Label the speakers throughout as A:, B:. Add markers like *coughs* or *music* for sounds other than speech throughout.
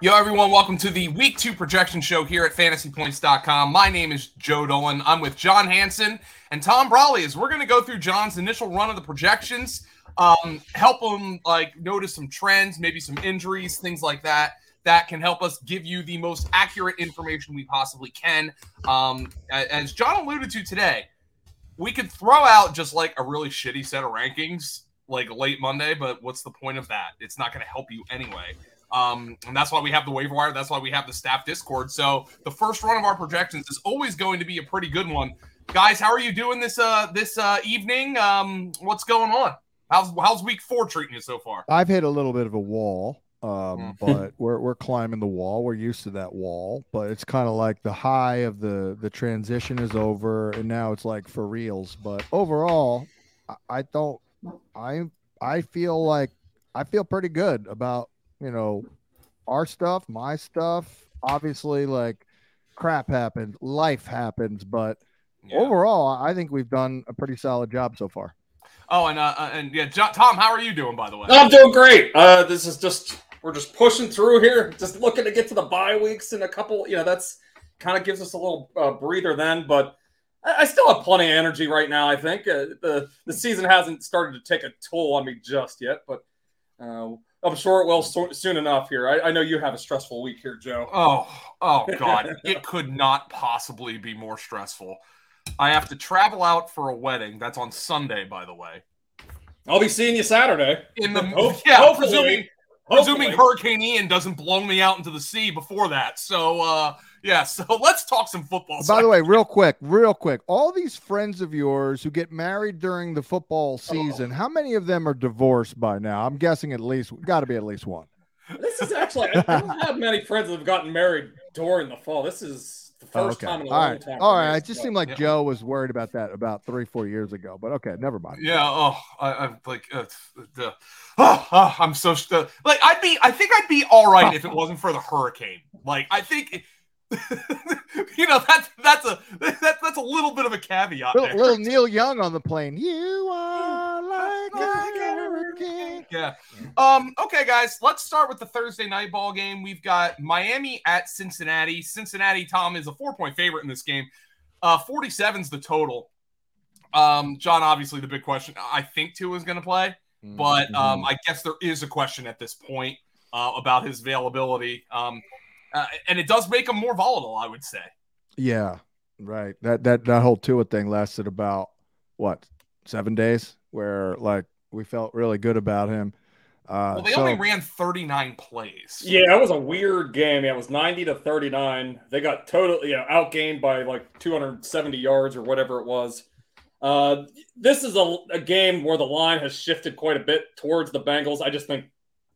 A: Yo, everyone, welcome to the week two projection show here at fantasypoints.com. My name is Joe Dolan. I'm with John Hanson and Tom Brawley as we're going to go through John's initial run of the projections, um, help him like notice some trends, maybe some injuries, things like that, that can help us give you the most accurate information we possibly can. Um, a- as John alluded to today, we could throw out just like a really shitty set of rankings like late Monday, but what's the point of that? It's not going to help you anyway. Um, and that's why we have the waiver wire. That's why we have the staff Discord. So the first run of our projections is always going to be a pretty good one. Guys, how are you doing this uh this uh evening? Um, what's going on? How's how's week four treating you so far?
B: I've hit a little bit of a wall, um,
A: Mm.
B: but we're we're climbing the wall. We're used to that wall, but it's kind of like the high of the the transition is over, and now it's like for reals. But overall, I, I don't. I I feel like I feel pretty good about you know our stuff, my stuff. Obviously, like crap happens, life happens, but
A: Yeah.
B: Oh. overall, I think we've done a pretty solid job so far.
A: Oh, and uh uh, and yeah, Jo- Tom, how are you doing by the way?
C: No, I'm doing great. Uh, this is just we're just pushing through here, just looking to get to the bye weeks in a couple. You know, that's kind of gives us a little uh, breather then, but I, I still have plenty of energy right now. I think uh, the the season hasn't started to take a toll on me just yet, but uh, I'm sure it will so- soon enough. Here, I, I know you have a stressful week here, Joe.
A: Oh, oh God. it could not possibly be more stressful. I have to travel out for a wedding. That's on Sunday, by the way.
C: I'll be seeing you Saturday.
A: In the
C: Hope-
A: yeah,
C: hopefully-
A: presuming
C: Hopefully.
A: presuming Hurricane Ian doesn't blow me out into the sea before that. So uh yeah, so *laughs* let's talk some football.
B: By the way, real quick, real quick, all these friends of yours who get married during the football season, how many of them are divorced by now? I'm guessing at least got to be at least one.
C: This is actually I I don't have many friends that have gotten married during the fall. This is the
B: Oh,
C: first time in a
B: all
C: long
B: right,
C: time.
B: all
C: for me.
B: right. It just seemed like
A: Yeah.
B: Joe was worried about that about three, four years ago, but okay, never mind.
A: *laughs* yeah, oh, I, I'm like, uh, the, oh, oh, I'm so stu- like I'd be, I think I'd be all right if it wasn't for the hurricane. Like I think, *laughs* you know, that's that's a *laughs* that's that's a little bit of a caveat.
B: Little,
A: there.
B: little Neil Young on the plane. You are like a hurricane.
A: *laughs* Yeah. Um, okay, guys, let's start with the Thursday night ball game. We've got Miami at Cincinnati. Cincinnati, Tom, is a four point favorite in this game. Uh, 47's the total. Um, John, obviously, the big question. I think Tua is going to play,
B: Mm-hmm.
A: but um, I guess there is a question at this point uh, about his availability. Um, uh, and it does make him more volatile, I would say.
B: Yeah, right. That that that whole Tua thing lasted about what seven days, where like we felt really good about him. Uh,
A: Well, they
B: so-
A: only ran 39 plays.
C: Yeah, that was a weird game. Yeah, it was 90 to 39. They got totally yeah, outgained by like 270 yards or whatever it was. Uh, this is a, a game where the line has shifted quite a bit towards the Bengals. I just think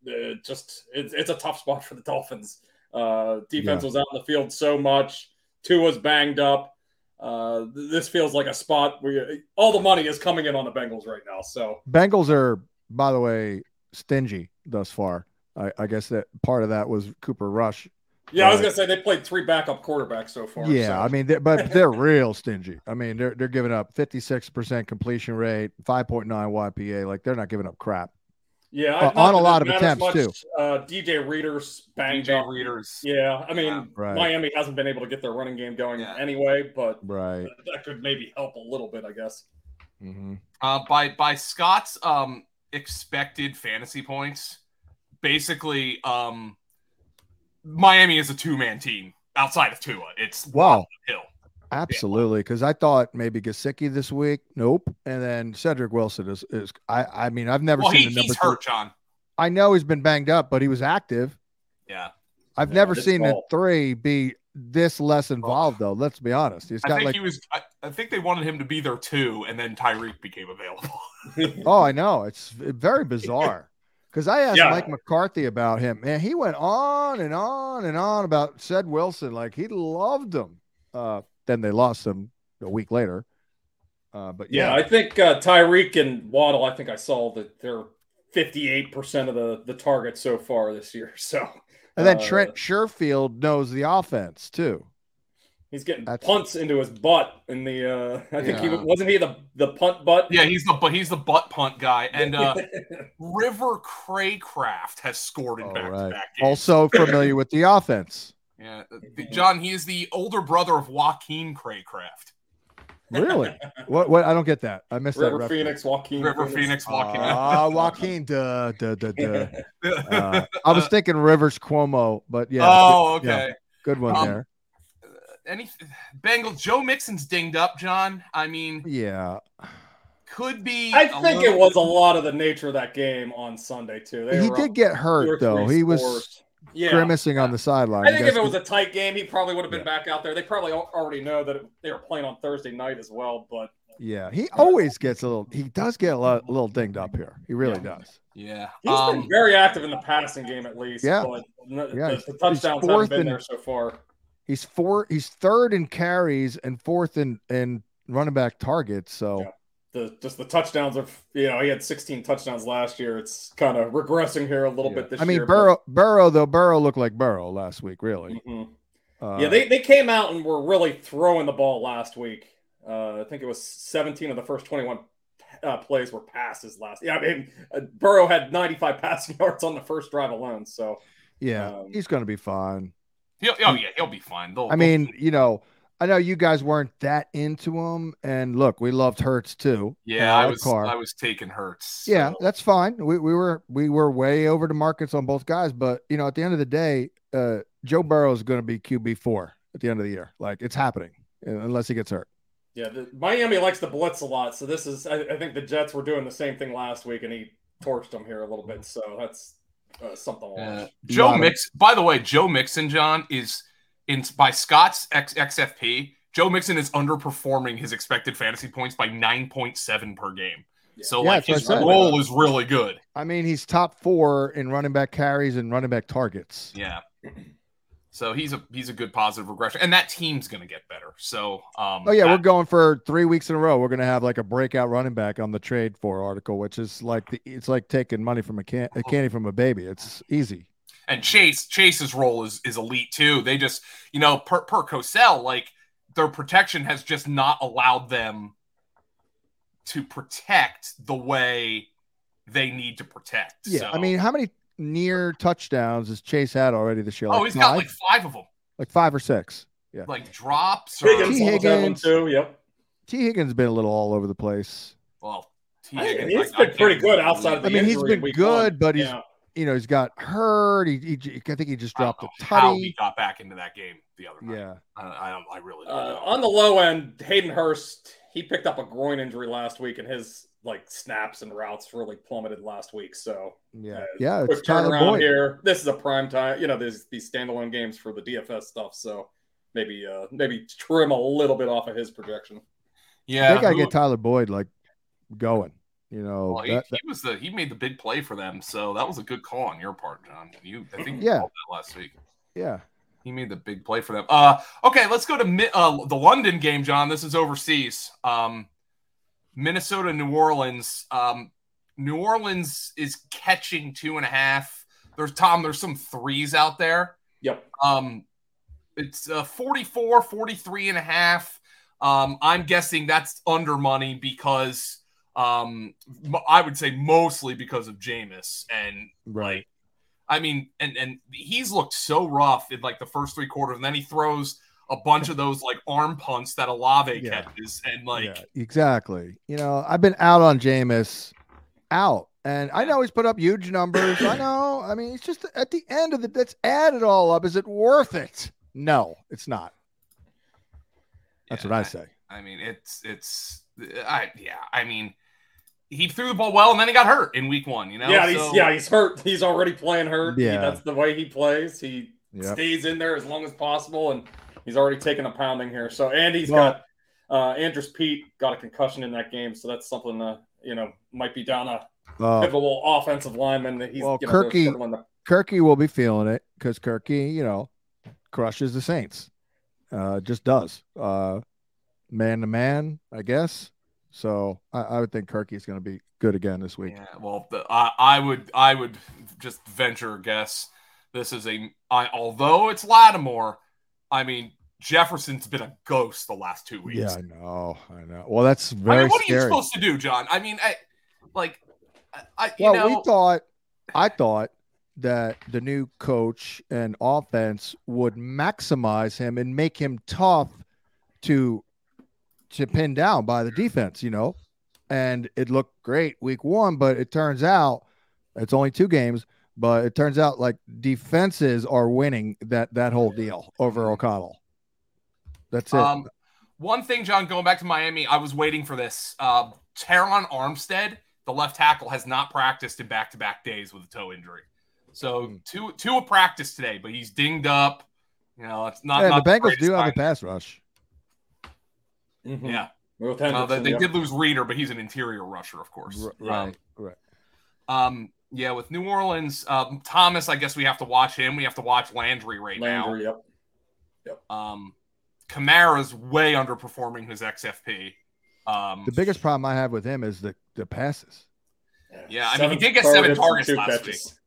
C: uh, just it's, it's a tough spot for the Dolphins. Uh, defense was out in the field so much. Two was banged up. Uh, th- this feels like a spot where all the money is coming in on the Bengals right now. So
B: Bengals are, by the way, stingy thus far. I, I guess that part of that was Cooper Rush.
C: yeah, I was
B: Right.
C: gonna say they played three backup quarterbacks so far.
B: yeah,
C: so.
B: I mean, they're, but they're real stingy. I mean, they're they're giving up fifty six percent completion rate, five point nine YPA. Like they're not giving up crap.
C: Yeah,
B: Uh,
C: not
B: on a
C: that it
B: lot of
C: matters
B: attempts,
C: Uh, DJ Reader's banged
A: DJ
C: up.
A: Readers.
C: Yeah, I mean
B: Right.
C: Miami hasn't been able to get their running game going
A: Yeah.
C: anyway, but
B: Right.
C: that could maybe help a little bit, I guess.
B: Mm-hmm.
A: uh, by by Scott's um, expected fantasy points. Basically, um, Miami is a two man team outside of Tua. It's
B: Wow.
A: Hill.
B: Absolutely, because I thought maybe Gasicki this week. Nope. And then Cedric Wilson is is I I mean I've never
A: Well,
B: seen
A: he,
B: the number.
A: he's
B: three-
A: hurt, John.
B: I know he's been banged up, but he was active.
A: Yeah,
B: I've
C: Yeah,
B: never
C: this
B: seen a
C: ball.
B: three be this less involved though. Let's be honest. He's
A: I
B: got
A: think
B: like
A: he was. I, I think they wanted him to be there too, and then Tyreek became available. *laughs*
B: Oh, I know. It's very bizarre. Because I asked
C: Yeah.
B: Mike McCarthy about him, and he went on and on and on about said Wilson, like he loved him. Uh, then they lost him a week later. Uh, but yeah,
C: Yeah, I think uh, Tyreek and Waddle. I think I saw that they're fifty-eight percent of the the targets so far this year. *laughs* So
B: and then
C: uh,
B: Trent Sherfield knows the offense too.
C: He's getting
B: That's-
C: punts into his butt in the. Uh, I think he
B: Yeah.
C: wasn't he the the punt butt.
A: Yeah, he's the but he's the butt punt guy, and
C: *laughs*
A: uh, River Craycraft has scored in
B: All
A: back to
B: right.
A: back games.
B: Also familiar with the offense.
A: yeah, the- John, he is the older brother of Joaquin Craycraft. *laughs*
C: *laughs*
B: Really? what? What? I don't get that. I missed
C: River
B: that.
C: Phoenix, Joaquin.
A: River Phoenix Joaquin.
B: Ah, Joaquin. Duh, duh, duh,
C: *laughs*
B: duh. Uh, I was thinking Rivers Cuomo, but yeah,
A: oh, okay.
B: yeah. good one
A: Um,
B: there.
A: Any Bengals? Joe Mixon's dinged up, John. I mean,
B: Yeah,
A: could be.
C: I
A: a
C: think
A: little-
C: it was a lot of the nature of that game on Sunday too. They
B: he
C: were up
B: did get
C: two or
B: hurt though.
C: three
B: He was
C: scores. yeah.
B: grimacing on the sideline.
C: I think
B: You
C: if
B: guys
C: it was a tight game, he probably would have been
B: Yeah.
C: back out there. They probably al- already know that it, they were playing on Thursday night as well. But
B: Yeah, he always gets a little. He does get a, lot, a little dinged up here. He really
C: Yeah.
B: does.
A: Yeah.
C: he's
A: um,
C: been very active in the passing game at least.
B: Yeah.
C: but n-
B: Yeah,
C: the, the touchdowns
B: fourth
C: haven't been
B: in-
C: there so far.
B: He's four. He's third in carries and fourth in in running back targets. So
C: Yeah. The just the touchdowns are you know he had 16 touchdowns last year. It's kind of regressing here a little
B: yeah.
C: bit this
B: I mean,
C: year. but-
B: Burrow, Burrow though Burrow looked like Burrow last week. Really.
C: Mhm.
B: Uh,
C: yeah, they, they came out and were really throwing the ball last week. Uh, I think it was 17 of the first 21 uh, plays were passes last. Yeah, I mean, uh, Burrow had 95 *laughs* passing yards on the first drive alone. So
B: yeah.
C: um,
B: he's gonna be fine.
A: he'll, oh yeah, he'll be fine. They'll-
B: I mean, you know, I know you guys weren't that into him, and look, we loved Hertz too.
A: yeah,
B: Uh,
A: I was
B: Carr.
A: I was taking Hurts.
B: Yeah,
A: so- uh,
B: that's fine. We, we were we were way over the markets on both guys, but you know, at the end of the day, uh, Joe Burrow is going to be QB four at the end of the year. Like it's happening uh, unless he gets hurt.
C: yeah, the, Miami likes to blitz a lot. So this is, I, I think the Jets were doing the same thing last week, and he torched them here a little bit. So that's uh, something. To
A: Uh,
C: watch.
A: Joe
B: Not a-
A: Mix. By the way, Joe Mixon, John is in by Scott's X, XFP. Joe Mixon is underperforming his expected fantasy points by nine point seven per game.
C: Yeah.
A: So
B: Yeah,
A: like
B: that's what
A: his
B: I said.
A: role is really good.
B: I mean, he's top four in running back carries and running back targets.
C: *clears throat*
A: Yeah. So he's a he's a good positive regression, and that team's gonna get better. So um,
B: Oh yeah, we're
A: that-
B: going for three weeks in a row. We're going to have like a breakout running back on the trade for article, which is like the, it's like taking money from a, can- a candy from a baby. It's easy.
A: and Chase Chase's role is is elite too. They just you know per per Cosell like their protection has just not allowed them to protect the way they need to protect.
B: Yeah,
A: so.
B: I mean, how many near touchdowns has Chase had already this year?
A: oh, he's got
B: five?
A: like five of them,
B: like five or six.
A: like drops or
C: Higgins,
B: T.
C: almost had one
B: Higgins.
C: too. Yep.
B: T. Higgins has been a little all over the place.
A: well. T.
C: I think
A: Higgins,
C: he's
A: I- I
C: been pretty
A: can't
C: good
A: remember.
C: outside of the
B: I mean, he's
C: injury
B: been
C: week
B: good,
C: one.
B: but he's-
C: Yeah.
B: You know, he's got hurt. He, he j- I think he just
A: I don't
B: dropped a
A: know Oh, how he
B: tutty.
A: got back into that game the other night.
B: Yeah,
A: I, I don't. I really don't
C: Uh,
A: know.
C: on the low end, Hayden Hurst he picked up a groin injury last week, and his like snaps and routes really plummeted last week. So
B: yeah,
C: Uh,
B: yeah. It's
C: quick
B: Tyler
C: turnaround
B: Boyd.
C: here. This is a prime time. You know, there's these standalone games for the DFS stuff. So maybe uh maybe trim a little bit off of his projection.
A: yeah,
B: They gotta
A: who-
B: get Tyler Boyd like going. You know,
A: Well, he,
B: that-
A: he was the he made the big play for them, so that was a good call on your part, John. You, I think, you
B: Yeah.
A: called that last week.
B: that- yeah.
A: He made the big play for them. Uh, okay, let's go to Mi- uh, the London game, John. This is overseas. Um, Minnesota, New Orleans. Um, New Orleans is catching two and a half. There's Tom. There's some threes out there.
C: Yep.
A: Um, it's uh, 44, 43 and a half. Um, I'm guessing that's under money because um, mo- I would say mostly because of Jameis. And
B: Right.
A: like, I mean, and and he's looked so rough in like the first three quarters, and then he throws a bunch
B: *laughs*
A: of those like arm punts that Olave
B: Yeah.
A: catches, and like,
B: yeah, exactly. You know, I've been out on Jameis, out, and I know he's put up huge numbers. I know. I mean, it's just at the end of the. Let's add it all up. Is it worth it? No, it's not. That's what I say.
A: I mean, it's it's I yeah. I mean, he threw the ball well, and then he got hurt in week one. You know,
C: yeah, he's
A: So-
C: yeah, he's hurt. He's already playing hurt. He-
B: Yeah.
C: that's the way he plays. He
B: Yeah.
C: stays in there as long as possible and he's already taken a pounding here. So and he's
B: Well-
C: got uh Andrews Pete got a concussion in that game, so that's something uh, you know, might be down a
B: Uh,
C: pivotal offensive lineman that he's
B: Well,
C: you know, they're
B: Kirky-
C: struggling to-
B: Kirky will be feeling it because Kirky, you know, crushes the Saints. Uh, just does. Uh, man to man, I guess. So I, I would think Kirky's going to be good again this week.
A: Yeah, well, the, I, I would I would just venture a guess. This is a I, although it's Lattimore, I mean Jefferson's been a ghost the last two weeks.
B: Yeah, I know. I know. Well, that's
A: I
B: very
A: mean, what
B: scary.
A: are you supposed to do, John? I mean, I, like, I- I, you
B: well,
A: know,
B: we thought, I thought that the new coach and offense would maximize him and make him tough to to pin down by the defense, you know. And it looked great week one, but it turns out it's only two games. But it turns out like defenses are winning that that whole deal over O'Connell. That's it.
A: Um, one thing, John, going back to Miami, I was waiting for this. Uh, Teron Armstead, the left tackle, has not practiced in back-to-back days with a toe injury. So
B: Hmm.
A: two two of practice today, but he's dinged up. You know, it's not.
B: and
A: not
B: the Bengals
A: greatest
B: do have a
A: time.
B: pass rush.
C: Mhm.
A: Yeah,
C: With
A: Uh, they,
C: Hendrickson,
A: they
C: yeah.
A: did lose Reader, but he's an interior rusher, of course.
B: R-
A: Um,
B: right, right.
A: Um, yeah, with New Orleans, um, Thomas, I guess we have to watch him. We have to watch Landry right
C: Landry, yep.
A: now. Um, Kamara's way underperforming his XFP. Um,
B: The biggest problem I have with him is the the passes.
A: Yeah, I mean, he
C: Seven
A: did get seven
C: targets and
A: targets last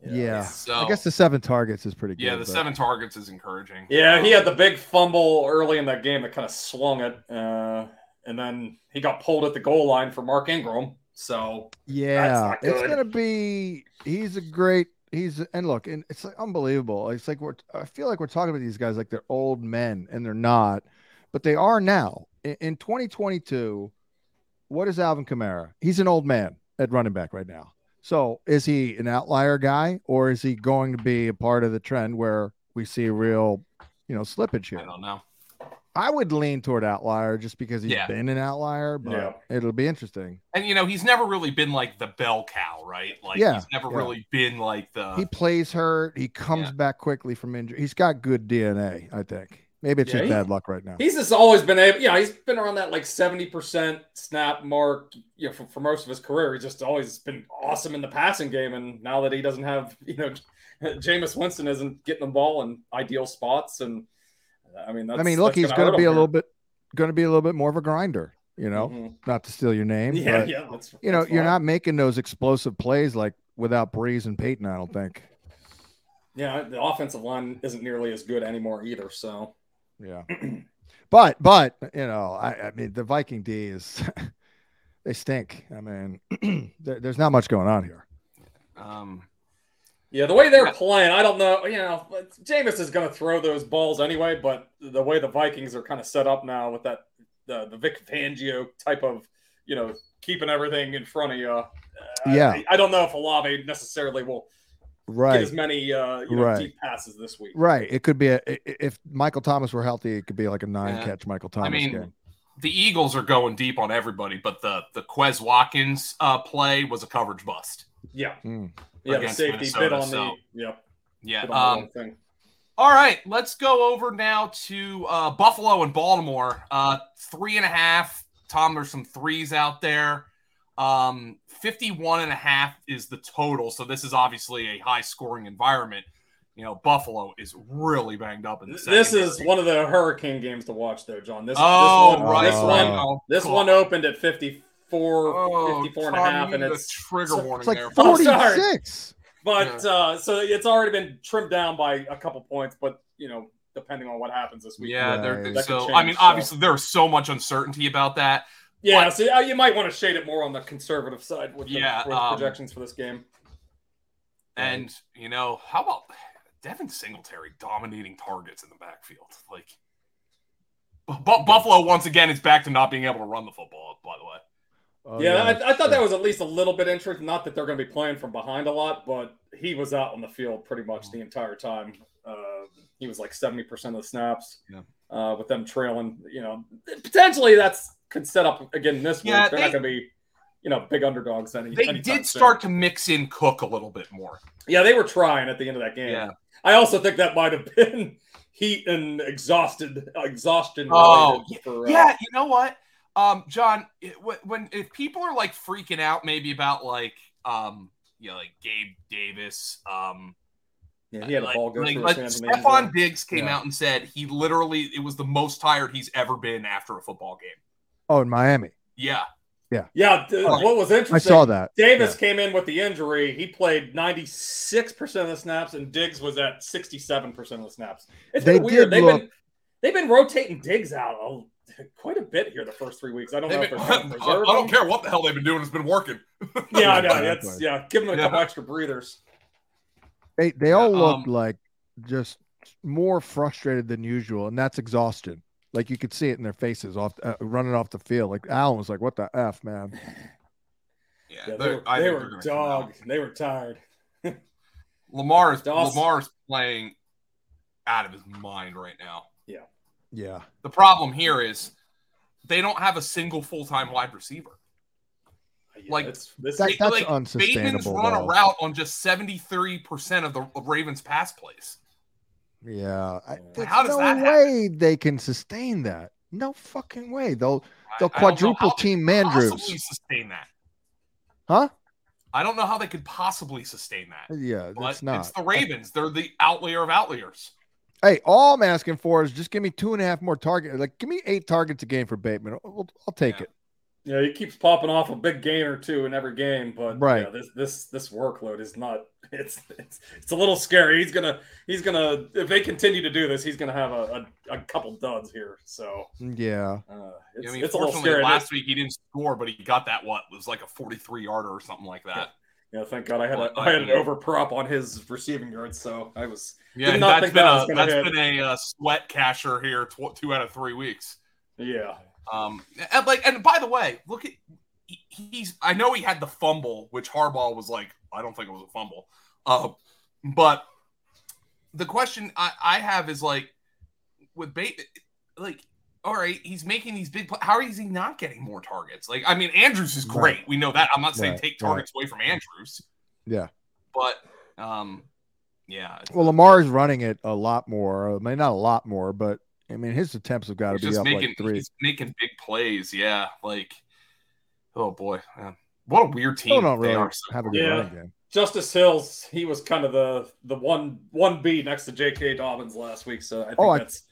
B: Yeah.
A: so,
B: I guess the seven targets is pretty good.
A: yeah, the
B: but-
A: seven targets is encouraging.
C: Yeah, he had the big fumble early in that game that kind of swung it, uh, and then he got pulled at the goal line for Mark Ingram. So
B: Yeah,
C: not
B: it's
C: good.
B: gonna be. He's a great. He's and look, and it's like unbelievable. It's like we're. I feel like we're talking about these guys like they're old men, and they're not, but they are now. In, in 2022, what is Alvin Kamara? He's an old man at running back right now. So is he an outlier guy, or is he going to be a part of the trend where we see a real, you know, slippage here?
A: I don't know.
B: I would lean toward outlier just because he's
A: Yeah.
B: been an outlier, but
C: Yeah.
B: it'll be interesting.
A: And you know, he's never really been like the bell cow, right? Like,
B: Yeah,
A: he's never
B: yeah.
A: really been like the.
B: he plays hurt. He
A: Uh,
B: comes
A: yeah.
B: back quickly from injury. He's got good DNA, I think. Maybe it's
C: Yeah,
B: just
C: he-
B: bad luck right now.
C: he's just always been able. Yeah, he's been around that like seventy percent snap mark. You know, for, for most of his career, he's just always been awesome in the passing game. And now that he doesn't have, *laughs* you know, Jameis Winston isn't getting the ball in ideal spots, and I mean, that's,
B: I mean, look, he's going to be a little
C: bit,
B: bit, going to be a little bit more of a grinder. You know, not to steal your name,
C: Mm-hmm. *laughs* Yeah,
B: but
C: yeah. That's,
B: you know,
C: that's
B: you're
C: fine.
B: not making those explosive plays like without Breeze and Peyton. I don't think.
C: Yeah, the offensive line isn't nearly as good anymore either. So *clears throat*
B: Yeah. but but you know, I, I mean, the Viking D is *laughs* they stink. I mean, *clears throat* there, there's not much going on here.
A: um,
C: yeah, the way they're
A: Yeah.
C: playing, I don't know. You know, but Jameis is going to throw those balls anyway. But the way the Vikings are kind of set up now with that the, the Vic Fangio type of you know keeping everything in front of you. Uh, I-
B: Yeah.
C: I, don't know if Olave necessarily will get
B: Right.
C: as many uh, you know,
B: Right.
C: deep passes this week.
B: Right. It could be a i- if Michael Thomas were healthy, it could be like a nine
A: Yeah.
B: catch Michael Thomas
A: mean,
B: game.
A: the Eagles are going deep on everybody, but the the Quez Watkins uh, play was a coverage bust.
C: Yeah,
B: Mm.
C: yeah. The
A: Against
C: safety bit
A: Minnesota,
C: on the
A: so-
C: yeah.
A: Yeah.
C: bit on the
A: Um,
C: wrong thing.
A: All right, let's go over now to uh, Buffalo and Baltimore. Uh, three and a half. Tom, there's some threes out there. Um, 51 and a half is the total. So this is obviously a high scoring environment. You know, Buffalo is really banged up in the
C: This
A: secondary.
C: is one of the hurricane games to watch, though, John. This,
A: oh,
C: this one,
A: right.
C: this one
A: Oh,
C: This
A: God.
C: one opened at 54,
A: Oh,
C: 54 and a
A: Tom,
C: half,
A: you
C: and
A: need a
C: it's
A: trigger
C: it's
A: warning
B: It's like
A: there.
C: Oh, sorry.
B: 46.
C: but uh, so it's already been trimmed down by a couple points, but you know, depending on what happens this week.
A: Yeah,
B: Right.
A: they're,
B: That
A: so
C: could
A: I mean,
C: change, so.
A: obviously there's so much uncertainty about that.
C: yeah. So uh, you might want to shade it more on the conservative side with the,
A: Yeah,
C: with
A: um,
C: projections for this game.
A: And you know, how about Devin Singletary dominating targets in the backfield? Like, Bu- Bu- Buffalo once again is back to not being able to run the football. By the way,
B: Oh,
C: yeah,
B: that's
C: I, I thought
B: true.
C: that was at least a little bit interesting. Not that they're going to be playing from behind a lot, but he was out on the field pretty much the entire time. Uh, he was like seventy percent of the snaps.
A: Yeah.
C: Uh, with them trailing, you know, potentially that's could set up again this week.
A: Yeah,
C: they're
A: they-
C: not going to be, you know, big underdogs. Any
A: they
C: anytime
A: did
C: soon.
A: start to mix in Cook a little bit more.
C: Yeah, they were trying at the end of that game.
A: Yeah.
C: I also think that might have been *laughs* heat and exhausted exhaustion.
A: Oh,
C: related for, uh,
A: Yeah, you know what, um, John, it, wh- when if people are like freaking out maybe about like, um, you know, like Gabe Davis, um,
C: yeah, he had a
A: like,
C: ball go
A: like,
C: through
A: like
C: his hands. in the end zone.
A: Stephon Diggs came
B: Yeah.
A: out and said he literally it was the most tired he's ever been after a football game.
B: Oh, in Miami.
A: Yeah.
C: Yeah, th-
B: Oh,
C: what was interesting?
B: I saw that.
C: Davis came in with the injury. He played 96% of the snaps, and Diggs was at 67% of the snaps. It's
B: They
C: been weird.
B: did
C: They've
B: look-
C: been they've been rotating Diggs out a, quite a bit here the first three weeks. I don't know
A: They've
C: if
A: been- *laughs*
C: they're
A: I,
C: trying to
A: I
C: preserve
A: don't
C: him.
A: care what the hell they've been doing. It's been working.
C: Yeah, I know.
B: Yeah,
C: That's,
B: right.
C: yeah, give them a couple extra breathers.
B: They they all
A: Yeah,
B: looked
A: um,
B: like just more frustrated than usual, and that's exhaustion. Like you could see it in their faces off uh, running off the field. Like Allen was like, "What the f, man?"
A: Yeah,
C: Yeah, they
A: they're-
C: were,
A: I
C: they
A: think
C: were
A: they're gonna come out.
C: dog. They were tired.
A: Lamar is
C: Dawson.
A: Lamar is playing out of his mind right now.
B: Yeah,
A: The problem here is they don't have a single full time wide receiver.
C: Yeah,
A: Like,
C: it's, this
B: that,
A: They-
C: is-
B: that's
A: like, Bateman's
B: unsustainable.
A: run a
B: though.
A: route on just seventy three percent of the of Ravens pass plays.
B: Yeah, I,
C: Yeah.
B: there's
A: How does
B: no
A: that happen?
B: way they can sustain that. No fucking way. They'll they'll
A: I- I don't know
B: quadruple
A: how they
B: team
A: could
B: Mandrews,
A: Possibly sustain that.
B: huh?
A: I don't know how they could possibly sustain that.
B: Yeah,
A: But
B: that's not.
A: it's the Ravens. They're the outlier of outliers.
B: Hey, all I'm asking for is just give me two and a half more target. Like, give me eight targets a game for Bateman. I'll, I'll take
A: Yeah.
B: it.
C: yeah, he keeps popping off a big gain or two in every game, but
B: Right.
C: yeah, this this this workload is not. *laughs* It's it's it's a little scary. He's gonna he's gonna if they continue to do this, he's gonna have a a, a couple duds here. So
B: Mm, Yeah,
C: uh, it's,
A: I mean,
C: it's a little
A: fortunately,
C: scary.
A: last week he didn't score, but he got that what was like a forty-three yarder or something like that.
C: yeah, thank God I had a I had an over prop on his receiving yards, so I was
A: Yeah,
C: Did not
A: that's
C: think
A: been
C: that was
A: a
C: gonna
A: that's
C: hit.
A: been a uh, sweat casher here tw- two out of three weeks.
C: yeah.
A: Um, and like, and by the way, look at he- he's. I know he had the fumble, which Harbaugh was like, I don't think it was a fumble. Uh, but the question I, I have is like, with Bate, like, all right, he's making these big. pl- How is he not getting more targets? Like, I mean, Andrews is great. We know that. I'm not saying
B: Right,
A: take targets away from Andrews,
B: yeah.
A: but um, yeah, it's-
B: Well, Lamar's running it a lot more. I mean, not a lot more, but I mean, his attempts have got to
A: he's
B: be
A: just
B: up
A: making
B: like three.
A: he's making big plays. Yeah, like, oh boy, man. what a weird team.
B: Still don't
A: they
B: really
A: are so
B: have a good
C: Yeah.
B: running game.
C: Justice Hills, he was kind of the the one one B next to J.K. Dobbins last week, so I think
B: Oh, I-
C: that's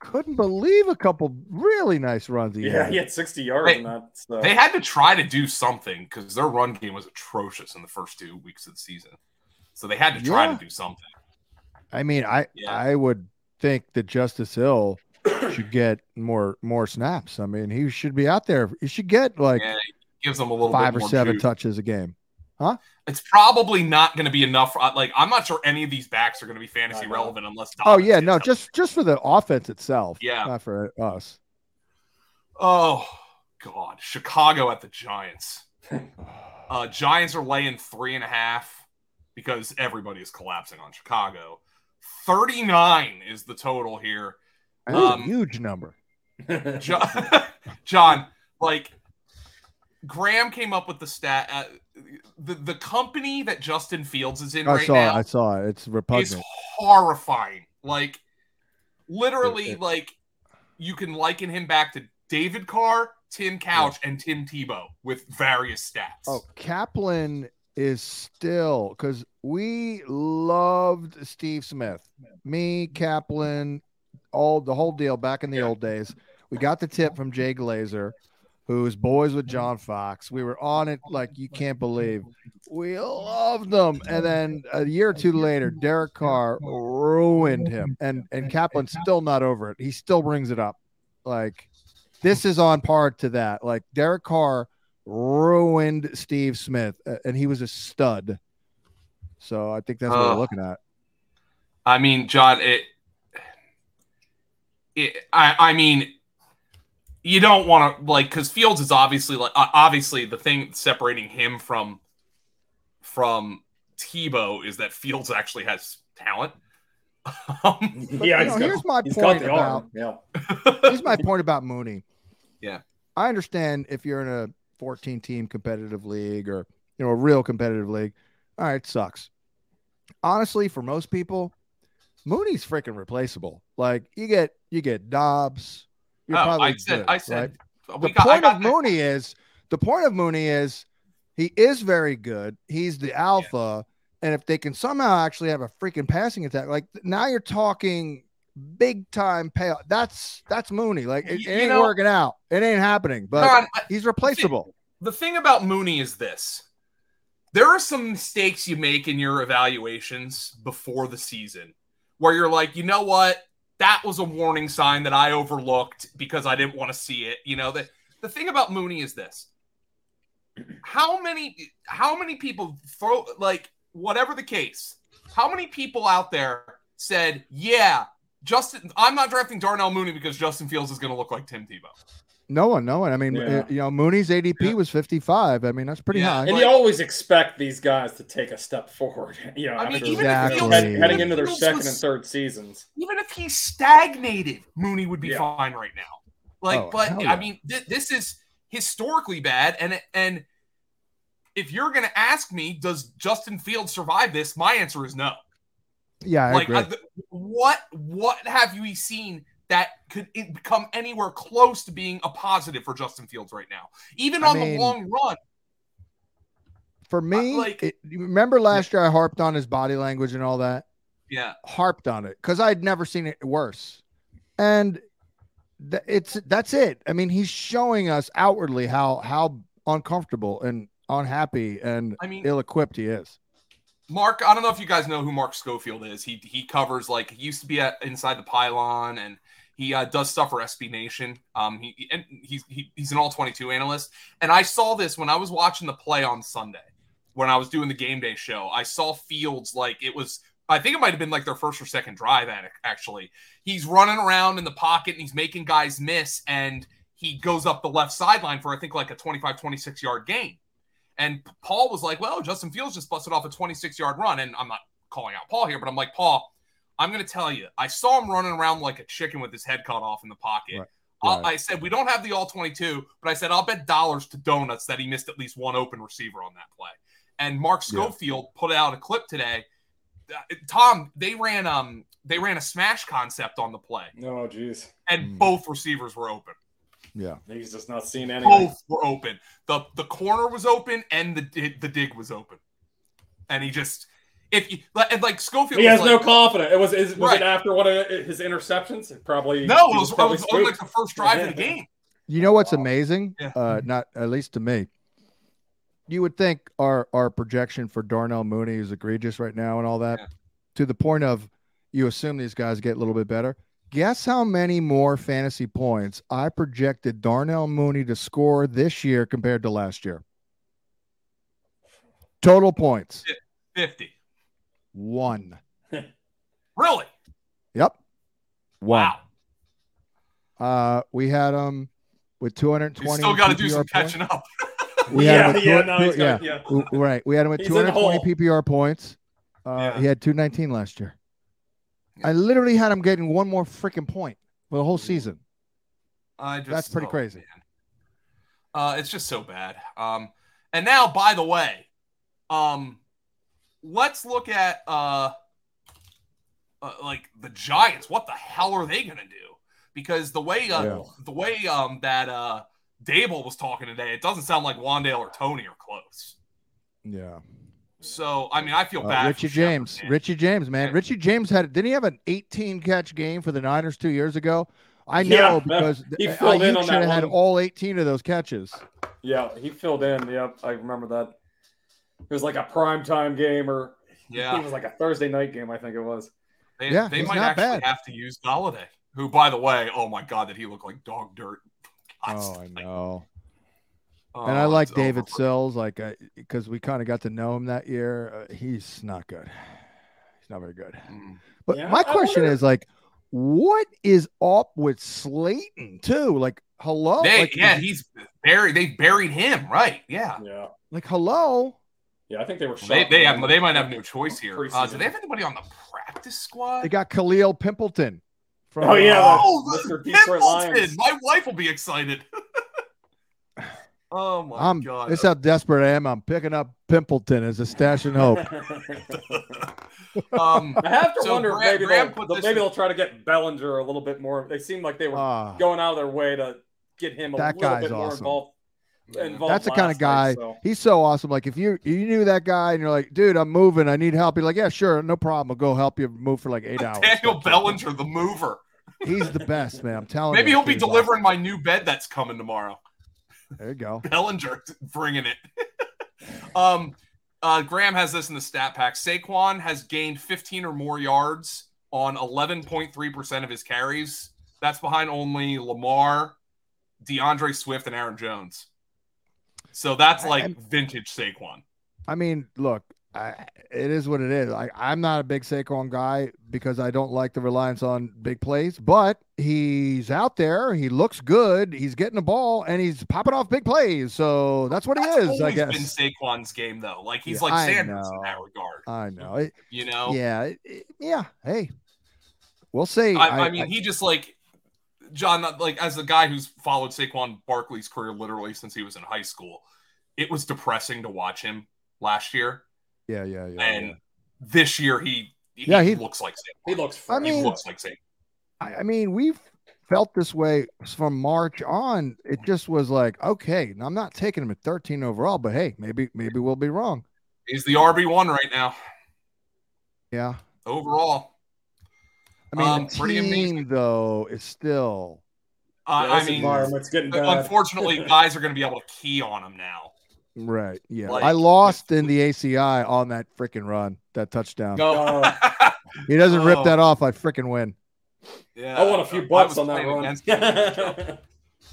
B: Couldn't believe a couple really nice runs. He
C: yeah.
B: had.
C: he had sixty yards
A: Hey,
C: in that. So.
A: They had to try to do something because their run game was atrocious in the first two weeks of the season. So they had to try
B: Yeah.
A: to do something.
B: I mean, I
A: Yeah.
B: I would think that Justice Hill should get more more snaps. I mean, he should be out there. He should get like
A: Yeah, Gives them a little
B: five
A: bit
B: or
A: more
B: seven
A: juice.
B: touches a game.
A: It's probably not going to be enough. For, like I'm not sure any of these backs are going to be fantasy
C: I know.
A: relevant unless.
B: Oh
A: Dobbins
B: yeah,
A: gets
B: no,
A: them.
B: just just for the offense itself.
A: Yeah.
B: not for us.
A: Oh god, Chicago at the
B: *laughs*
A: Giants. Uh, Giants are laying three and a half because everybody is collapsing on Chicago. Thirty-nine is the total here.
B: That's a
A: Um,
B: huge number.
C: *laughs*
A: John, *laughs* John, like Graham came up with the stat. Uh, the the company that Justin Fields is in
B: I
A: right
B: saw.
A: now
B: it. I saw. It. It's
A: is
B: repugnant.
A: horrifying. Like literally,
B: It- it-
A: like you can liken him back to David Carr, Tim Couch, and Tim Tebow with various stats.
B: Oh, Kaplan is still because we loved Steve Smith. Me, Kaplan, all the whole deal back in the old days. We got the tip from Jay Glazer, who's boys with John Fox. We were on it like you can't believe. We loved them, and then a year or two later, Derek Carr ruined him, and and Kaplan's still not over it. He still brings it up, like this is on par to that. Like Derek Carr ruined Steve Smith, uh, and he was a stud. So I think that's what
A: Ugh.
B: we're looking at.
A: I mean, John, it, it I, I mean, you don't want to like because Fields is obviously like o- obviously the thing separating him from from Tebow is that Fields actually has talent. *laughs* Um,
B: But,
C: yeah,
B: you
C: he's
B: know,
C: got-
B: here's my
C: he's got
B: point
C: the
B: about
C: arm. Yeah,
B: here's my point about Mooney.
A: Yeah.
B: I understand if you're in a 14 team competitive league or you know a real competitive league. All right, sucks. Honestly, for most people, Mooney's freaking replaceable. Like you get you get Dobbs. You're
A: oh,
B: probably
A: I said,
B: good,
A: I said,
B: the
A: we got, I
B: point
A: got
B: of
A: that-
B: Mooney is the point of Mooney is he is very good. He's the alpha, and if they can somehow actually have a freaking passing attack, like now you're talking big time payoff. That's that's Mooney. Like it,
A: You-
B: it
A: you
B: ain't
A: know-
B: working out. It ain't happening. But
A: John, I-
B: he's replaceable.
A: the thing about Mooney is this there are some mistakes you make in your evaluations before the season where you're like, you know what? That was a warning sign that I overlooked because I didn't want to see it. You know, the, the thing about Mooney is this. How many how many people throw like whatever the case, how many people out there said, Yeah, Justin I'm not drafting Darnell Mooney because Justin Fields is gonna look like Tim Tebow.
B: No one, no one. I mean,
C: Yeah.
B: uh, you know, Mooney's ADP
A: Yeah.
B: was 55. I mean, that's pretty
A: Yeah.
B: high.
C: And you always expect these guys to take a step forward. *laughs* You know,
A: I mean,
C: after-
A: even
B: if
C: head-
B: Fields-
C: heading,
B: even
C: into their
A: if Fields
C: second
A: was-
C: and third seasons.
A: even if he stagnated, Mooney would be
C: Yeah.
A: fine right now. Like,
B: Oh,
A: but
B: hell yeah.
A: I mean, th- this is historically bad, and and if you're gonna ask me, does Justin Fields survive this? My answer is no.
B: yeah, I
A: like,
B: agree.
A: I- th- what what have you seen that could it become anywhere close to being a positive for Justin Fields right now? Even
B: I
A: on
B: mean,
A: the long run,
B: For me,
A: like-
B: it, you remember last year I harped on his body language and all that?
A: yeah,
B: harped on it because I'd never seen it worse. And th- it's that's it. I mean, he's showing us outwardly how how uncomfortable and unhappy and
A: I mean,
B: ill equipped he is.
A: Mark, I don't know if you guys know who Mark Schofield is. He he covers like he used to be at Inside the Pylon, and he uh, does stuff for SB Nation. Um, he and he's he, he's an all twenty two analyst. And I saw this when I was watching the play on Sunday when I was doing the game day show. I saw Fields like it was. I think it might have been like their first or second drive at it, actually. He's running around in the pocket and he's making guys miss and he goes up the left sideline for I think like a 25 26 yard gain. And Paul was like, well, Justin Fields just busted off a 26 yard run. And I'm not calling out Paul here, but I'm like, Paul, I'm going to tell you, I saw him running around like a chicken with his head cut off in the pocket.
B: Right,
A: I'll-
B: right.
A: I said, we don't have the all 22, but I said, I'll bet dollars to donuts that he missed at least one open receiver on that play. And Mark
B: Yeah.
A: Schofield put out a clip today. Uh, Tom, they ran um they ran a smash concept on the play,
C: No, jeez,
A: and
B: Mm.
A: both receivers were open.
B: Yeah.
C: he's just not seeing anything.
A: Both were open. the The corner was open, and the di- the dig was open. And he just if you like- and like Schofield,
C: He
A: was
C: has no
A: like,
C: confidence. It was is, was
A: Right.
C: it after one of his interceptions? It probably
A: no.
C: he
A: It was, it
C: probably
A: was on like
C: spooked.
A: the first drive of the game.
B: You know what's
C: Wow.
B: amazing?
A: Yeah. Mm-hmm.
B: Uh, not at least to me. You would think our our projection for Darnell Mooney is egregious right now and all that,
A: Yeah.
B: to the point of you assume these guys get a little bit better. Guess how many more fantasy points I projected Darnell Mooney to score this year compared to last year? Total points
A: Fifty,
B: one.
A: really?
B: Yep. One.
A: Wow.
B: Uh, we had him with 220.
A: You still got to do
B: PPR
A: some
B: points.
A: catching up.
B: We
C: *laughs* yeah,
B: had him with
C: yeah,
B: two-
C: no,
B: two-
C: he's
B: yeah.
C: got- yeah.
B: W- Right. We had him at
C: He's in the
B: 220
C: hole.
B: PPR points. Uh,
A: Yeah.
B: He had 219 last year.
A: Yeah.
B: I literally had him getting one more freaking point for the whole season.
A: I just oh,
B: That's pretty crazy.
A: man. Uh, it's just so bad. Um, and now, by the way, um, let's look at uh, uh, like the Giants. What the hell are they gonna do? Because the way uh,
B: Yeah.
A: the way um that uh Dable was talking today, it doesn't sound like Wandale or Tony are close.
B: Yeah.
A: So I mean, I feel
B: Uh,
A: bad.
B: Richie
A: for Shepard,
B: James.
A: man.
B: Richie James, man.
A: Yeah.
B: Richie James had didn't he have an 18 catch game for the Niners two years ago? I
C: Yeah,
B: know
C: that-
B: because
C: he
B: th-
C: filled in
B: Ayuk
C: on
B: should
C: that
B: have had
C: one. Oh,
B: all 18 of those catches.
C: Yeah, he filled in. Yep, I remember that. It was like a prime time game, or it
A: Yeah,
C: was like a Thursday night game. I think it was.
A: they,
B: Yeah,
A: they
B: he's
A: might
B: not
A: actually
B: bad.
A: have to use Galladay, who, by the way, oh my god, did he look like dog dirt? *laughs*
B: Oh, I
A: Like,
B: know.
A: oh,
B: And I like
A: it's
B: David
A: over.
B: Sills, like because we kind of got to know him that year. Uh, he's not good. He's not very good.
A: Mm.
B: But
C: Yeah,
B: my
C: I
B: question
C: wonder-
B: is like, what is up with Slayton too? Like, hello,
A: They,
B: Oh, like,
A: yeah,
B: is-
A: he's buried. They buried him, right? Yeah.
C: Yeah,
B: like hello.
C: yeah. I think they were.
A: They,
C: shocked.
A: they have they might have no choice here. Uh,
C: Preseason.
A: do they have anybody on the practice squad?
B: They got Khalil Pimpleton. From,
C: Oh, yeah.
B: uh,
A: oh,
C: Mr.
A: the
C: Detroit
A: Pimpleton!
C: Lions.
A: My wife will be
B: *sighs*
A: excited. oh my
B: I'm.
A: god!
B: That's how desperate I am. I'm picking up Pimpleton as a stash
A: *laughs*
B: and
C: *laughs*
B: hope.
A: um,
C: I have to
A: So
C: wonder if
A: Graham-
C: maybe,
A: Graham
C: they'll,
A: put
C: they'll-
A: this
C: maybe
A: in-
C: they'll try to get Bellinger a little bit more. They seem like they were
B: Ah,
C: going out of their way to get him a
B: That
C: little
B: guy's
C: bit more
B: awesome.
C: involved. involved
B: That's the kinda
C: last
B: guy-
C: Night, so.
B: he's so awesome. Like if you you knew that guy and you're like, dude, I'm moving. I need help. You're like, yeah, sure, no problem. I'll go help you move for like eight hours.
A: Daniel Bellinger, the mover.
B: He's the best man. I'm telling you.
A: Maybe he'll be
B: He's awesome.
A: delivering my new bed that's coming tomorrow.
B: There you go.
A: Bellinger bringing it. *laughs* um, uh, Graham has this in the stat pack. Saquon has gained 15 or more yards on 11.3% of his carries. That's behind only Lamar, DeAndre Swift, and Aaron Jones. So that's like
B: I'm-
A: vintage Saquon.
B: I mean, look, I, it is what it is. I, I'm not a big Saquon guy because I don't like the reliance on big plays, but he's out there. He looks good. He's getting the ball and he's popping off big plays. So that's what he
A: That's
B: is, I
A: always
B: guess.
A: Been Saquon's game though, like he's
B: Yeah,
A: like
B: I
A: Sanders in
B: know.
A: that regard.
B: I know. It,
A: You know,
B: Yeah. it- it- yeah. Hey, we'll see.
A: I, I, mean, he just like John, not- like as the guy who's followed Saquon Barkley's career literally since he was in high school, it was depressing to watch him last year,
B: yeah, yeah, yeah.
A: and
B: yeah.
A: this year he, he
B: Yeah, he-
A: looks like Saquon.
C: He looks.
B: I
C: fresh.
A: He
B: mean-
A: looks like Saquon.
B: I, I mean, we've felt this way from March on. It just was like, okay, I'm not taking him at 13 overall, but hey, maybe, maybe we'll be wrong.
A: He's the RB one right now
B: Yeah.
A: overall.
B: I mean,
A: Um,
B: the
A: pretty
B: team
A: amazing.
B: though is still
A: Uh,
C: Yeah,
A: I
C: this
A: mean,
C: environment's getting bad. *laughs*
A: unfortunately, guys are going to be able to key on him now. *laughs*
B: right. Yeah,
A: Like-
B: I lost in the ACI on that freaking run, that touchdown.
C: No.
B: He doesn't
A: Oh.
B: rip that off. I freaking win.
A: yeah,
C: I want a few
A: I
C: bucks
A: was
C: on that
A: playing
C: run.
A: against him in that
C: *laughs*
A: matchup.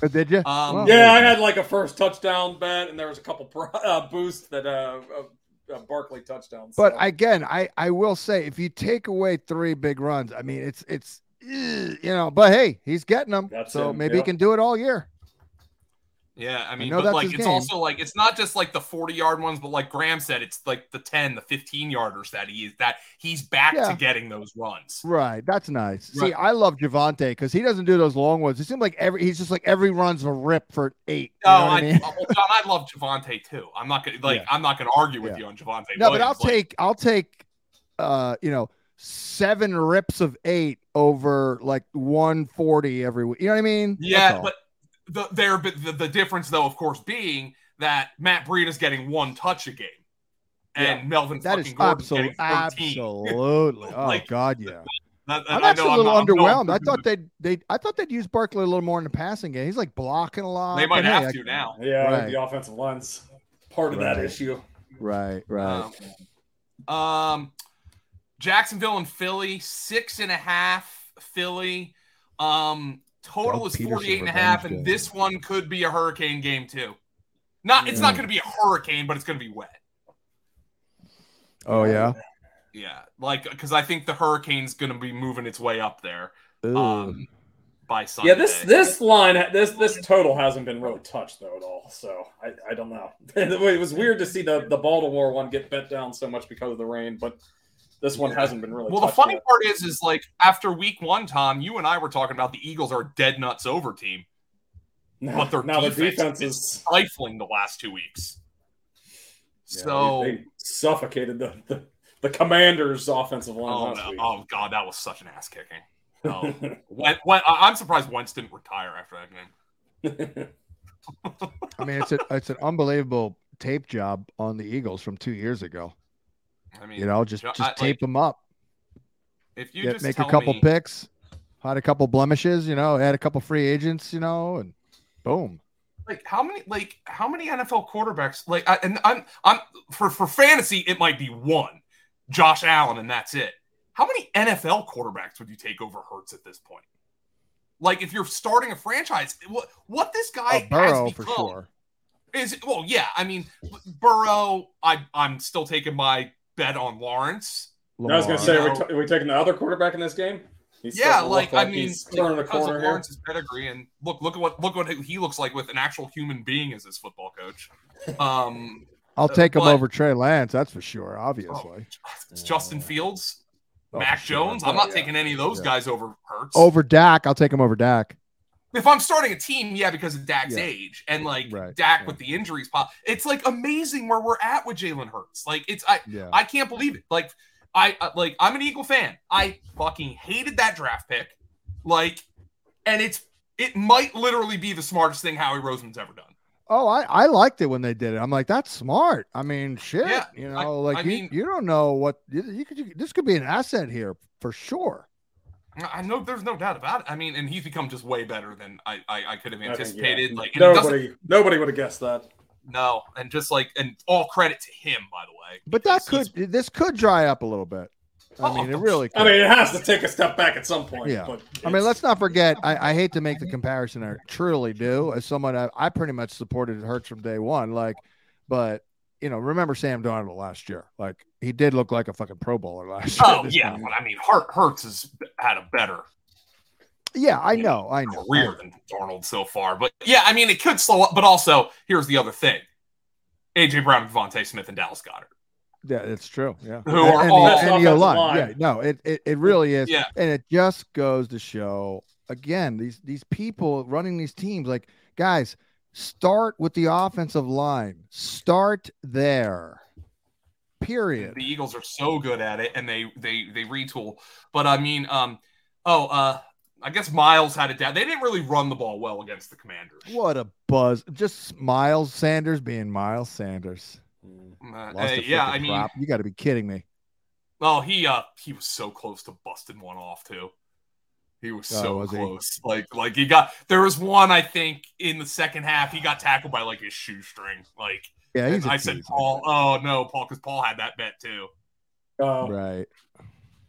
B: Uh, Did you?
A: Um,
B: Well,
C: yeah, I had like a first touchdown bet, and there was a couple pro- uh, boosts that uh, uh, uh, Barkley touchdowns.
B: But
C: so.
B: again, I I will say if you take away three big runs, I mean it's it's eh, you know. But hey, he's getting them,
C: That's
B: so
C: him,
B: maybe
C: yep.
B: he can do it all year.
A: Yeah, I mean,
B: know
A: but
B: that's
A: like
B: his
A: it's
B: game.
A: also like it's not just like the 40 yard ones, but like Graham said, it's like the 10, the 15 yarders that he is that he's back
B: Yeah.
A: to getting those runs.
B: Right, that's nice.
A: Right.
B: See, I love Javante because he doesn't do those long ones. It seems like every he's just like every run's a rip for eight.
A: No,
B: You know what
A: Oh, I,
B: I mean?
A: well, John, I love Javante too. I'm not gonna like
B: Yeah.
A: I'm not gonna argue with
B: Yeah.
A: you on Javante.
B: No, but I'll
A: Williams, like,
B: take I'll take uh you know seven rips of eight over like one forty every week. You know what I mean? That's
A: yeah,
B: all.
A: but the there but the, the difference though, of course, being that Matt Breed is getting one touch a game, and Melvin
B: that
A: fucking
B: is
A: Gordon's
B: absolutely
A: getting 13.
B: absolutely.
A: *laughs*
B: Oh
A: Like,
B: God, yeah.
A: That- that-
B: I'm
A: I
B: actually
A: know
B: a little
A: not- I'm going
B: underwhelmed. I
A: through
B: thought they'd they I thought they'd use Barkley a little more in the passing game. He's like blocking a lot.
A: they might
B: but hey,
A: have
B: I-
A: to now.
C: yeah, I think
B: Right.
C: the offensive line's part of that
B: Right.
C: issue.
B: Right, right.
A: Um, um, Jacksonville and Philly, six and a half Philly. Um, total
B: Doug
A: is
B: Peterson
A: 48 and a half,
B: revenge
A: and
B: game.
A: this one could be a hurricane game too. Not it's not
B: Yeah.
A: gonna be a hurricane, but it's gonna be wet.
B: oh yeah.
A: Yeah, like because I think the hurricane's gonna be moving its way up there. Um, by Sunday.
C: Yeah, this this line, this this total hasn't been really touched though at all. So I, I don't know. *laughs* it was weird to see the the Baltimore one get bet down so much because of the rain, but this one hasn't been really.
A: well, the
C: touched
A: funny
C: yet.
A: part is, is like after week one, Tom, you and I were talking about the Eagles are a dead nuts over team,
C: now,
A: but their
C: *laughs* now the
A: defense
C: defense
A: is-
C: is
A: stifling the last two weeks.
B: Yeah,
A: So
C: they, they suffocated the, the the Commanders' offensive line
A: Oh,
C: last
A: no.
C: week. *laughs*
A: oh god, that was such an ass kicking. Oh, when, when, I- I'm surprised Wentz didn't retire after that game.
B: I mean it's a, it's an unbelievable tape job on the Eagles from two years ago.
A: I mean,
B: You know, just
A: I-
B: just
A: like,
B: tape them up.
A: if you
B: Get-
A: just
B: make a
A: tell
B: couple
A: me,
B: picks, had a couple blemishes, you know, had a couple free agents, you know, and boom.
A: like how many, like how many NFL quarterbacks, like, I, and I'm, I'm for for fantasy, it might be one, Josh Allen, and that's it. How many NFL quarterbacks would you take over Hurts at this point? Like, if you're starting a franchise, what what this guy
B: A Oh, Burrow
A: has
B: for
A: become
B: sure.
A: is well, yeah. I mean, Burrow, I I'm still taking my bet on Lawrence.
C: I was going
B: Lamar.
C: to say,
A: You
C: are we,
A: know-
C: ta- are we taking the other quarterback in this game? He's
A: yeah,
C: starting to
A: like
C: look
A: I mean,
C: he's turning the
A: because of
C: corner here.
A: Lawrence's pedigree, and look, look at what look what he looks like with an actual human being as his football coach.
B: *laughs*
A: Um,
B: I'll take him
A: but-
B: over Trey Lance, that's for sure,
A: Oh,
B: obviously.
A: it's Justin Fields,
B: Uh, Oh,
A: Mac
B: for sure.
A: Jones. I'm
C: Oh,
A: not
C: yeah.
A: taking any of those
B: Yeah.
A: guys over Hurts.
C: Oh.
B: Over Dak, I'll take him over Dak.
A: if I'm starting a team, yeah, because of Dak's
B: Yeah.
A: age and like
B: Right,
A: Dak
B: yeah.
A: with the injuries pop, it's like amazing where we're at with Jalen Hurts. Like it's I
B: Yeah.
A: I can't believe it. Like I uh, like I'm an Eagle fan. I fucking hated that draft pick. Like, and it's it might literally be the smartest thing Howie Roseman's ever done.
B: Oh, I, I liked it when they did it. I'm like, that's smart. I mean, shit.
A: Yeah,
B: you
A: I-
B: know, like
A: I
B: you,
A: mean-
B: you don't know what you, you could. You, this could be an asset here for sure.
A: I know there's no doubt about it. I mean, and he's become just way better than I I, I could have
C: I think, yeah.
A: anticipated. Like and it doesn't-
C: Nobody, nobody would have guessed that.
A: no, and just like and all credit to him, by the way.
B: But that could this could dry up a little bit. I
A: Oh,
B: mean, it really. Could.
C: I mean, it has to take a step back at some point.
B: Yeah.
C: But
B: I mean, let's not forget. I, I hate to make the comparison. I truly do. As someone, I, I pretty much supported Hurts from day one. Like, but you know, remember Sam Darnold last year? Like, he did look like a fucking Pro Bowler last year. *laughs*
A: Oh
B: this
A: yeah,
B: time.
A: but I mean, Hurt Hurts has had a better
B: yeah. I know, I know.
A: career than Darnold so far. But yeah, I mean, it could slow up. But also, here's the other thing: AJ Brown, Devontae Smith, and Dallas Goddard.
B: Yeah, it's true. Yeah,
A: Who are
B: and,
A: all-
B: and the, and the
C: Offensive
B: line.
C: line.
B: Yeah, no, it, it it really is.
A: Yeah.
B: and it just goes to show again these these people running these teams. Like guys, start with the offensive line. Start there. Period.
A: The Eagles are so good at it, and they they they retool. But I mean, um, oh, uh, I guess Miles had it down. They didn't really run the ball well against the Commanders.
B: What a buzz! Just Miles Sanders being Miles Sanders.
C: Mm.
A: Uh,
B: Lost
A: uh,
B: a
A: yeah,
B: freaking
A: I mean,
B: prop. you got to be kidding me.
A: oh, he uh, he was so close to busting one off too. He was
B: Oh,
A: so
B: was he?
A: close. Like like he got there was one I think in the second half he got tackled by like his shoestring. Like
B: Yeah, he's. a
A: I said
B: tease.
A: Paul. Oh no, Paul, because Paul had that bet too.
C: Uh,
B: Right.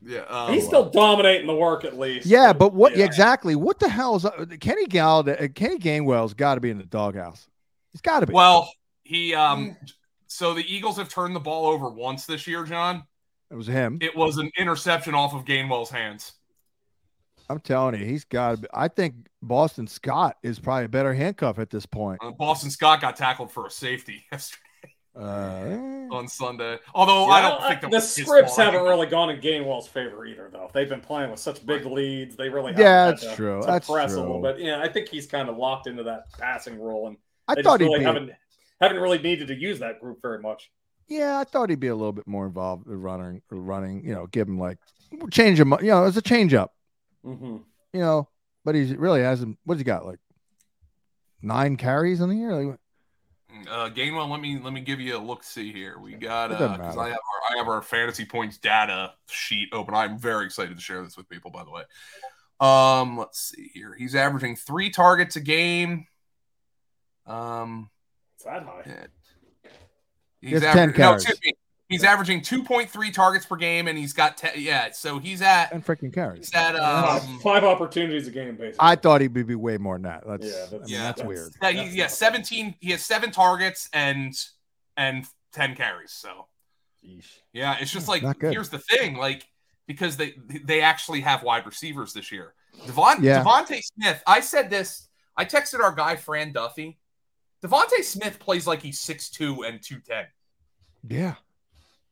A: Yeah, um,
C: he's still dominating the work at least.
B: Oh, Yeah, but what
C: Yeah.
B: exactly? What the hell is Kenny Galladay? uh, Kenny Gainwell's got to be in the doghouse. He's got to be.
A: well. He um. So the Eagles have turned the ball over once this year, John.
B: it was him.
A: It was an interception off of Gainwell's hands.
B: I'm telling you, he's got. to be I think Boston Scott is probably a better handcuff at this point.
A: Uh, Boston Scott got tackled for a safety *laughs* yesterday
B: Uh,
A: on Sunday. Although
C: Yeah, uh,
A: I don't think that
C: the
A: was his
C: scripts
A: fault. I
C: haven't
A: think-
C: really gone in Gainwell's favor either, though. They've been playing with such big leads. They really haven't
B: Yeah,
C: had
B: that's
C: to-
B: true.
C: to
B: That's
C: press a
B: true.
C: little bit. Yeah, I think he's kind of locked into that passing role, and
B: I
C: they
B: thought
C: just
B: he'd
C: really
B: be.
C: haven't haven't really needed to use that group very much.
B: Yeah, I thought he'd be a little bit more involved with running. uh, Running, you know, give him like change him. You know, it's a change up.
C: Mm-hmm.
B: You know, but he's really hasn't. What's he got? Like nine carries on the year. Like,
A: Uh, Gainwell, let me let me give you a look. See here, we got
B: It doesn't
A: because
B: matter.
A: I have our I have our fantasy points data sheet open. I'm very excited to share this with people. By the way, um, let's see here. He's averaging three targets a game. Um,
C: It's that high.
A: yeah.
B: has
A: he's
B: 10
A: averaging. No,
B: carries.
A: excuse me. He's averaging 2.3 targets per game, and he's got 10, yeah. So he's at
B: and freaking
A: he's
B: carries.
A: at
C: Five-
A: um
C: *laughs* five opportunities a game, basically.
B: I thought he'd be, be way more than that. That's,
C: Yeah,
B: I
C: that's-
B: mean,
A: yeah,
B: that's,
C: that's-
B: weird.
A: yeah, he's, yeah 17. He has seven targets and and 10 carries. So
C: *laughs*
A: *laughs* Yeah, it's just
B: Yeah,
A: like
B: Hmm, not good.
A: here's the thing, like because they they actually have wide receivers this year. Devon
B: Yeah.
A: Devontae Smith, I said this, I texted our guy Fran Duffy. Devontae Smith plays like he's 6'2 and 210.
B: Yeah.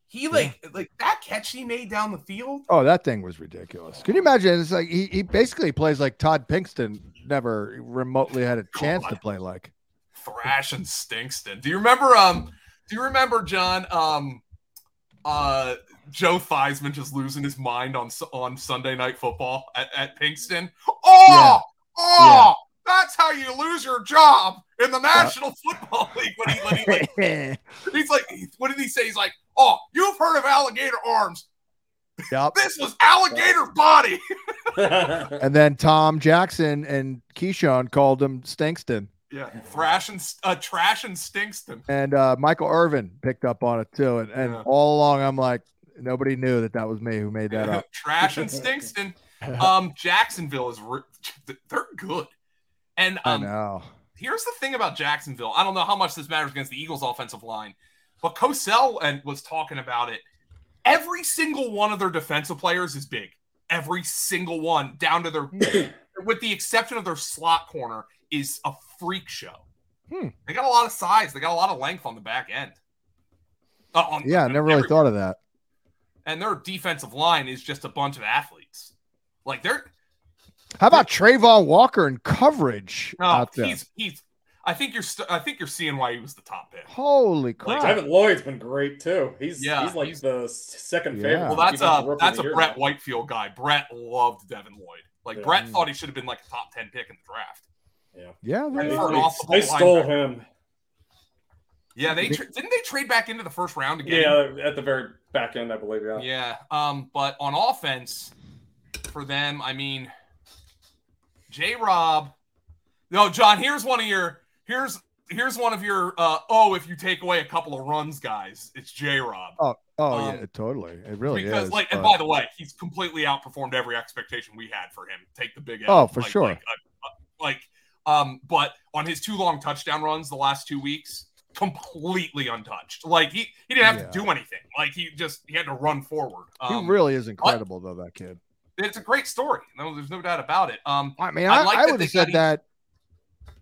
A: He like like that catch he made down the field.
B: Oh, that thing was ridiculous. Can you imagine? It's like he, he basically plays like Todd Pinkston never remotely had a chance to
A: God.
B: play like. *laughs*
A: Thrash and Stinkston. Do you remember um do you remember John um uh Joe Theismann just losing his mind on Su- on Sunday night football at, at Pinkston? Oh,
B: Yeah.
A: oh that's how you lose your job in the National Football *laughs* League when he, when he like
B: yep.
A: he's like what did he say? He's like, Oh, you've heard of alligator arms. This was alligator body.
B: And then Tom Jackson and Keyshawn called him Stinkston.
A: Yeah, thrash and st- uh, trash and Stinkston.
B: And uh, Michael Irvin picked up on it too. And, and
A: Yeah.
B: all along, I'm like, nobody knew that that was me who made that up.
A: *laughs* Trash and Stinkston. Um, Jacksonville is re- *laughs* they're good, and
B: I
A: um,
B: know.
A: here's the thing about Jacksonville. I don't know how much this matters against the Eagles' offensive line, but Cosell and was talking about it. Every single one of their defensive players is big. Every single one, down to their, with the exception of their slot corner, is a freak show.
B: Hmm.
A: They got a lot of size. They got a lot of length on the back end. Uh, on-
B: Yeah, I never really
A: everywhere
B: thought of that.
A: and their defensive line is just a bunch of athletes. Like they're
B: How about Trayvon Walker in coverage
A: no,
B: out there?
A: he's he's. I think you're st- I think you're seeing why he was the top pick.
B: Holy
A: Like,
B: crap!
C: Devin Lloyd's been great too. He's
A: Yeah,
C: he's like
A: he's-
C: the second
B: Yeah.
C: favorite.
A: Well, that's
C: He's been
A: a
C: rookie
A: that's a
C: of the year
A: Brett
C: now.
A: Whitefield guy. Brett loved Devin Lloyd. Like
C: Yeah.
A: Brett thought he should have been like a top ten pick in the draft.
B: yeah,
C: They,
B: really.
A: for an
C: they-
A: off the
C: they
A: ball
C: stole
A: linebacker.
C: him.
A: Yeah, they tra- didn't they trade back into the first round again.
C: Yeah, at the very back end, I believe. Yeah.
A: Yeah. Um, but on offense, for them, I mean, J. Rob. No, John. Here's one of your. Here's here's one of your. Uh, oh, if you take away a couple of runs, guys, it's J. Rob.
B: Oh, oh
A: Um,
B: yeah, totally. It really
A: because,
B: is.
A: like, and
B: but-
A: by the way, he's completely outperformed every expectation we had for him. Take the big. L.
B: Oh, for
A: Like-
B: sure.
A: Like, uh, uh, like, um, but on his two long touchdown runs the last two weeks, completely untouched. Like he he didn't have
B: Yeah.
A: to do anything. Like he just he had to run forward. Um,
B: he really is incredible, though. That kid.
A: it's a great story. No, there's no doubt about it. Um,
B: I mean,
A: I
B: I,
A: like
B: I
A: that
B: would
A: they
B: have said
A: got him-
B: that.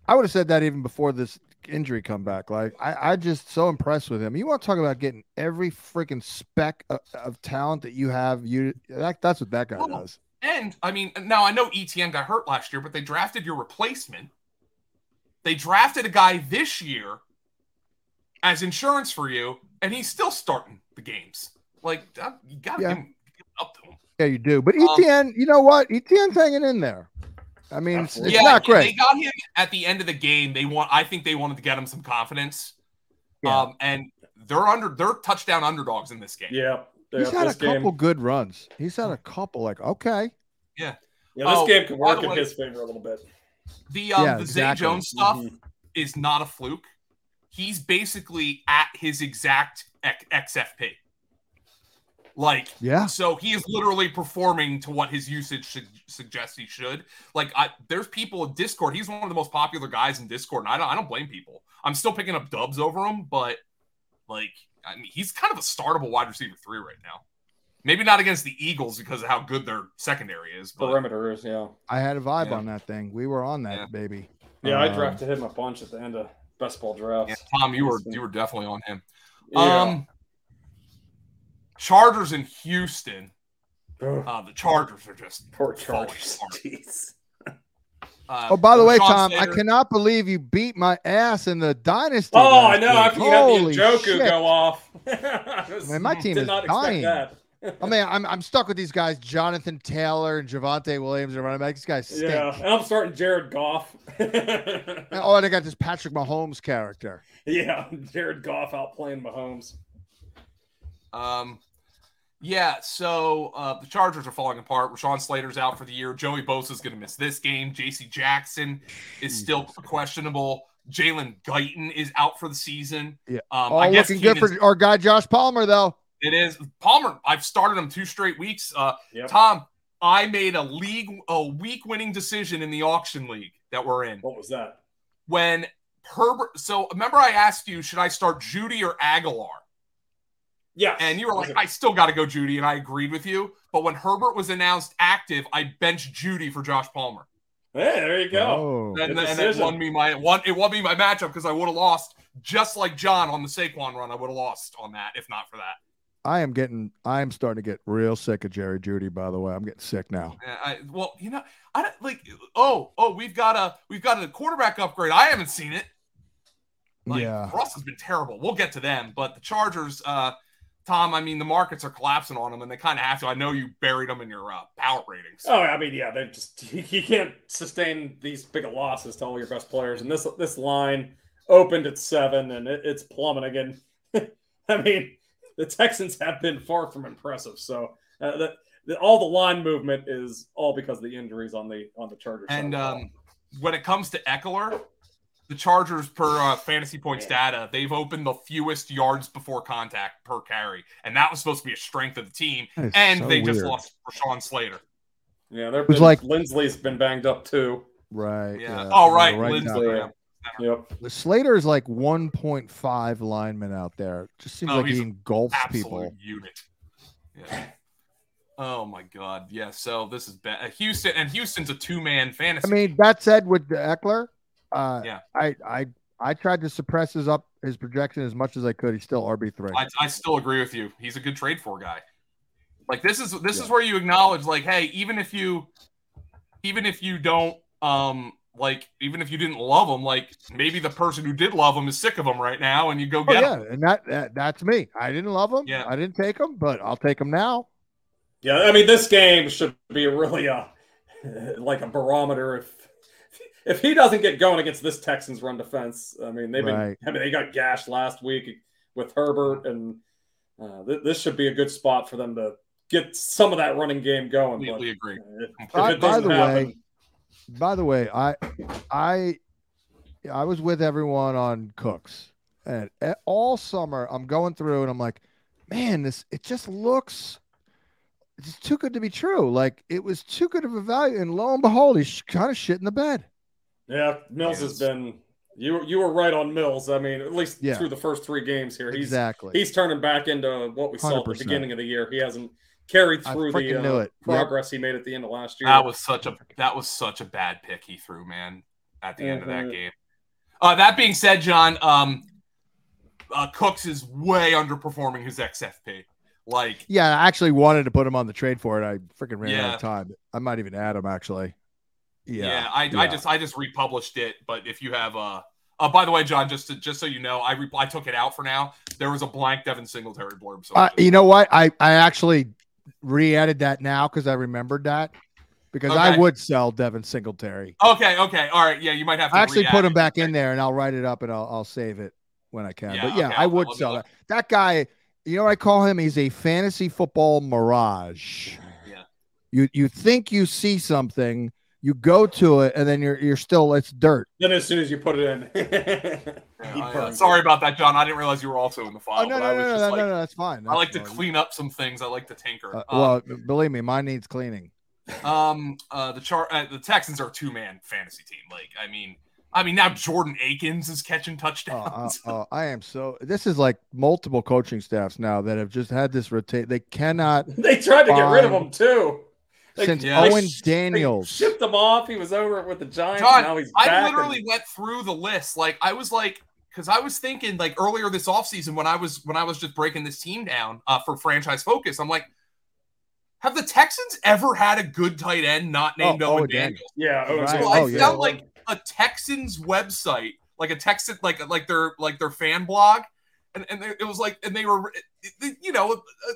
B: I would have said that even before this injury comeback. Like, I, I just so impressed with him. You want to talk about getting every freaking speck of, of talent that you have. You that, that's what that guy
A: Oh.
B: does.
A: And I mean, now I know ETN got hurt last year, but they drafted your replacement. They drafted a guy this year as insurance for you, and he's still starting the games. Like uh, you gotta
B: Yeah.
A: give him, give it up to him.
B: Yeah, you do. But
A: Um,
B: ETN, you know what? ETN's hanging in there. I mean, it's, it's
C: Absolutely.
B: not
A: and They
B: great.
A: got him at the end of the game. They want. I think they wanted to get him some confidence.
B: Yeah.
A: Um, and they're under. They're touchdown underdogs in this game.
C: Yeah. yeah
B: He's had a
C: this game,
B: couple good runs. He's had a
A: Mm-hmm.
B: couple. Like, okay,
C: yeah, this
A: Oh,
C: game could
A: by
C: work
A: the
C: in
A: way-
C: his favor a little bit.
A: The um,
B: Yeah,
A: the Zay
B: exactly.
A: Jones stuff.
C: Mhm.
A: is not a fluke. He's basically at his exact X- XFP. Like,
B: yeah,
A: so he is literally performing to what his usage should, suggests he should. Like, I, there's people in Discord. He's one of the most popular guys in Discord, and I don't, I don't blame people. I'm still picking up dubs over him, but like, I mean, he's kind of a startable wide receiver three right now. Maybe not against the Eagles because of how good their secondary is, but
C: Perimeter is, yeah.
B: I had a vibe
A: Yeah.
B: on that thing. We were on that
A: Yeah.
B: baby.
C: Yeah, I
B: Um,
C: drafted him a bunch at the end of best ball drafts.
A: yeah, Tom, you were you were definitely on him.
C: Yeah.
A: Um, Chargers in Houston.
C: Ugh,
A: Uh, the Chargers are just.
C: poor
A: falling
C: Chargers. *laughs*
A: apart.
C: Jeez.
A: Uh,
B: Oh, by the way,
A: Rashawn
B: Tom, I
A: Slater-
B: cannot believe you beat my ass in the dynasty.
C: Oh, I
B: last week.
C: know. After you had
B: Holy
C: the Joku
B: shit.
C: go off, *laughs* I was-
B: Man, my team
C: did
B: is
C: not expect
B: dying.
C: that.
B: I
C: *laughs*
B: mean, I'm, I'm stuck with these guys, Jonathan Taylor and Javante Williams, and running back. These guys stink.
C: Yeah, and I'm starting Jared Goff. *laughs*
B: And- Oh, and I got this Patrick Mahomes character.
C: yeah, *laughs* Jared Goff outplaying Mahomes.
A: Um, yeah, so uh, the Chargers are falling apart. Rashawn Slater's out for the year. Joey Bosa's going to miss this game. J.C. Jackson is
B: Hmm.
A: still questionable. Jalen Guyton is out for the season.
B: Yeah.
A: um, I
B: All
A: guess
B: looking good
A: Keenan's-
B: for our guy Josh Palmer, though.
A: It is Palmer. I've started him two straight weeks. Uh,
C: Yep.
A: Tom, I made a league a week winning decision in the auction league that we're in
C: What was that?
A: when Herbert. So remember, I asked you, should I start Judy or Aguilar?
C: Yes.
A: And you were like,
C: Was
A: I still got to go Judy, and I agreed with you. But when Herbert was announced active, I benched Judy for Josh Palmer,
C: it- hey, there you go.
B: Oh.
A: and,
C: Good
A: and it
C: decision.
A: won me my it won it won me my matchup because I would have lost just like John on the Saquon run. I would have lost on that if not for that.
B: I am getting, I am starting to get real sick of Jerry Judy. By the way, I'm getting sick now.
A: Uh, I, well, you know, I don't like. Oh, oh, we've got a we've got a quarterback upgrade. I haven't seen it. Like,
B: yeah,
A: Russ has been terrible. We'll get to them, but the Chargers, uh, Tom. I mean, the markets are collapsing on them, and they kind of have to. I know you buried them in your uh, power ratings.
C: Oh, I mean, yeah, they just *laughs* you can't sustain these big losses to all your best players, and this this line opened at seven, and it, it's plummeting again. *laughs* I mean, the Texans have been far from impressive, so uh, that the, all the line movement is all because of the injuries on the on the Chargers. side
A: And
C: of the ball.
A: um, when it comes to Eckler, the Chargers per uh, fantasy points data, they've opened the fewest yards before contact per carry, and that was supposed to be a strength of the team.
B: That is
A: And
B: so
A: they just
B: weird.
A: lost Rashawn Slater.
C: yeah, they're
B: was
C: like
B: like-
C: Lindsley's been banged up too.
B: right.
A: Yeah. All right,
B: you're
A: Lindsay.
B: Tom.
C: Lindsley.
A: yeah.
C: Yep,
B: The Slater is like 1.5 lineman out there. Just seems
A: Oh,
B: like
A: he's
B: he engulfs
A: Absolute
B: people.
A: unit. Yeah. Oh my God. Yeah. So this is bad. Uh, Houston and Houston's a two-man
B: I
A: fantasy.
B: mean, that said, with the Eckler, uh,
A: Yeah.
B: I, I, I tried to suppress his up his projection as much as I could. He's still RB three.
A: I, I still agree with you. He's a good trade for guy. Like this is this is
B: Yeah.
A: where you acknowledge like, hey, even if you, even if you don't, um, like even if you didn't love him, like maybe the person who did love him is sick of him right now, and you go
B: Oh,
A: get
B: yeah,
A: him.
B: and that, that that's me. I didn't love him.
A: Yeah.
B: I didn't take him, but I'll take him now.
C: yeah. I mean, this game should be really a *laughs* like a barometer if. If he doesn't get going against this Texans run defense, I mean they've been
B: Right.
C: I mean, they got gashed last week with Herbert, and uh, th- this should be a good spot for them to get some of that running game going. But uh,
A: Completely agree.
C: if
B: By-
C: it
B: by
C: doesn't
B: the
C: happen,
B: way, By the way, I I I was with everyone on Cooks and a- all summer I'm going through and I'm like, man, this it just looks it's too good to be true. Like it was too good of a value, and lo and behold, he's kind of shit in the bed.
C: yeah, Mills has
A: Yes.
C: been. You you were right on Mills. I mean, at least
B: Yeah.
C: through the first three games here, he's
B: exactly.
C: he's turning back into what we saw at the
B: 100%.
C: beginning of the year. He hasn't carried
B: I
C: through the
B: freaking knew
C: uh,
B: it. Yep.
C: progress he made at the end of last year.
A: That was such a that was such a bad pick he threw, man, at the end of that
B: Mm-hmm.
C: Mhm.
A: game. Uh, that being said, John, um, uh, Cooks is way underperforming his XFP. Like,
B: yeah, I actually wanted to put him on the trade for it. I freaking ran out
A: Yeah.
B: of time. I might even add him actually.
A: yeah,
B: Yeah,
A: I, I just I just republished it. But if you have uh, uh by the way, John, just to, just so you know, I re- I took it out for now. There was a blank Devin Singletary blurb. So I
B: Uh,
A: just-
B: you know what? I I actually re-added that now because I remembered that because I
A: Okay.
B: would sell Devin Singletary.
A: okay, okay, all right, yeah, you might have to
B: I actually
A: re-add
B: put him
A: it.
B: back in there and I'll write it up and I'll I'll save it when I can.
A: Yeah,
B: but yeah,
A: okay,
B: I
A: I'll-
B: would
A: let me
B: sell
A: look.
B: that. That guy, you know what I call him? He's a fantasy football mirage.
A: Yeah.
B: You you think you see something, you go to it, and then you're you're still it's dirt.
C: Then as soon as you put it *laughs* in,
A: Yeah,
C: he
A: I- uh,
C: burned
A: sorry about that, John. I didn't realize you were also in the file.
B: Oh, no,
A: but
B: no,
A: I
B: no,
A: was
B: no,
A: just
B: no,
A: like,
B: no, no, that's fine.
A: I
B: that's
A: like to
B: fine.
A: clean up some things. I like to tinker.
B: Uh,
A: Um,
B: well, believe me, mine needs cleaning.
A: Um, uh, the char uh, the Texans are a two man fantasy team. Like, I mean, I mean now Jordan Akins is catching
B: Oh, uh,
A: touchdowns. *laughs*
B: oh, I am so. This is like multiple coaching staffs now that have just had this rotate. They cannot
C: it. They tried to get rid of
B: Fine.
C: him too. They-
B: since
A: yeah.
B: Owen
C: sh-
B: Daniels.
C: They shipped him off. He was over with the Giants.
A: John,
C: now he's back.
A: I literally went through the list. Like, I was like, because I was thinking like earlier this offseason when I was when I was just breaking this team down uh, for franchise focus. I'm like, have the Texans ever had a good tight end not
B: Oh,
A: named Owen
B: Owen Daniels.
A: Daniels?
C: and, yeah. Owen
B: Right.
A: So
C: Daniels.
A: I
B: Oh, yeah.
A: found like a Texans website, like a Texan, like like their like their fan blog, and and they- it was like and they were, you know,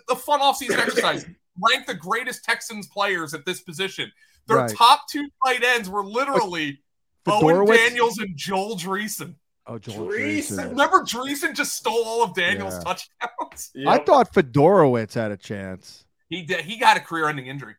A: a, a fun
C: *laughs*
A: offseason exercise. Rank the greatest Texans players at this position. Their
B: Right.
A: top two tight ends were literally Owen
B: Fedorowicz?
A: Daniels and Joel Dreesen.
B: Oh, Joel
C: Dreesen.
B: Dreesen.
A: Remember, Dreesen just stole all of Daniels' touchdowns. *laughs*
C: Yep.
B: I thought Fedorowicz had a chance.
A: He did. He got a career-ending injury.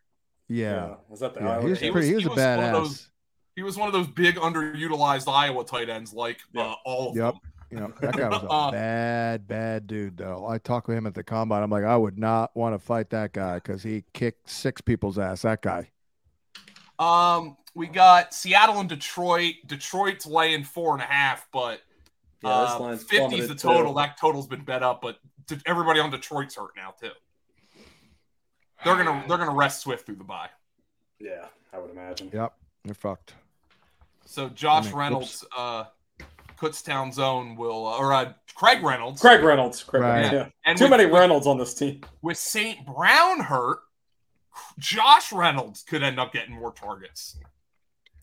B: Yeah.
C: Was that the
B: Yeah, he
C: Islanders?
B: was
A: He was-
B: pretty. He was,
A: he
B: a
A: was one of
B: badass.
A: those- He was one of those big underutilized Iowa tight ends, like
C: Yeah.
A: uh, all of
B: Yep.
A: them.
B: You
A: *laughs*
B: know, that guy was
A: Uh,
B: a bad, bad dude, though. I talked with him at the combine. I'm like, I would not want to fight that guy because he kicked six people's ass. That guy.
A: Um, we got Seattle and Detroit. Detroit's laying four and a half, but
C: Yeah, this
A: uh,
C: line's
A: 50 is
C: plummeted,
A: the total.
C: too.
A: That total's been bet up, but d- everybody on Detroit's hurt now too. They're gonna they're gonna rest Swift through the bye.
C: Yeah, I would imagine.
B: Yep. They're fucked.
A: So Josh
B: I mean,
A: Reynolds, uh, Kutztown zone will or uh, Craig Reynolds
C: Craig Reynolds. Craig
B: Right.
C: Reynolds. Yeah.
A: and
C: Too
A: with,
C: many Reynolds on this team.
A: with St. Brown hurt. Josh Reynolds could end up getting more targets.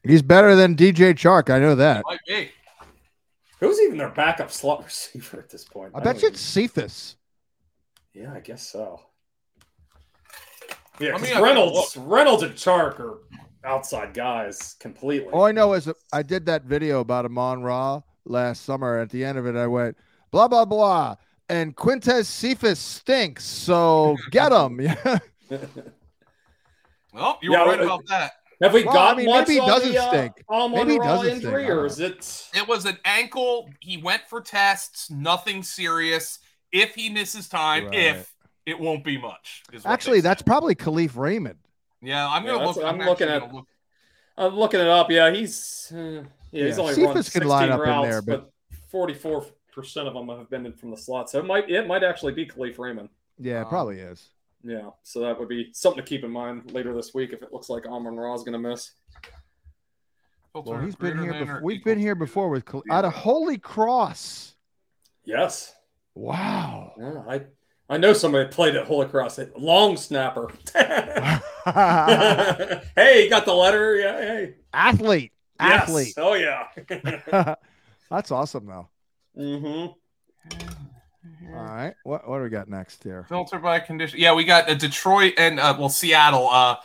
B: He's better than DJ Chark. I know that.
A: Might be.
C: Who's even their backup slot *laughs* receiver at this point?
B: I
C: don't
B: bet you
C: even-
B: it's Cephas.
C: Yeah, I guess so. Yeah,
A: Let
C: 'cause
A: me have a
C: Reynolds, Reynolds and Chark are outside guys completely.
B: All Oh, I know is that I did that video about Amon Ra last summer. At the end of it, I went, blah, blah, blah. And Quintez Cephas stinks.
A: *laughs*
B: So get him. *laughs* Yeah.
A: Well, you
C: Yeah,
A: were right
C: uh,
A: about that.
C: Have we
B: Well, I
C: got
B: mean,
C: much
B: maybe he
C: on
B: doesn't
C: the, uh,
B: stink.
C: Almond
B: Maybe he
C: Ra
B: doesn't stink.
C: injury,
B: I don't
C: or
B: know.
C: is it?
A: It was an ankle. He went for tests, nothing serious. If he misses time,
B: Right.
A: if it won't be much. is what they
B: Actually,
A: said.
B: that's probably Khalif Raymond.
A: yeah. I'm
C: Yeah,
A: gonna
C: that's
A: look.
C: what
A: I'm,
C: I'm looking
A: actually
C: at.
A: gonna look.
C: I'm looking it up. Yeah, he's uh, yeah, he's
B: Yeah,
C: only
B: Cephas
C: run
B: could
C: 16
B: line up in
C: routes,
B: there,
C: but
B: but-
C: 44 percent of them have been in from the slot. So it might it might actually be Khalif Raymond.
B: Yeah, it
A: Um,
B: probably is.
C: Yeah, so that would be something to keep in mind later this week if it looks like Amon Ra is going to miss.
B: Well,
A: Filter
B: he's been
A: greater
B: here.
A: than or
B: Before, we've
A: equal
B: been here
A: to-
B: before with Khal-
A: Yeah.
B: out of Holy Cross.
C: Yes,
B: Wow.
C: yeah, I I know somebody played at Holy Cross, a long snapper.
B: *laughs*
C: *laughs*
B: *laughs* Athlete.
C: hey, you got the letter? Yeah, hey, Yes.
B: Athlete.
C: Oh yeah.
B: *laughs*
C: *laughs*
B: That's awesome, though.
C: hmm
B: All right. What, what do we got next here?
A: Filter by condition. Yeah, we got uh, Detroit and uh, well Seattle. Uh,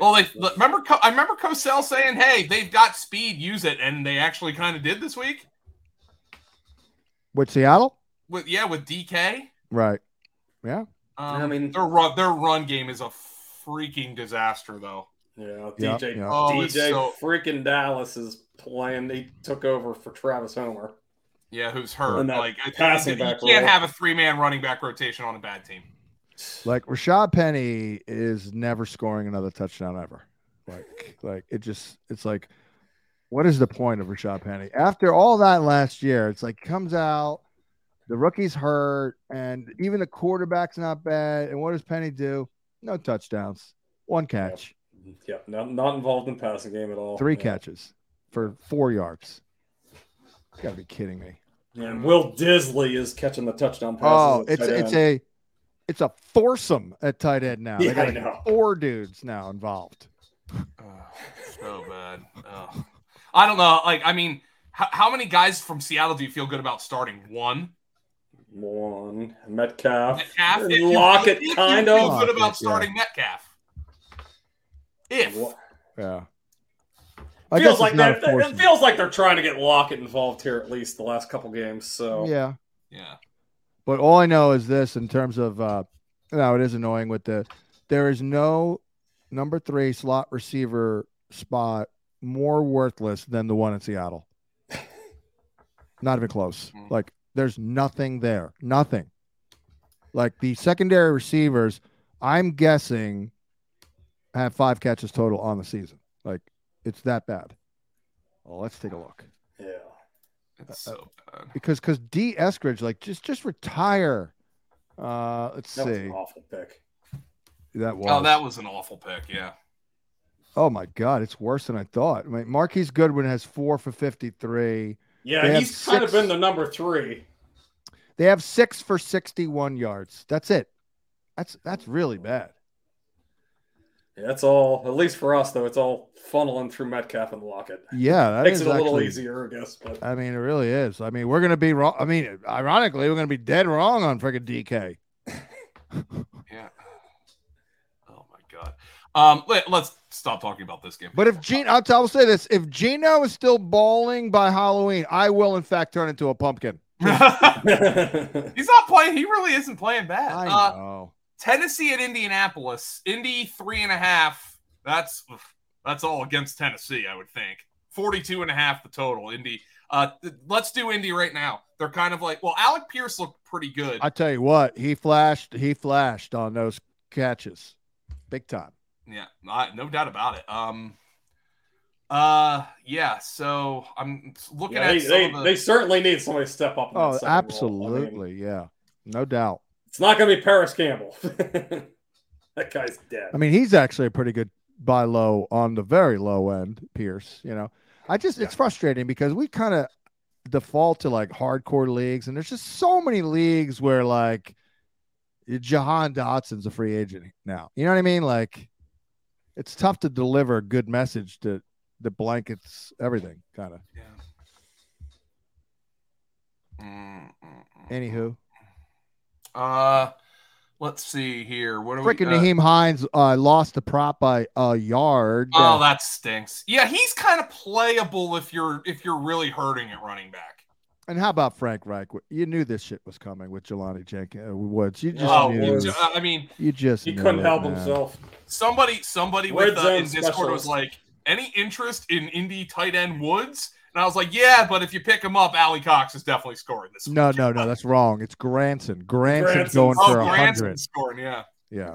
A: well, they remember. Co- I remember Cosell saying, "Hey, they've got speed, use it," and they actually kind of did this week.
B: With Seattle?
A: With yeah, with DK.
B: Right.
A: Um,
C: I mean-
A: their run their run game is a freaking disaster, though.
C: Yeah,
B: Yeah,
C: DJ
B: yeah.
A: Oh, it's
C: DJ
A: so-
C: freaking Dallas is playing. They took over for Travis Homer.
A: Yeah, who's hurt?
C: And that
A: Like I-
C: passing
A: you
C: back
A: can't
C: row.
A: have a three man running back rotation on a bad team.
B: Like Rashad Penny is never scoring another touchdown ever. Like, like it just, it's like, what is the point of Rashad Penny after all that last year? It's like comes out, the rookie's hurt, and even the quarterback's not bad. And what does Penny do? No touchdowns, one catch,
C: Yeah, not, not involved in passing game at all.
B: three
C: yeah.
B: catches for four yards. You gotta be kidding me.
C: And Will Disley is catching the touchdown passes.
B: Oh,
C: at
B: it's
C: tight
B: it's
C: end.
B: a it's a foursome at tight end now. They
C: Yeah,
B: got
C: I
B: like
C: know.
B: four dudes now involved.
A: Oh, so bad. Oh. I don't know. Like I mean, how, how many guys from Seattle do you feel good about starting? One.
C: one Metcalf,
A: Metcalf.
C: And
A: If you-
C: Uh, Lockett,
A: if you
C: kind
A: feel
C: of.
A: good about
B: Lockett, yeah.
A: starting Metcalf. If
B: Yeah.
C: feels
B: it's
C: like
B: not a
C: that. It
B: foursome.
C: feels like they're trying to get Lockett involved here at least the last couple games. So
B: Yeah.
A: yeah,
B: But all I know is this in terms of uh now it is annoying with the there is no number three slot receiver spot more worthless than the one in
C: *laughs*
B: Seattle. Not even close.
C: Hmm.
A: Mhm.
B: Like there's nothing there. Nothing. Like the secondary receivers, I'm guessing have five catches total on the season. Like it's that bad. Well, let's take a look.
C: yeah,
A: it's so
B: Uh,
A: bad.
B: because because D Eskridge like just just retire. Uh, let's
C: that was
B: see
C: an awful pick.
B: that was.
A: Oh, that was an awful pick. Yeah.
B: Oh my god, it's worse than I thought. I mean, Marquise Goodwin has four for fifty three. They
C: Yeah,
B: have
C: he's kind of
B: six-
C: been the number three.
B: They have six for sixty one yards. That's it. That's that's really bad.
C: Yeah, that's all. At least for us, though, it's all funneling through Metcalf and Lockett.
B: Yeah, that
C: Makes
B: is
C: it a little
B: actually- Uh,
C: easier, I guess. *laughs* But
B: I mean, it really is. I mean, we're gonna be wrong. I mean, ironically, we're gonna be dead wrong on freaking DK.
A: Yeah. Oh my god. Um, let, us stop talking about this game.
B: But if *laughs* Gino, I'll, t- I'll say this: if Gino is still balling by Halloween, I will in fact turn into a pumpkin.
A: *laughs* he's not playing. He really isn't playing bad.
B: I
A: Uh,
B: know.
A: Tennessee at Indianapolis. Indy three and a half. That's that's all against Tennessee, I would think. 42 and a half the total. Indy. Uh, th- let's do Indy right now. They're kind of like, well, Alec Pierce looked pretty good.
B: I tell you what, he flashed. He flashed on those catches, big time.
A: Yeah, I, no doubt about it. Um, uh, yeah. So I'm looking
C: yeah,
A: at
C: they,
A: some
C: they,
A: of the-
C: they certainly need somebody to step up. in that
B: Oh,
C: second role. I mean,
B: absolutely, yeah, no doubt.
C: it's not going to be Paris Campbell. *laughs* that guy's dead.
B: I mean, he's actually a pretty good buy low on the very low end, Pierce. You know, I just it's frustrating because we kind of default to like hardcore leagues, and there's just so many leagues where like Jahan Dotson's a free agent now. You know what I mean? Like, it's tough to deliver a good message that that blankets everything, kind of.
A: Yeah. Mm, mm, mm.
B: Anywho.
A: Uh, let's see here. What are
B: Freaking
A: we? uh,
B: Naheem Hines uh, lost the prop by a yard.
A: Oh, that stinks. Yeah, he's kind of playable if you're if you're really hurting at running back.
B: and how about Frank Reich? You knew this shit was coming with Jelani Jenkins uh, Woods. You just
A: Oh,
B: knew.
A: you
C: Woods.
A: ju-
B: it.
A: I mean,
B: You just
C: he
B: knew
C: couldn't
B: it,
C: help
B: man.
C: himself.
A: somebody somebody
C: Red
A: with uh,
C: zone
A: in Discord
C: specialist.
A: was like, any interest in indie tight end Woods? And I was like, yeah, but if you pick him up, Allie Cox is definitely scoring this.
B: No,
A: week."
B: no, no. That's wrong. It's Granson. Granson's
C: Granson's-
B: going
A: *laughs* Oh,
B: for a hundred.
A: Granson's scoring. Yeah.
B: Yeah,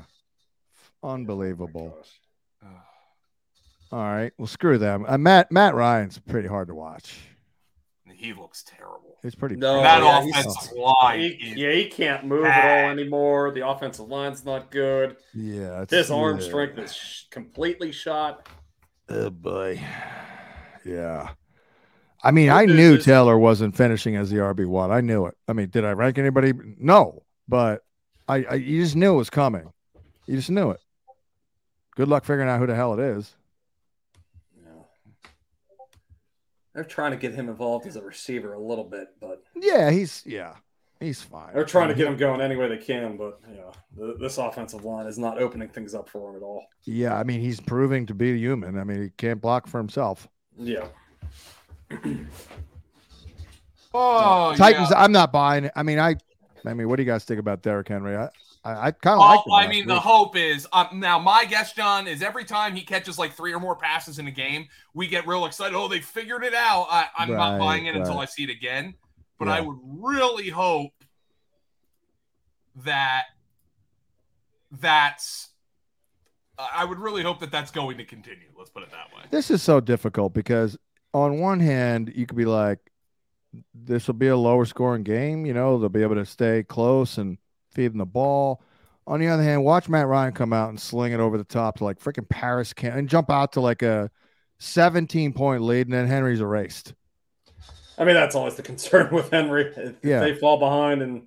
B: unbelievable.
A: Uh,
B: All right. Well, screw them. Uh, Matt Matt Ryan's pretty hard to watch.
A: He looks terrible.
B: It's pretty.
C: No, Oh,
A: that
C: yeah, he's-
A: offensive line.
C: He,
A: is-
C: yeah, he can't move at all anymore. The offensive line's not good.
B: Yeah. it's-
C: His arm
B: yeah.
C: strength is sh- completely shot.
B: Oh boy. Yeah. I mean, I
C: This
B: knew
C: is-
B: Taylor wasn't finishing as the RB one. I knew it. I mean, did I rank anybody? No, but I, I you just knew it was coming. You just knew it. Good luck figuring out who the hell it is.
C: Yeah. They're trying to get him involved as a receiver a little bit, but
B: Yeah, he's yeah, he's fine.
C: they're trying to get him going any way they can. But yeah, th- this offensive line is not opening things up for him at all.
B: Yeah, I mean, he's proving to be a human. I mean, he can't block for himself.
C: Yeah,
A: oh,
B: Titans.
A: yeah. Oh,
B: I'm not buying. it. I mean, I. I mean, what do you guys think about Derrick Henry? I, I, I kind of like.
A: Oh,
B: them
A: I
B: last
A: mean, the
B: week.
A: hope is um, now. My guess, John, is every time he catches like three or more passes in a game, we get real excited. Oh, they figured it out. I, I'm not
B: Right,
A: buying it until
B: right.
A: I see it again. But I
B: Yeah.
A: would really hope that that's. I would really hope that that's going to continue. Let's put it that way.
B: This is so difficult because on one hand, you could be like, this will be a lower scoring game. You know, they'll be able to stay close and feed them the ball. On the other hand, watch Matt Ryan come out and sling it over the top to like freaking Paris can and jump out to like a 17 point lead, and then Henry's erased.
C: I mean, that's always the concern *laughs* with Henry. If
B: Yeah.
C: they fall behind and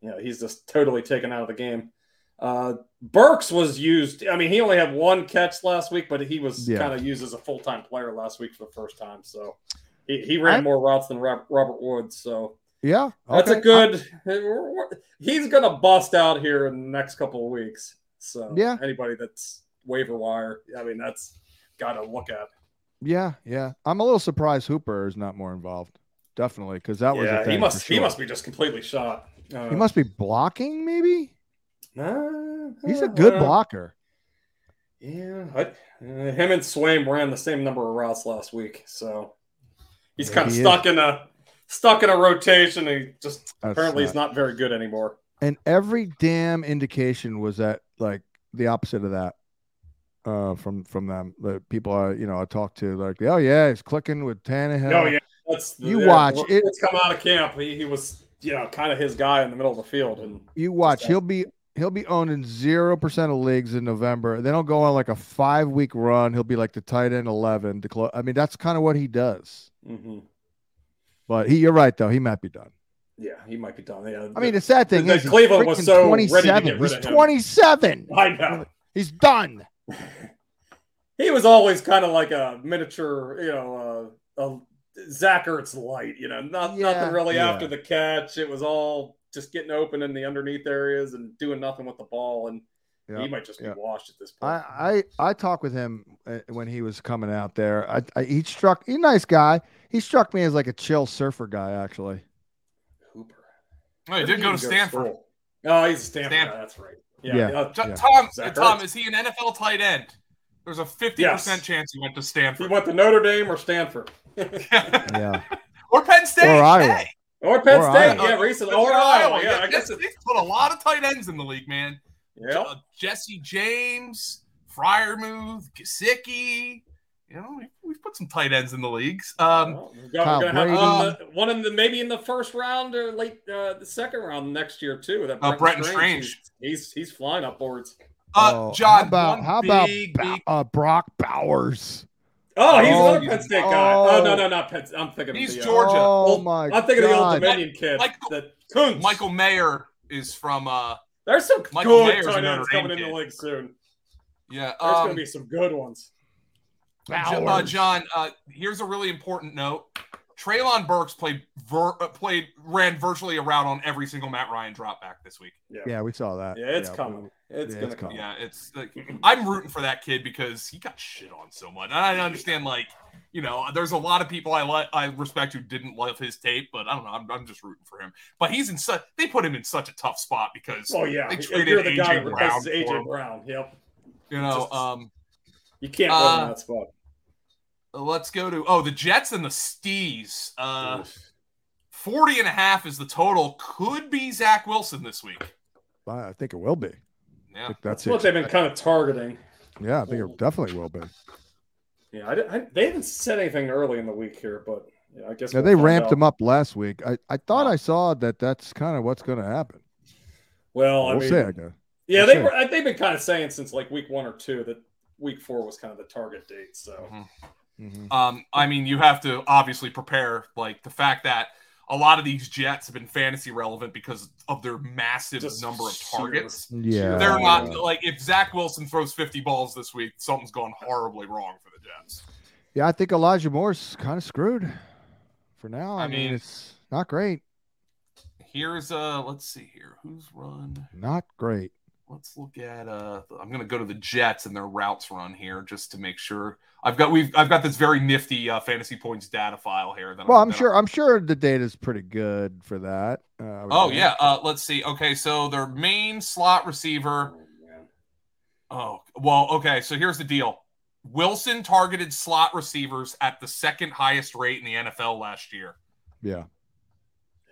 C: you know, he's just totally taken out of the game. Uh, Burks was used. I mean, he only had one catch last week, but he was
B: Yeah.
C: kind of used as a full time player last week for the first time. So he, he ran
B: I-
C: more routes than Rob, Robert Woods. So
B: Yeah.
C: that's
B: okay.
C: a good. *laughs* He's going to bust out here in the next couple of weeks. So
B: Yeah.
C: anybody that's waiver wire, I mean, that's got to look at.
B: Yeah. Yeah. I'm a little surprised Hooper is not more involved. Definitely. Cause that was, a
C: yeah, he
B: thing
C: must
B: for sure.
C: he must be just completely shot. Uh,
B: he must be blocking, maybe.
C: Uh,
B: He's a
C: uh,
B: good
C: uh,
B: blocker.
C: Yeah, I, uh, him and Swaim ran the same number of routes last week, so he's
B: Yeah,
C: kind of
B: he
C: stuck in a stuck in a rotation. And he just
B: That's
C: apparently
B: not-
C: he's not very good anymore.
B: and every damn indication was that like the opposite of that uh from from them the people i you know i talked to like oh yeah he's clicking with Tannehill.
C: No, Oh, yeah, that's
B: Uh, You
C: yeah,
B: watch,
C: what-
B: it-
C: What's come out of camp? He, he was you know kind of his guy in the middle of the field, and
B: you watch
C: Exactly.
B: he'll be he'll be owned in zero percent of leagues in november then he'll go on like a five week run he'll be like the tight end 11 to close i mean that's kind of what he does
C: mhm.
B: but he you're right though he might be done
C: yeah, he might be done. Yeah,
B: i mean the sad thing
C: The
B: is he's
C: Cleveland was
B: freaking
C: so ready
B: 27
C: to get rid
B: he's
C: of him.
B: 27
C: I know
B: he's done
C: he was always kind of like a miniature, you know, uh, a Zach Ertz light. You know, not
B: Yeah.
C: nothing really
B: Yeah.
C: after the catch. It was all just getting open in the underneath areas and doing nothing with the ball. And
B: Yeah.
C: he might just be
B: yeah.
C: washed at this point.
B: I, I I talked with him uh, when he was coming out there. I, I he struck he's a nice guy. He struck me as like a chill surfer guy, actually.
C: Hooper.
A: No, Oh, he did go to Stanford.
C: school? Oh, he's a Stanford.
A: Stanford.
C: guy, that's right. Yeah.
B: Yeah.
C: yeah.
A: T-
B: Yeah.
A: Tom,
C: Zach
A: Tom,
C: Ertz.
A: is he an NFL tight end? There's a 50% chance he went to
C: He
A: Stanford
C: went to Notre Dame or Stanford *laughs*
B: Yeah,
A: *laughs* or Penn State.
B: or Iowa.
A: Hey,
C: or Penn
B: Or
C: State.
A: Iowa.
C: Yeah, recently.
A: or
C: Or Iowa. Yeah, I
A: That's-
C: guess. It,
A: They've put a lot of tight ends in the league, man.
C: yeah.
A: Uh, Jesse James, Fryermuth, Gasicki. You know, we- we've put some tight ends in the leagues. Um,
C: Well, we've got-
B: Kyle
C: we're gonna have one in
A: Brady.
C: the, one in the maybe in the first round or late uh, the second round next year too. That
A: Uh, Brenton Strange.
C: he's, he's he's flying upwards.
A: uh,
B: Oh,
A: John,
B: how about
A: one
B: how about
A: big,
B: Ba-
A: big-
B: uh, Brock Bowers?
C: Oh, he's
B: Oh,
C: another Penn State guy.
B: oh.
C: Oh no no not Penn. State. I'm thinking
A: He's
C: of the, uh,
A: Georgia.
B: Oh
C: Old-
B: my
C: I'm thinking of the Old
B: god!
C: Dominion kid.
A: Michael-
C: the Coons.
A: Michael Mayer is from. Uh,
C: There's some
A: Michael
C: good
A: Mayer's
C: tight
A: a Notre
C: ends
A: Dame
C: coming in
A: kid.
C: the league soon.
A: yeah,
C: There's
A: um,
C: gonna be some good ones.
A: Jo- uh, John, uh, here's a really important note. Traylon Burks played ver- uh, played ran virtually a route on every single Matt Ryan drop back this week.
B: Yeah, we saw that.
C: Yeah, it's
B: we-
C: coming. It's
B: yeah,
C: gonna
B: it's
C: come.
B: coming.
A: Yeah, it's like I'm rooting for that kid because he got shit on so much. And I understand, like you know, there's a lot of people I like I respect who didn't love his tape, but I don't know. I'm, I'm just rooting for him. But he's in such they put him in such a tough spot because
C: Oh yeah,
A: They
C: If
A: traded
C: you're the
A: A.J.
C: guy that
A: Brown
C: replaces
A: for
C: AJ
A: him.
C: Brown. Yep,
A: you know.
C: Just-
A: Um,
C: you can't let
A: Uh,
C: him that spot.
A: let's go to oh the Jets and the Stees. Uh, 40 and a half is the total. Could be Zach Wilson this week.
B: I I think it will be. I
A: Yeah.
B: think
C: That's
B: that's
C: what
B: it.
C: they've been kind of targeting.
B: Yeah, I think it definitely will be.
C: Yeah, I, di- I, they haven't said anything early in the week here, but yeah, I guess
B: Yeah,
C: we'll
B: they
C: find
B: ramped
C: out.
B: him up last week. I, I thought I saw that. That's kind of what's going to happen.
C: Well, I
B: we'll
C: mean,
B: see. I guess.
C: yeah,
B: we'll
C: they
B: see.
C: were, they've been kind of saying since like week one or two that week four was kind of the target date. So
A: Mm-hmm.
B: Mhm.
A: Um, I mean, you have to obviously prepare. Like the fact that a lot of these Jets have been fantasy relevant because of their massive
C: Just
A: number of
C: sheer-
A: targets.
B: Yeah,
A: They're not
B: yeah.
A: like if Zach Wilson throws 50 balls this week, something's gone horribly wrong for the Jets.
B: Yeah, I think Elijah Moore's kind of screwed for now. I,
A: I
B: mean,
A: mean-
B: it's not great.
A: Here's uh, let's see here, who's run?
B: Not great.
A: let's look at uh I'm gonna go to the Jets and their routes run here just to make sure. I've got we've I've got this very nifty uh, fantasy points data file here. That
B: Well, I'm
A: that
B: sure. I'm sure the data's pretty good for that. Uh, I would
A: Oh
B: think.
A: yeah, uh, let's see. Okay, so their main slot receiver. Oh well, okay. So here's the deal: Wilson targeted slot receivers at the second highest rate in the NFL last year.
B: yeah.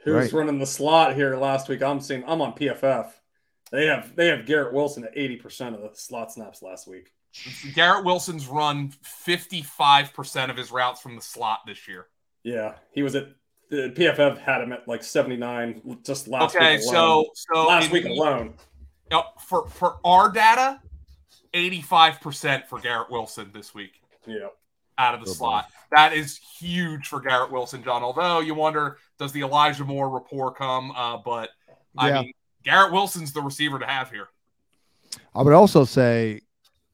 C: Who's
B: Right.
C: running the slot here last week? I'm seeing. I'm on PFF. They have they have Garrett Wilson at eighty percent of the slot snaps last week.
A: Garrett Wilson's run 55% of his routes from the slot this year.
C: Yeah, he was at the PFF had him at like seventy nine just last
A: okay,
C: week. alone.
A: so so
C: last
A: in-
C: week alone.
A: uh, for for our data, 85% for Garrett Wilson this week.
C: Yeah,
A: out of the
B: Good
A: slot. That is huge for Garrett Wilson, John. Although you wonder, does the Elijah Moore rapport come? Uh, but
B: Yeah.
A: I mean, Garrett Wilson's the receiver to have here.
B: I would also say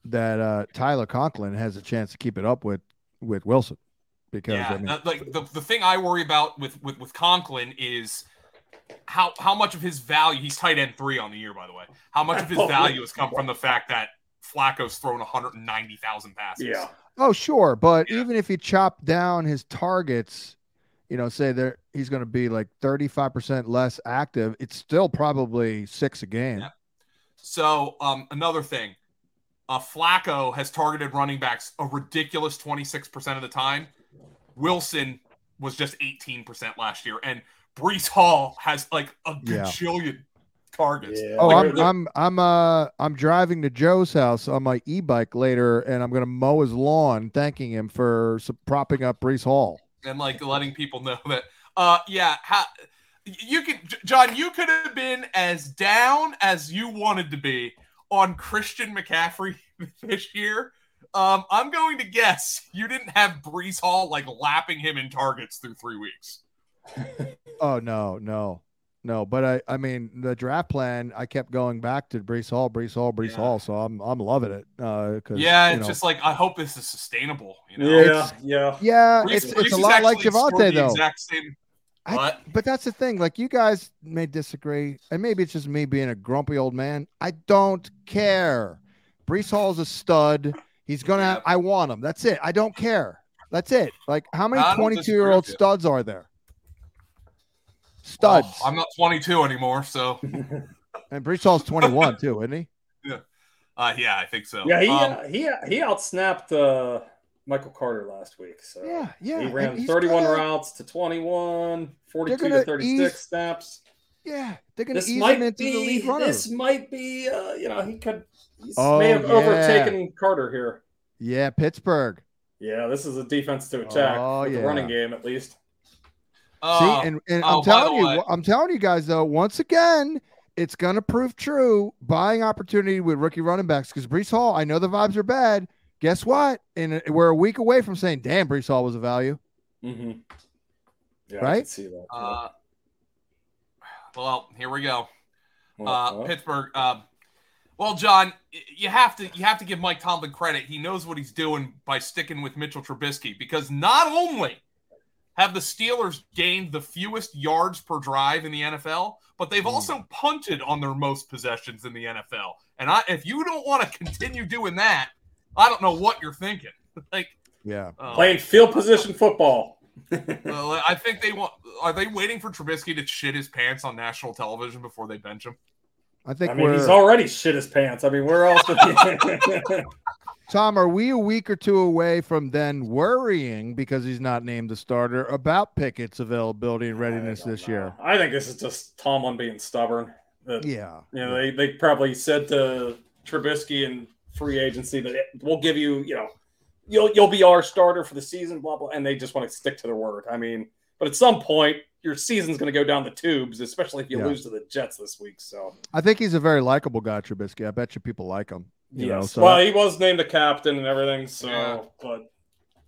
B: that uh, Tyler Conklin has a chance to keep it up with with Wilson because
A: yeah,
B: I mean,
A: that- like the, the thing I worry about with, with with Conklin is how how much of his value. He's tight end three on the year, by the way. How much
C: *laughs*
A: of his
C: Oh,
A: value has come from the fact that Flacco's thrown 190,000 passes?
C: yeah.
B: oh sure, but
A: Yeah.
B: even if you chop down his targets, you know, say there he's going to be like thirty five percent less active, it's still probably six a game.
A: Yeah. So um, another thing, uh, Flacco has targeted running backs a ridiculous 26% of the time. Wilson was just 18% last year, and Brees Hall has like a
B: Yeah.
A: gajillion targets.
C: Yeah.
B: Oh,
C: Like,
B: I'm
C: they're-
B: I'm I'm uh I'm driving to Joe's house on my e-bike later, and I'm gonna mow his lawn, thanking him for s- propping up Brees Hall.
A: and like letting people know that uh yeah ha- you could J- john you could have been as down as you wanted to be on christian mccaffrey *laughs* this year um i'm going to guess you didn't have brees hall like lapping him in targets through three weeks
B: Oh no, no, no. But I, I mean, the draft plan. I kept going back to Brees Hall, Brees Hall, Brees
A: Yeah.
B: Hall. So I'm, I'm loving it. Uh, 'cause,
A: yeah
B: you
A: it's
B: know-
A: just like i hope this is sustainable you know
C: yeah,
B: It's-
C: yeah.
B: yeah,
A: Brees-
B: it's,
A: Brees
B: it's a
A: has
B: lot like
A: actually scored
B: Javante
A: the
B: though.
A: exact same
B: I-
A: but
B: But that's the thing. Like you guys may disagree, and maybe it's just me being a grumpy old man. I don't care. Brees Hall's a stud. He's gonna.
A: Yeah.
B: I want him. That's it. I don't care. That's it. Like how many
A: I don't
B: twenty-two year old
A: disagree with you.
B: studs are there? Studs.
A: oh, i'm not 22 anymore so
B: and Brees Hall's twenty-one too, isn't he?
A: uh yeah i think so
C: Yeah, he
A: Um,
C: uh, he he outsnapped uh, Michael Carter last week. So
B: Yeah, yeah.
C: he
B: and
C: ran
B: he's
C: 31
B: gonna-
C: routes to 21, 42
B: gonna
C: to 36
B: ease-
C: snaps.
B: Yeah, they're going
C: This
B: to ease him
C: might
B: into
C: be
B: the lead runner.
C: this might be uh, you know he could he
B: Oh,
C: may have
B: yeah.
C: overtaken Carter here.
B: Yeah, Pittsburgh.
C: Yeah, this is a defense to attack
B: Oh,
C: with
B: yeah.
C: the running game at least.
A: uh,
B: See, and, and
A: oh,
B: I'm
A: by the
B: telling you,
A: way-
B: I'm telling you guys though, once again, it's going to prove true. Buying opportunity with rookie running backs because Brees Hall. I know the vibes are bad. Guess what? And uh, we're a week away from saying, "Damn, Brees Hall was a value."
C: hmm Yeah, I
B: Right?
C: can see that.
A: uh, well here we go
C: Yeah.
A: uh,
C: Well,
A: Pittsburgh. Um, well, John, y- you have to you have to give Mike Tomlin credit. He knows what he's doing by sticking with Mitchell Trubisky because not only have the Steelers gained the fewest yards per drive in the NFL, but they've
B: Hmm.
A: also punted on their most possessions in the NFL. And I, if you don't want to continue doing that, I don't know what you're thinking. *laughs* like,
B: Yeah,
A: uh,
C: playing field position football.
A: well, I think they want. Are they waiting for Trubisky to shit his pants on national television before they bench him?
B: I think
C: I mean,
B: we're
C: he's already shit his pants. I mean, where else would
B: *laughs*
C: he? *laughs*
B: Tom. Are we a week or two away from then worrying because he's not named the starter about Pickett's availability and readiness
C: I don't
B: this
C: know.
B: year?
C: I think this is just Tomlin being stubborn. That,
B: Yeah,
C: You know, they, they probably said to Trubisky and free agency that we'll give you, you know, you'll you'll be our starter for the season, blah blah, and they just want to stick to their word. I mean, but at some point your season's going to go down the tubes, especially if you
B: Yeah.
C: lose to the Jets this week. So
B: I think he's a very likable guy, Trubisky. I bet you people like him. You know,
C: yes,
B: so
C: well, he was named the captain and everything. So,
A: Yeah.
C: but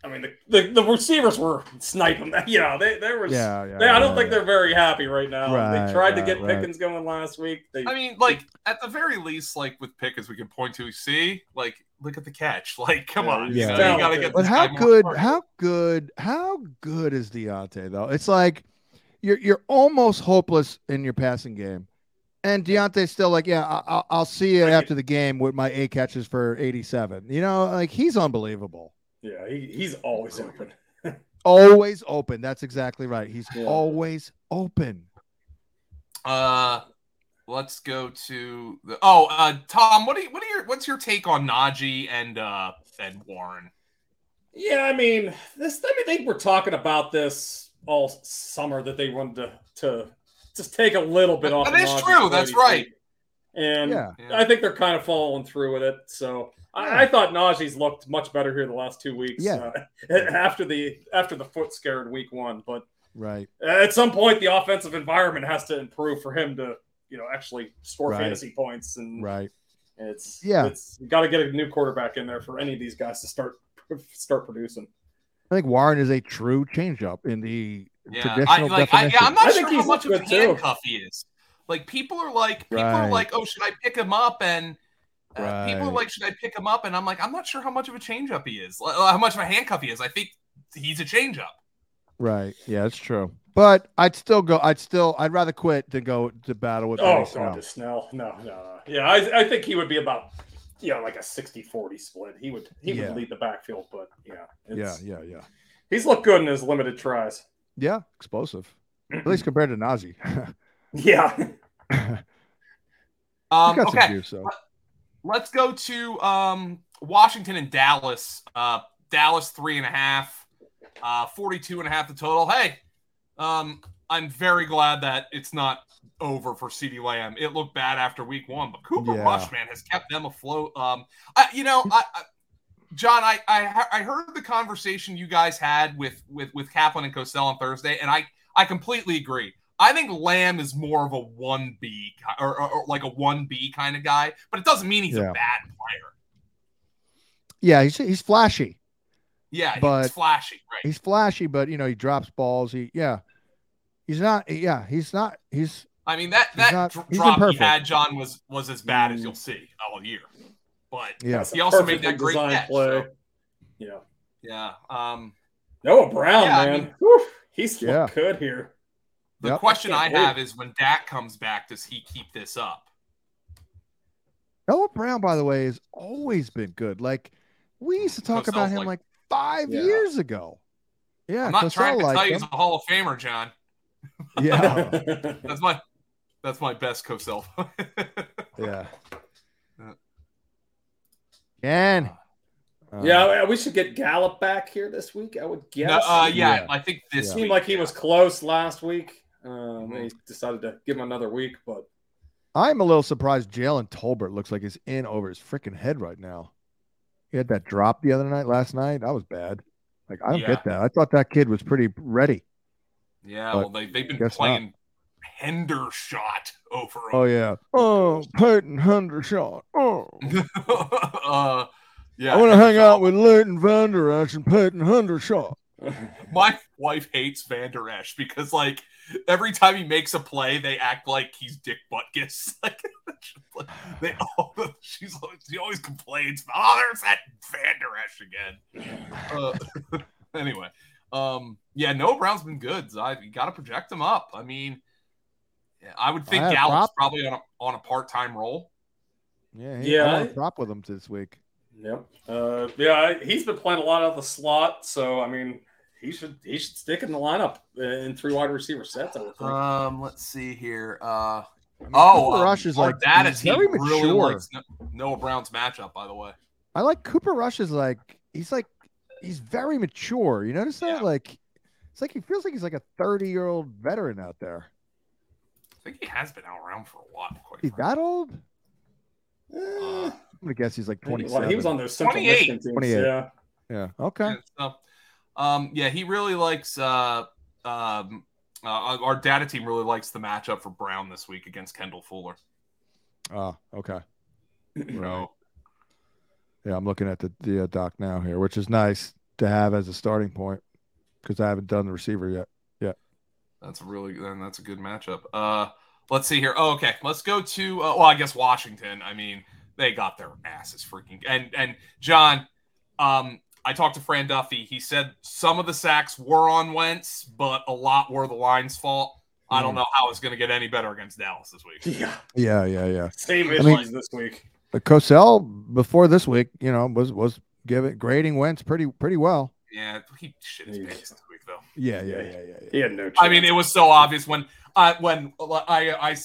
C: I mean, the, the the receivers were sniping. *laughs* that. You know, they they were.
B: yeah, yeah,
C: They, I don't
B: yeah,
C: think
B: yeah.
C: they're very happy right now.
B: Right,
C: they tried to
B: right,
C: get
B: right.
C: Pickens going last week. They,
A: I mean, like at the very least, like with Pickens, we can point to see, like, look at the catch. *laughs* Like, come
C: Yeah,
A: on,
C: he's
A: you, know, you
B: talented.
A: gotta get.
B: But
A: this
B: how
A: guy more
B: good,
A: targets.
B: how good, how good is Deontay though? It's like you're you're almost hopeless in your passing game, And Deontay's still like, yeah, I- I'll, I'll see you after the game with my eight catches for 87. You know, like he's unbelievable.
C: Yeah, he, he's always open.
B: Always open. That's exactly right. He's
C: Yeah.
B: always open.
A: Uh, let's go to the. Oh, uh, Tom, what do you, what are your what's your take on Najee and uh and Warren?
C: Yeah, I mean, this. I mean, they were talking about this all summer that they wanted to to just take a little bit off.
A: That
C: of
A: is
C: Najee
A: true. That's
C: Brady's
A: right.
C: feet. And
B: Yeah.
A: Yeah.
C: I think they're kind of following through with it. So
B: Yeah.
C: I, I thought Najee's looked much better here the last two weeks.
B: Yeah.
C: uh, *laughs* after the after the foot scared week one, but
B: Right.
C: at some point the offensive environment has to improve for him to you know actually score
B: Right.
C: fantasy points
A: Mm.
C: and
B: Right.
C: it's
B: Yeah.
C: it's got to get a new quarterback in there for any of these guys to start start producing.
B: I think Warren is a true changeup in the
A: Yeah, I,
B: traditional
A: like, I,
B: definition.
A: yeah, I'm not
C: I
A: sure
C: think
A: how
C: he's
A: much of a
C: good, too.
A: handcuff he is. Like people are like people are
B: Right.
A: like, oh, should I pick him up? And uh, people are
B: Right.
A: like, should I pick him up? And I'm like, I'm not sure how much of a changeup he is. Like, how much of a handcuff he is. I think he's a changeup.
B: Right. Yeah, it's true. But I'd still go. I'd still. I'd rather quit than go to battle with.
C: Oh
B: Benny Snell.
C: god, to Snell, no, no, no. yeah, I, I think he would be about you know like a 60-40 split. He would he
B: Yeah.
C: would lead the backfield, but yeah,
B: Yeah.
C: it's-
B: Yeah. Yeah.
C: he's looked good in his limited tries. *laughs*
B: Yeah. Explosive.
A: *clears throat*
B: At least compared to *laughs* Najee.
C: Yeah,
B: He's
A: Um,
B: got
A: okay,
B: some juice, though.
A: Let's go to um, Washington and Dallas. Uh, Dallas three and a half, uh, 42 and a half the total. Hey, um, I'm very glad that it's not over for CeeDee Lamb. It looked bad after week one, but Cooper
B: Yeah.
A: Rush, man, has kept them afloat. Um, I, you know, I, I, John, I, I I heard the conversation you guys had with with with Kaplan and Cosell on Thursday, and I I completely agree. I think Lamb is more of a one B or, or, or like a one B kind of guy, but it doesn't mean he's
B: Yeah.
A: a bad player.
B: Yeah. He's he's flashy.
A: Yeah,
B: But-
A: he's flashy, right?
B: He's flashy, but you know he drops balls. He yeah. He's not. Yeah. He's not. He's
A: I mean that
B: he's
A: that
B: not-
A: dr-
B: he's
A: drop he
B: imperfect.
A: had, John, was was as bad as
C: Mm.
A: you'll see all year. But
B: yeah.
C: That's
A: He
C: a
A: also made
C: perfectly
A: that great
C: designed
A: catch, so-
C: Yeah,
A: yeah, um,
C: Noah Brown,
A: Yeah, I
C: man,
A: mean-
C: Whew, he's
B: Yeah.
C: looked good here.
A: the
B: Yep.
A: question I
C: Can't
A: have is when Dak comes back, does he keep this up?
B: Noah Brown, by the way, has always been good. Like we used to talk
A: Cosell's
B: about him
A: like-
B: like, five
C: Yeah.
B: years ago. Yeah,
A: I'm not
B: Cosell
A: trying to
B: liked
A: tell you
B: him.
A: he's a Hall of Famer, John. *laughs*
B: Yeah,
C: *laughs*
A: That's my that's my best Cosell. *laughs*
B: yeah.
A: Uh.
B: Ken. Uh,
C: yeah, we should get Gallup back here this week. I would guess.
A: No, uh, yeah,
B: Yeah.
A: I think this
B: Yeah.
C: seemed
A: week,
C: like he
A: yeah.
C: was close last week. Um,
A: Mhm.
C: They decided to give him another week, but *laughs*
B: I'm a little surprised. Jalen Tolbert looks like he's in over his freaking head right now. He had that drop the other night, last night. That was bad. Like I don't
A: Yeah.
B: get that. I thought that kid was pretty ready.
A: Yeah,
B: But
A: well, they, they've been
B: guess
A: playing Hendershot over.
B: Oh yeah. Oh, Peyton Hendershot. Oh,
A: *laughs* uh, yeah.
B: I want to hang out with Leighton Vander Esch and Peyton Hendershot.
A: My wife hates Van Der Esch because, like, every time he makes a play, they act like he's Dick Butkus. *laughs* Like, they all, she's always, she always complains. Oh, there's that Van Der Esch again. Uh, *laughs* anyway, um, yeah, no, Brown's been good. I you got to project him up. I mean, yeah, I would think
B: I have
A: Gallup's
B: prop-
A: probably on a on a part time role.
B: Yeah. He,
C: Yeah,
B: I want
C: I-
B: to prop with him this week.
C: Yep. Uh, yeah, I- he's been playing a lot out of the slot, so I mean, he should he should stick in the lineup uh, in three wide receiver sets. I would think.
B: Uh,
A: Um, let's see here. Uh,
B: I mean,
A: oh,
B: Cooper
A: um,
B: Rush is
A: our
B: like
A: data
B: he's
A: team
B: very
A: really
B: mature.
A: likes No- Noah Brown's matchup, by the way.
B: I like Cooper Rush is like he's like he's very mature. You notice that?
A: Yeah.
B: Like it's like he feels like he's like a 30 year old veteran out there.
A: I think he has been out around for a while. Quite
B: He's
A: frankly.
B: that old? I'm
C: Eh,
B: gonna guess he's like
C: I think
B: 27.
C: he was- he was on those Central
A: 28.
C: Michigan teams.
B: 28.
C: Yeah.
B: Yeah. Okay.
A: Yeah, so, um, yeah, he really likes. Uh, um, uh, our our data team really likes the matchup for Brown this week against Kendall Fuller.
B: Oh, *clears throat* okay.
A: So,
B: Right. Yeah, I'm looking at the the uh, doc now here, which is nice to have as a starting point because I haven't done the receiver yet.
A: That's a really then that's a good matchup. Uh, let's see here. Oh, okay, let's go to uh, well, I guess Washington. I mean, they got their asses freaking and and John. Um, I talked to Fran Duffy. He said some of the sacks were on Wentz, but a lot were the line's fault. I don't know how it's going to get any better against Dallas this week.
C: Yeah. *laughs*
B: Yeah, yeah, yeah.
C: Same
B: I
C: issues
B: mean-
C: this week.
B: But Cosell before this week, you know, was was giving grading Wentz pretty pretty well.
A: Yeah, he shit his pants this week though.
B: Yeah,
C: yeah,
B: yeah, yeah,
C: He had no chance.
A: I mean, it was so obvious when I when I I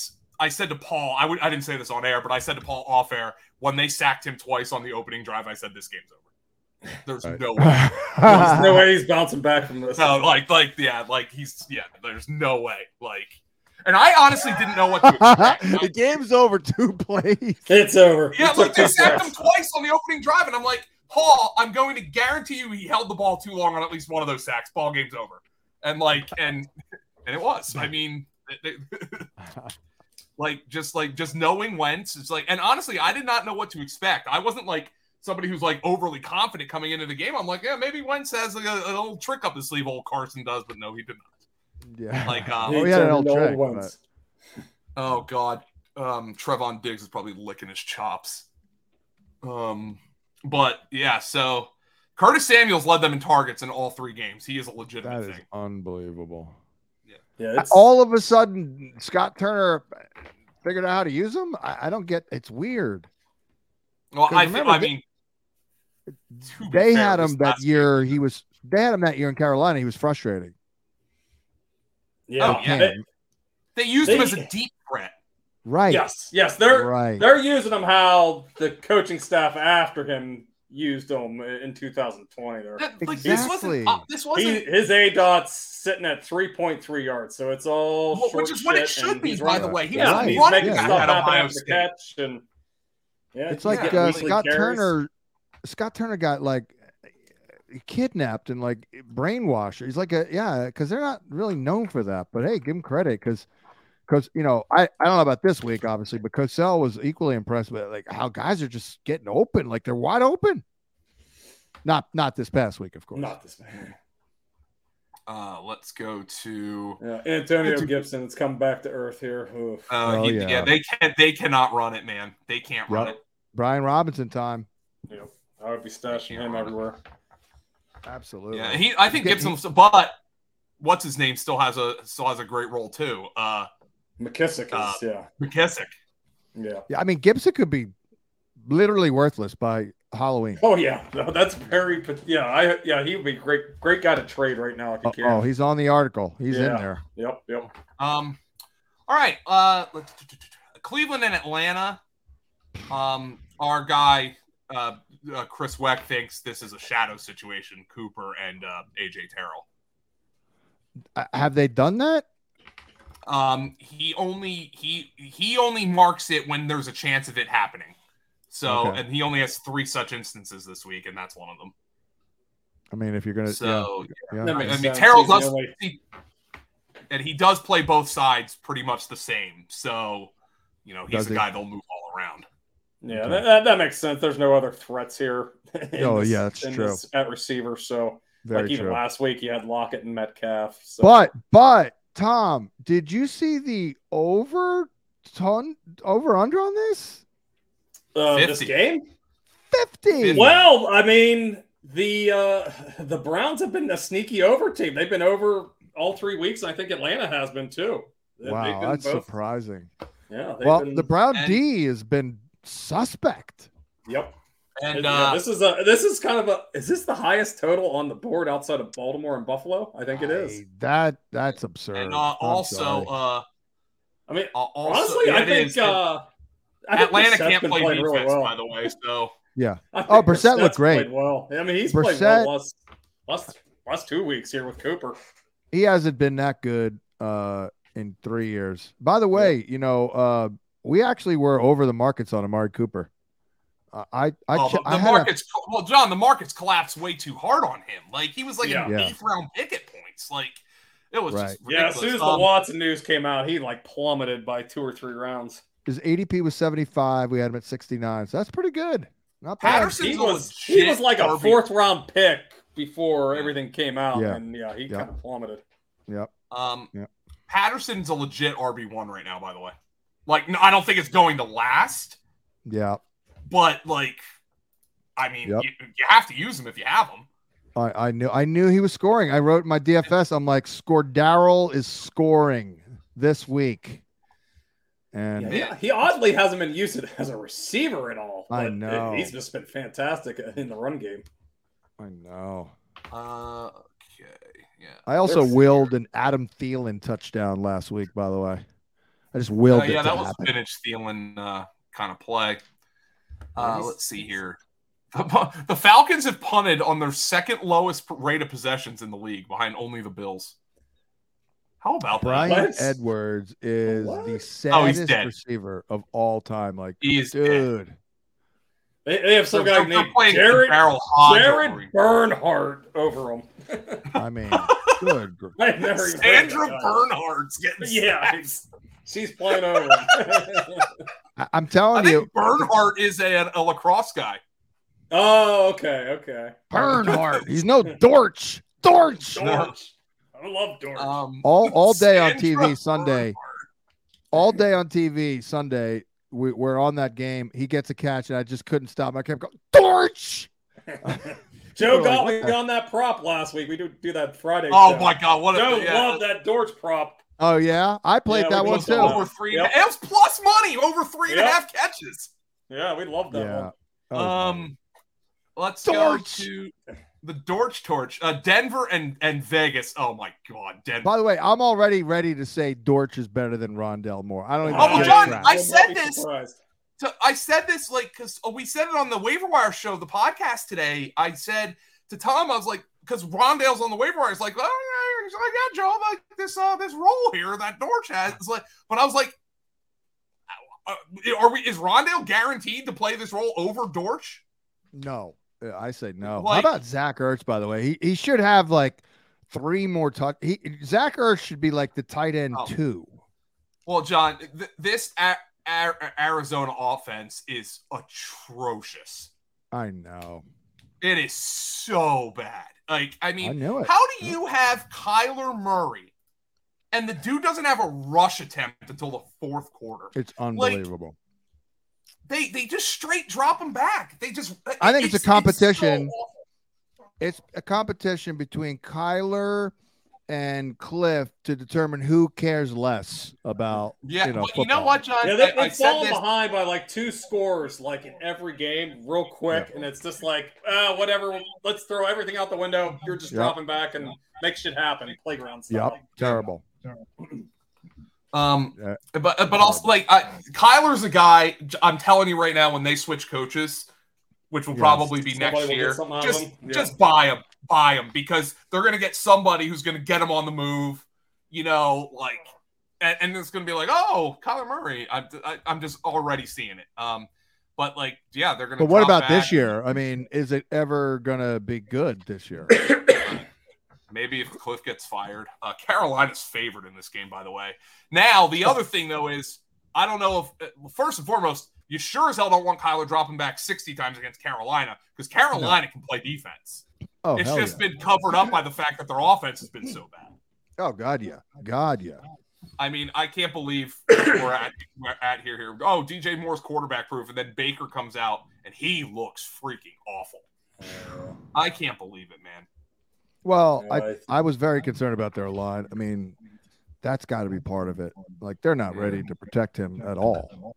A: I said to Paul, I would I didn't say this on air, but I said to Paul off air when they sacked him twice on the opening drive. I said this game's over. There's
B: Right.
C: *laughs*
A: no way.
B: yeah. *laughs*
C: There's no way he's bouncing back from this.
A: So like like yeah like he's yeah. There's no way like. And I honestly didn't know what
B: *laughs*
C: *laughs*
A: to expect.
B: the game's over two plays. *laughs*
C: It's over.
A: Yeah,
C: He
A: look,
C: took
A: they
C: two
A: sacked him
C: sacks.
A: twice on the opening drive, and I'm like, Paul, I'm going to guarantee you he held the ball too long on at least one of those sacks. Ball game's over, and like, and and it was. I mean, they- they- like just like just knowing Wentz, it's like, and honestly, I did not know what to expect. I wasn't like somebody who's like overly confident coming into the game. I'm like, yeah, maybe Wentz has like a, an old trick up his sleeve, old Carson does, but no, he did not.
B: Yeah.
A: Like, um,
B: Oh, he had an
C: turned
B: old
C: into
B: trick,
C: Wentz.
B: but-
A: Oh God, um, Trevon Diggs is probably licking his chops. Um, but yeah, so Curtis Samuel's led them in targets in all three games. He is a
B: that
A: legitimate
B: is
A: thing.
B: unbelievable.
C: Yeah, it's,
B: All of a sudden, Scott Turner figured out how to use them. I, I don't get. It's weird.
A: Well,
B: 'Cause
A: I, feel,
B: remember,
A: I
B: they-
A: mean, to be
B: They
A: fair,
B: had
A: this
B: him that
A: last game-
B: year. He was. They had him that year in Carolina. He was frustrating.
C: yeah.
A: Oh, yeah.
C: They-
B: Him.
A: They used him
C: They-
A: as a deep threat.
B: Right.
C: yes, yes. They're
B: right.
C: they're using him how the coaching staff after him used him in 2020. There,
A: That- like, this wasn't.
B: Exactly.
A: Uh, this wasn't.
C: he, his A dot's sitting at 3.3 yards, so it's all
A: well, which
C: short
A: is what it
C: shit,
A: should
C: and
A: be,
C: he's
A: by the
C: running-
A: way. He
C: yeah,
A: was
B: Right.
A: a
C: he's
A: running
C: making
A: back
C: stuff
A: at
C: happen
A: Ohio
C: after the
A: State.
C: catch, and yeah,
B: It's
C: he's
B: like
C: getting
B: uh,
C: weekly
B: Scott
C: carries.
B: Turner. Scott Turner got like kidnapped and like brainwashed. He's like a yeah, because they're not really known for that. But hey, give him credit because because you know I I don't know about this week obviously, but Cosell was equally impressed with like how guys are just getting open, like they're wide open. Not not this past week, of course.
C: Not this man.
A: Uh, let's go to.
C: Yeah, Antonio Gibson. It's come back to earth here. Oof.
A: Uh,
B: Oh,
A: he- yeah.
B: yeah.
A: they can't. They cannot run it, man. They can't run
B: Yep.
A: it.
B: Brian Robinson time,
C: Yep. I would be stashing him everywhere.
B: absolutely.
A: Yeah, he. I think
B: He's
A: Gibson, but what's his name still has a still has a great role too. Uh,
C: McKissick is
A: Uh,
C: yeah,
A: McKissick.
C: yeah.
B: Yeah, I mean Gibson could be literally worthless by Halloween.
C: Oh yeah, *laughs* no, that's very but yeah. I yeah, he would be great, great guy to trade right now if you
B: Oh,
C: can.
B: oh, he's on the article. He's in
C: Yeah.
B: there.
C: Yep, yep.
A: Um, all right. Uh, let's, Cleveland and Atlanta. Um, our guy, uh, uh, Chris Weck thinks this is a shadow situation. Cooper and uh, AJ Terrell.
B: Uh, have they done that?
A: Um, he only he he only marks it when there's a chance of it happening. So,
B: Okay.
A: and he only has three such instances this week, and that's one of them.
B: I mean, if you're gonna, Uh, yeah,
A: So,
B: yeah.
C: That
A: I mean,
C: makes sense.
A: Terrell
C: He's the
A: does-
C: only-
A: and he does play both sides pretty much the same. So, you know, he's
B: Does
A: the
B: he?
A: guy they'll move all around.
C: yeah, that, that, that makes sense. There's no other threats here. *laughs* in
B: Oh, yeah, that's
C: in
B: true.
C: this- at receiver, so
B: very
C: like even
B: true.
C: last week, you had Lockett and Metcalf. So.
B: But but Tom, did you see the over ton over under on this?
C: uh, this
A: 50.
C: game,
B: Fifty.
C: well, I mean the uh the Browns have been a sneaky over team. They've been over all three weeks, and I think Atlanta has been too. They've
B: Wow,
C: been
B: that's
C: both-
B: surprising.
C: Yeah, they've
B: Well,
C: been-
B: the Brown
A: and-
B: D has been suspect.
C: yep.
A: And
C: yeah,
A: uh,
C: this is a this is kind of a is this the highest total on the board outside of Baltimore and Buffalo? I think it is.
B: I- that that's absurd.
A: and uh,
B: I'm
A: also,
B: sorry.
A: uh,
C: I mean,
A: uh, also,
C: honestly,
A: yeah,
C: I
A: it
C: think
A: is.
C: uh, I think
A: Atlanta
C: Brissett's
A: can't
C: been
A: play
C: playing
A: defense,
C: really well.
A: by the way. So,
C: I think
B: Oh, Brissett looked
C: Brissett's
B: great.
C: Played well, I mean, he's played
B: Brissett-
C: well last last last two weeks here with Cooper.
B: he hasn't been that good uh in three years. By the way, you know, uh we actually were over the markets on Amari Cooper. Uh, I I,
A: oh,
B: che-
A: the,
B: I
A: the
B: had a-
A: markets, well, John, the markets collapsed way too hard on him. Like, he was like an
B: Yeah. Yeah.
A: eighth round pick at points. Like, it was just
B: Right.
A: ridiculous.
C: Yeah, as soon as the
A: Um,
C: Watson news came out, he like plummeted by two or three rounds.
B: His ADP was 75. We had him at 69. So that's pretty good. Not bad.
A: Patterson-
C: He
A: He's a
C: was he was
A: legit
C: like a
A: RB.
C: fourth round pick before everything came out,
B: Yeah.
C: and yeah, he
B: Yeah.
C: kind of plummeted.
B: Yep.
A: Um,
B: Yeah.
A: Patterson's a legit RB one right now. By the way, like no, I don't think it's going to last,
B: Yeah.
A: but like, I mean,
B: Yep.
A: you, you have to use them if you have them.
B: I, I knew I knew he was scoring. I wrote in my DFS. I'm like, Scordarrell is scoring. this week. And
C: Yeah, he, he oddly hasn't been used as a receiver at all.
B: I
C: but uh,
B: know.
C: he's just been fantastic in the run game.
B: I know.
A: Uh, okay. Yeah.
B: I also
C: There's-
B: willed an Adam Thielen touchdown last week, by the way. I just willed
A: Uh,
B: it
A: yeah,
B: to
A: that was
B: happen.
A: finish Thielen uh, kind of play. Uh,
C: Nice.
A: let's see here. The, Pu- the Falcons have punted on their second lowest p- rate of possessions in the league, behind only the Bills. How about
B: Brian
A: that?
C: What?
B: Edwards is
C: What? Oh,
B: the
C: he's
B: saddest
A: dead.
B: receiver of all time. Like,
A: He is dead.
B: dude,
C: They, they have some
A: They're-
C: guy
A: they're
C: named
A: playing
C: Jared,
A: Darrell Hodge over
C: Jared
A: him.
C: Bernhardt over him. *laughs*
A: *laughs*
B: I mean, good. gr-
C: I've never even heard of
A: Sandra
C: that guy.
A: Bernhard's getting
C: *laughs* Yeah,
A: sacked.
C: he's- she's playing over him. *laughs*
B: I- I'm
A: I
B: telling you,
A: think Bernhardt is a, a lacrosse guy.
C: oh, okay, okay.
B: Bernhardt. He's no Dortch. Dortch.
C: Dorch. I love Dorch.
A: Um,
B: All
A: *laughs*
B: all day on
A: Sandra
B: TV Sunday.
A: Bernhard.
B: All day on TV Sunday. We, we're on that game. He gets a catch, and I just couldn't stop. him. I kept going, Dortch.
C: *laughs* Joe
B: Really?
C: got me on that prop last week. We do do that Friday.
A: Oh
C: show.
A: my God! What a
C: Joe
A: yeah.
C: loved that Dorch prop.
B: Oh yeah, I played
C: Yeah,
B: that
C: we
B: one
C: both
B: too.
C: saw
A: Over three.
C: Yep.
A: And it was plus money. Over three and a
C: Yep.
A: half catches.
C: Yeah, we loved that
B: Yeah. Oh,
C: one.
B: That was nice.
A: Um, let's
B: Torch.
A: go to the Dorch Torch. Uh, Denver and and Vegas. Oh my God, Denver.
B: By the way, I'm already ready to say Dortch is better than Rondell Moore. I don't even.
A: Oh, well,
B: give a
A: John,
B: crap.
A: I
C: Will not
A: said
C: be
A: this.
C: surprised.
A: So I said this like because we said it on the waiver wire show, the podcast today. I said to Tom, I was like, because Rondale's on the waiver wire. It's like, oh, yeah, he's like, yeah, Joe, like this uh this role here that Dorch has. It's like, but I was like, uh, are we? Is Rondale guaranteed to play this role over Dorch?
B: No, Uh, I say no.
A: Like-
B: How about Zach Ertz? By the way, he he should have like three more touch. He Zach Ertz should be like the tight end
A: Oh.
B: two.
A: Well, John, th- this a- a- Arizona offense is atrocious.
B: I know.
A: It is so bad. Like, I mean,
B: I knew it.
A: how do you have Kyler Murray and the dude doesn't have a rush attempt until the fourth quarter?
B: It's unbelievable.
A: They they just straight drop him back. They just
B: I think it's a
A: so
B: competition.
A: awful.
B: it's a competition between Kyler and Cliff to determine who cares less
A: *laughs*
B: about.
A: yeah,
B: you know,
A: but you know
B: football.
A: what, John?
C: Yeah, they,
A: I, I
C: they
A: said
C: fall
A: this.
C: behind by like two scores, like in every game, real quick, and it's just like, uh, whatever. Let's throw everything out the window. You're just
B: Yep.
C: dropping back and make shit happen, playground
B: Yep,
C: style.
B: terrible.
A: Um,
B: Yeah.
A: but but also like I, Kyler's a guy. I'm telling you right now, when they switch coaches, which will
B: Yes.
A: probably be
C: Somebody
A: next
C: will get
A: year,
C: something out of
A: just
C: him. Yeah.
A: just buy him, buy him because they're gonna get somebody who's gonna get him on the move. You know, like, and, and it's gonna be like, oh, Kyler Murray. I'm I, I'm just already seeing it. Um, but like, yeah, they're gonna.
B: But what
A: drop
B: about
A: back.
B: this year? I mean, is it ever gonna be good this year?
A: Maybe if Cliff gets fired. Uh, Carolina's favored in this game, by the way. Now, the
B: *laughs*
A: other thing, though, is I don't know if, uh, first and foremost, you sure as hell don't want Kyler dropping back 60 times against Carolina because Carolina can play defense.
B: Oh,
A: it's
B: hell
A: just
B: yeah.
A: been covered up by the fact that their offense has been so bad.
B: oh god, yeah, god, yeah.
A: I mean, I can't believe we're at, we're at here. Here, oh, DJ Moore's quarterback proof, and then Baker comes out and he looks freaking awful. I can't believe it, man.
B: Well,
C: Yeah,
B: I
C: Oh, I-
B: I was very concerned about their line. I mean, that's got to be part of it. Like they're not ready to protect him at all.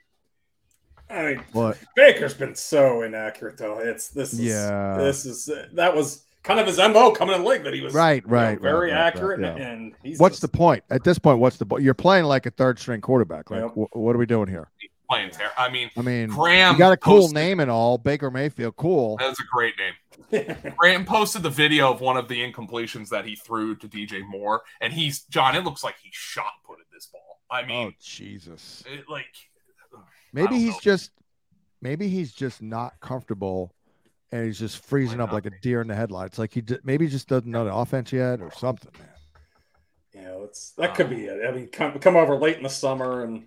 C: I mean,
B: But
C: Baker's been so inaccurate though. It's this is
B: Yeah.
C: this is that was kind of his MO coming in the league that he was
B: right,
C: you know,
B: right,
C: very
B: right, right, right,
C: accurate
B: yeah.
C: and- and he's
B: What's
C: *laughs*
B: the
C: just-
B: point at this point? What's the point? You're playing like a third string quarterback. Like,
C: Yep.
B: wh- what are we doing here?
A: Playing terrible. I mean,
B: I mean,
A: Graham
B: you got a cool
A: posted-
B: name and all, Baker Mayfield. Cool.
A: That's a great name. Graham posted the video of one of the incompletions that he threw to DJ Moore, and he's John. It looks like he shot put at this ball. I
B: Oh
A: mean,
B: Jesus.
A: it, like I
B: Maybe
A: don't
B: he's
A: know.
B: just, maybe he's just not comfortable, and he's just freezing
A: Might
B: up
A: not
B: like a deer in the headlights. Like he d- maybe he just doesn't know the offense yet or something, man.
C: Yeah, that's that could be it. I mean, come come over late in the summer and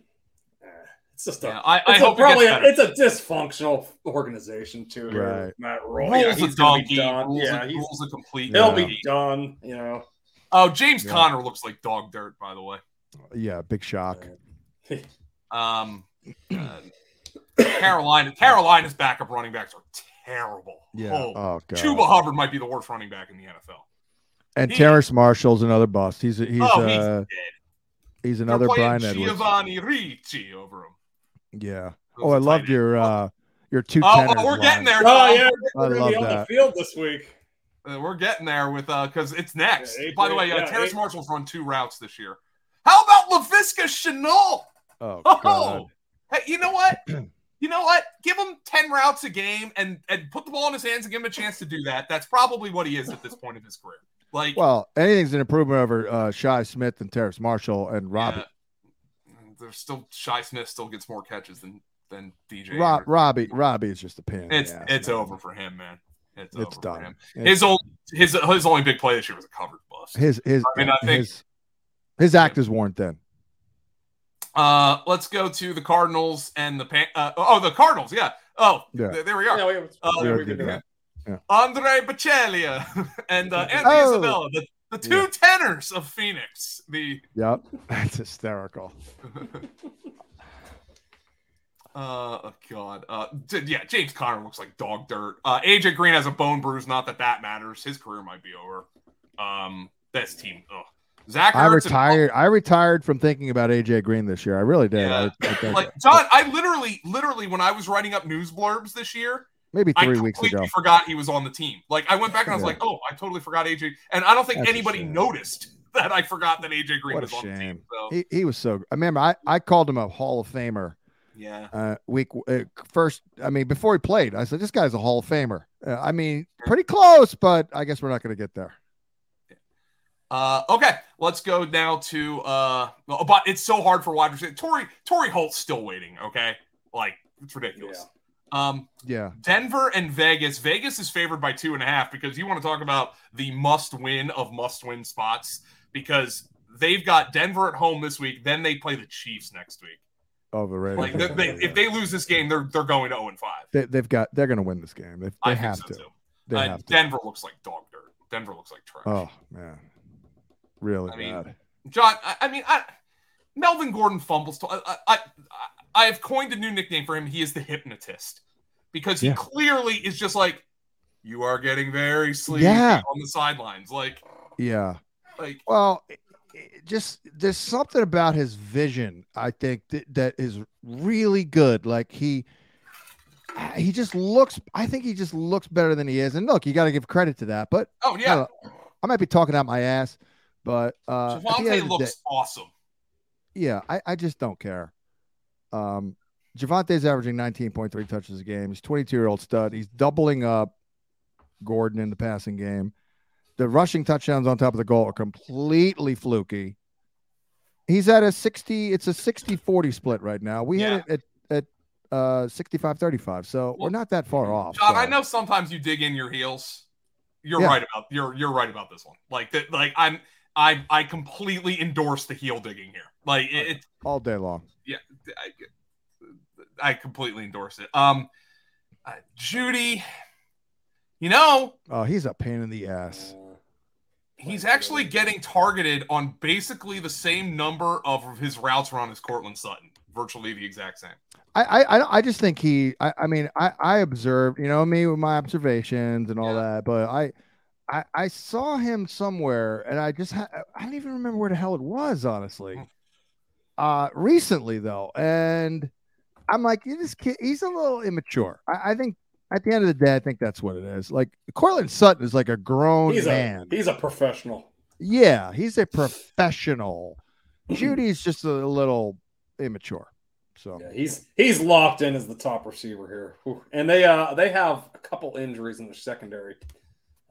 C: eh, it's just a
A: yeah, I, I
C: it's a-
A: hope
C: probably
A: probably
C: a, it's a dysfunctional organization too. here,
B: Right.
C: Matt Roy.
A: rules
C: Yeah,
A: a
C: he's gonna
A: donkey.
C: be done.
A: Rules,
C: Yeah,
A: a,
C: he's,
A: rules a complete.
B: Yeah.
C: he'll
A: Donkey.
C: be done. You know,
A: Oh, James
B: Yeah.
A: Conner looks like dog dirt, by the way.
B: Yeah, big shock. *clears throat*
A: Um, uh, Carolina, Carolina's backup running backs are terrible.
B: Yeah.
A: Oh,
B: Oh god.
A: Chuba Hubbard might be the worst running back in the NFL.
B: And
A: He-
B: Terrence Marshall's another bust. He's a, he's
A: oh, he's
B: uh,
A: dead.
B: He's
A: They're
B: another
A: playing
B: Brian Edwards.
A: Giovanni Ricci over him.
B: Yeah.
A: Who's
B: Oh, I
A: the
B: loved
A: tight end.
B: your
A: Oh,
B: uh your two
A: oh,
B: tenors
A: we're getting
B: line.
A: there.
C: Oh
A: Tom.
C: yeah,
B: I
C: we're gonna be
B: love
C: on
B: that.
C: the field this week.
A: Uh, We're getting there with uh because it's next.
C: Yeah, eight
A: By the way,
C: three-
A: uh,
C: yeah,
A: Terrace
C: eight-
A: Marshall's run two routes this year. How about LaVisca Chenault? *laughs*
B: Oh, God.
A: Oh, hey, you know what? *clears throat* You know what? Give him ten routes a game and and put the ball in his hands and give him a chance to do that. That's probably what he is at this point in his career. Like
B: Well, anything's an improvement over uh Shy Smith and Terrace Marshall and Robbie.
A: uh, there's still Shy Smith still gets more catches than than DJ.
B: Rob,
A: Andrews.
B: Robbie, Robbie is just a pain. in the
A: it's
B: ass,
A: it's
B: man.
A: over for him, man. It's,
B: It's
A: over For
B: done.
A: him.
B: It's-
A: His only his his only big play this year was a covered bust.
B: his his
A: I mean, I think-
B: his, his act is warrant then.
A: Uh, let's go to the Cardinals and the Pan- uh, oh the Cardinals, yeah. Oh,
B: Yeah.
A: th- there we are.
C: Yeah, we,
A: Oh,
C: yeah,
B: We
A: there
C: we
B: already
C: can
B: did
C: do
B: that.
C: that.
A: Andre Bachelia *laughs* and uh, Anthony
B: Oh.
A: Isabella, the, the two
B: Yeah.
A: tenors of Phoenix. The
B: Yep, *laughs* that's hysterical.
A: uh, oh god, uh, d- yeah, James Conner looks like dog dirt. Uh, AJ Green has a bone bruise. Not that that matters. His career might be over. Um, that's team. Ugh. Zach, Ertz
B: I
A: and-
B: retired. I retired from thinking about AJ Green this year. I really did. I-
A: Yeah.
B: I think-
A: Like John, I literally, literally, when I was writing up news blurbs this year,
B: maybe
A: I
B: three weeks
A: completely
B: ago.
A: forgot he was on the team. Like I went back and I was
B: Yeah.
A: like, oh, I totally forgot AJ. And I don't think
B: That's a
A: anybody
B: shame.
A: noticed *laughs* that I forgot that AJ Green
B: What a
A: was on the team.
B: shame.
A: So
B: He, he was so. I remember I, I called him a Hall of Famer
A: yeah,
B: uh, week uh, first. I mean, before he played, I said this guy's a Hall of Famer. Uh, I mean, pretty close, but I guess we're not going to get there.
A: Uh, okay, let's go now to uh, well, but it's so hard for wide receiver. Tory Tory Holt's still waiting. Okay, like it's ridiculous. Um,
B: Yeah,
A: Denver and Vegas. Vegas is favored by two and a half because you want to talk about the must win of must win spots because they've got Denver at home this week. Then they play the Chiefs next week.
B: overrated.
A: Like they, they, if they lose this game, they're they're going to zero and five.
B: they, they've got, they're going to win this game. They, they
A: I
B: have
A: think
B: to.
A: so too.
B: They
A: Uh,
B: have to.
A: Denver looks like dog dirt. Denver looks like trash.
B: Oh man, really
A: I mean,
B: bad.
A: John, I, I mean, I, Melvin Gordon fumbles. To, I, I, I- I have coined a new nickname for him. He is the hypnotist because he
B: Yeah.
A: clearly is just like, you are getting very sleepy
B: Yeah.
A: on the sidelines. Like,
B: Yeah.
A: like
B: Well, it- it just there's something about his vision, I think, th- that is really good. Like he he just looks I think he just looks better than he is. And look, you got to give credit to that. But
A: oh
B: I,
A: yeah,
B: don't know, I might be talking out my ass, but uh at the end
A: Javante
B: of the
A: looks awesome.
B: day- yeah, I, I just don't care. Um Javante's averaging 19.3 touches a game. He's 22 year old stud. He's doubling up Gordon in the passing game. The rushing touchdowns on top of the goal are completely fluky. He's at a 60, it's a 60 40 split right now. We had it at, at uh, 65 35. So we're
A: Well,
B: not that far off.
A: John,
B: so-
A: I know sometimes you dig in your heels. You're
B: Yeah.
A: right about you're you're right about this one. Like that, like I'm I I completely endorse the heel digging here. Like it, it
B: all day long.
A: I, I completely endorse it. Um, uh, Judy, you know,
B: Oh, he's a pain in the ass.
A: he's actually getting targeted on basically the same number of his routes run as Cortland Sutton, virtually the exact same.
B: I, I, I- I just think he, I, I mean, I, I observed, you know, me with my observations and all
A: Yeah.
B: that, but I, I, I saw him somewhere and I just, ha- I don't even remember where the hell it was,
C: Hmm.
B: honestly. Uh, recently though. And I'm like, "Yeah, this kid, he's a little immature. I, I think at the end of the day, I think that's what it is. Like Cortland Sutton is like a grown
C: He's a
B: man.
C: he's a professional.
B: yeah. He's
C: *laughs*
B: a professional.
C: Hmm.
B: Judy's just a little immature. So
C: Yeah, he's he's locked in as the top receiver here, Whew. and they uh they have a couple injuries in their secondary.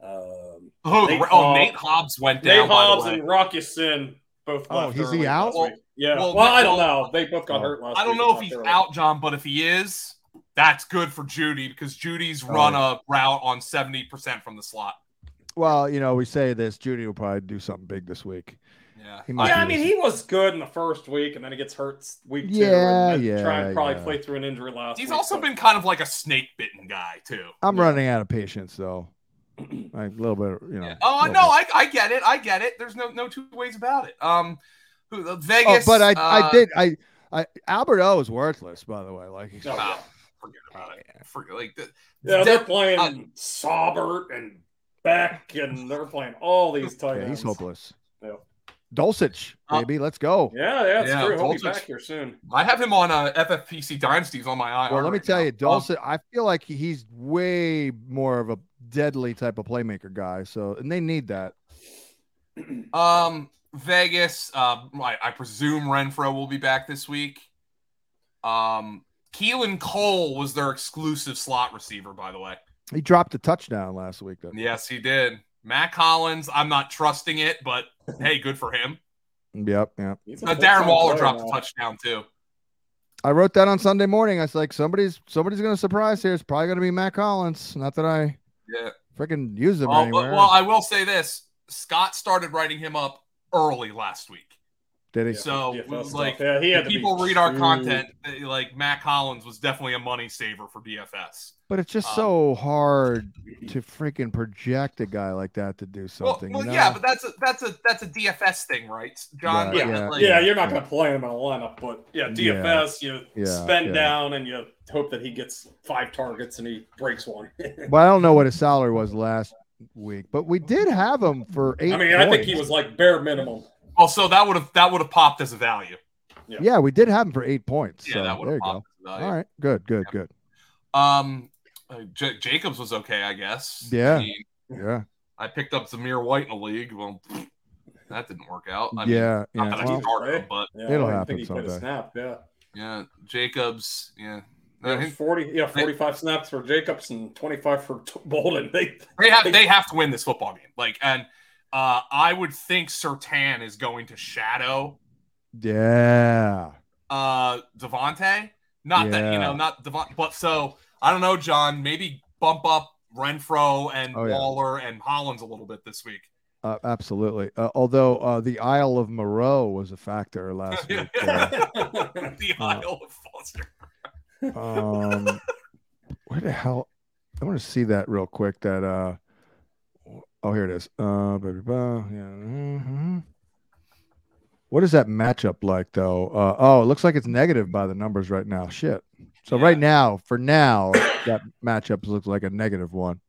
C: Um,
A: Oh,
C: Nate
A: oh,
C: Hobbs-
A: Nate Hobbs went down.
C: Nate
A: by the
C: Hobbs
A: way.
C: and Rocky Sin both.
B: Oh,
C: left
B: is he
C: early
B: out?
C: last week. yeah.
A: Well,
C: Well, I don't
A: well,
C: know. They both got
B: oh.
C: hurt last.
A: I don't
C: week
A: know
C: and
A: if he's
C: left early.
A: out, John, but if he is, that's good for Judy because
B: Oh,
A: Judy's run a route on seventy percent from the slot.
B: Well, you know, we say this. Judy will probably do something big this week.
A: Yeah,
B: He might
C: Yeah,
B: be
C: I mean, he was good in the first week, and then he gets hurt week two.
B: Yeah,
C: and then
B: yeah,
C: Trying to probably
B: yeah.
C: play through an injury last.
A: He's
C: week,
A: also
C: but-
A: been kind of like a snake bitten guy too.
B: I'm
C: Yeah.
B: running out of patience, though. Like a little bit, you know.
A: Yeah. Oh I
B: little
A: no,
B: bit.
A: I, I get it. I get it. There's no no two ways about it. Um, who- the
B: Oh,
A: Vegas.
B: but I, I
A: uh,
B: did. I, I Albert O is worthless, by the way. Like,
C: No.
A: oh, forget about it. Forget, like the,
C: Yeah, they're
A: Def-
C: playing
A: uh,
C: Saubert and Beck, and they're playing all these tight
B: yeah,
C: ends.
B: he's hopeless.
C: Yeah.
B: Dulcich,
A: Uh,
B: baby. Let's go.
C: Yeah, yeah, it's
A: Yeah,
C: true. He'll be
A: Voltage.
C: back here soon.
A: I have him on uh, FFPC Dynasties on my IR.
B: Well, let me
A: right
B: tell
A: now.
B: you,
A: Um,
B: Dulcich, I feel like he- he's way more of a deadly type of playmaker guy. So, and they need that.
A: Um, Vegas. Uh, I, I presume Renfro will be back this week. Um, Keelan Cole was their exclusive slot receiver, by the way.
B: He dropped a touchdown last week, though.
A: Yes, he did. Matt Collins. I'm not trusting it, but hey, good for him.
B: Yep. Yep.
C: He's a
A: Uh, Darren
C: full-time
A: Waller
C: player
A: dropped a
C: now.
A: touchdown too.
B: I wrote that on Sunday morning. I was like, somebody's somebody's gonna surprise here. It's probably gonna be Matt Collins. Not that I
A: Yeah.
B: freaking use him
A: Oh, but-
B: anywhere.
A: well, I will say this: Scott started writing him up early last week.
B: Did he?
A: So
C: Yeah,
A: it was
C: that's
A: like
C: tough. yeah, he had
A: if
C: to be
A: people read our
C: true.
A: content, they- like Matt Collins was definitely a money saver for DFS.
B: But it's just
A: Um,
B: so hard to freaking project a guy like that to do something.
A: well, well
B: you know?
A: yeah, but that's a that's a that's a DFS thing, right, John?
B: Yeah,
A: Like,
B: yeah.
A: like,
C: Yeah, you're not going to play him in a lineup, but yeah,
B: Yeah.
C: DFS, you
B: Yeah,
C: spend
B: yeah.
C: down and you hope that he gets five targets and he breaks one. *laughs*
B: But I don't know what his salary was last week. But we did have him for eight.
C: I mean, I think he
B: points.
C: was like bare minimum.
A: Well, so that would have that would have popped as a value.
B: Yeah, we did have him for eight points.
A: Yeah,
B: so
A: that would
B: there
A: have
B: you
A: popped
B: go.
A: as a value.
B: All right, good, good, good.
A: Um, uh, J- Jacobs was okay, I guess.
B: Yeah.
A: I, mean,
B: Yeah,
A: I picked up Zamir White in the league. Well, that didn't work out. I mean,
B: yeah,
A: Not
B: yeah.
A: that
B: Well,
A: I started him, but
C: Yeah,
B: It'll
C: I
B: happen
C: think he played
B: someday.
C: a snap. Yeah,
A: yeah, Jacobs. Yeah, I
C: yeah
A: think
C: forty. Yeah, forty-five snaps for Jacobs and twenty-five for T- Bolden. *laughs* They,
A: they have they have to win this football game. Like, and uh, I would think Sertan is going to shadow
B: yeah.
A: uh Devonte. Not that you
B: Yeah.
A: know, not Devonte, but so I don't know, John. Maybe bump up Renfro and
B: Oh, yeah.
A: Waller and Hollins a little bit this week. *laughs*
B: Uh, absolutely. Uh, although uh, the Isle of Moreau was a factor last week.
C: *laughs*
B: uh,
A: the Isle of Foster.
B: um, where the hell? I want to see that real quick. That uh, oh here it is. Uh, blah, blah, blah, yeah. mhm. What is that matchup like though? Uh, oh, it looks like it's negative by the numbers right now. Shit. So
A: Yeah.
B: right now, for now, that matchup looks like a negative one.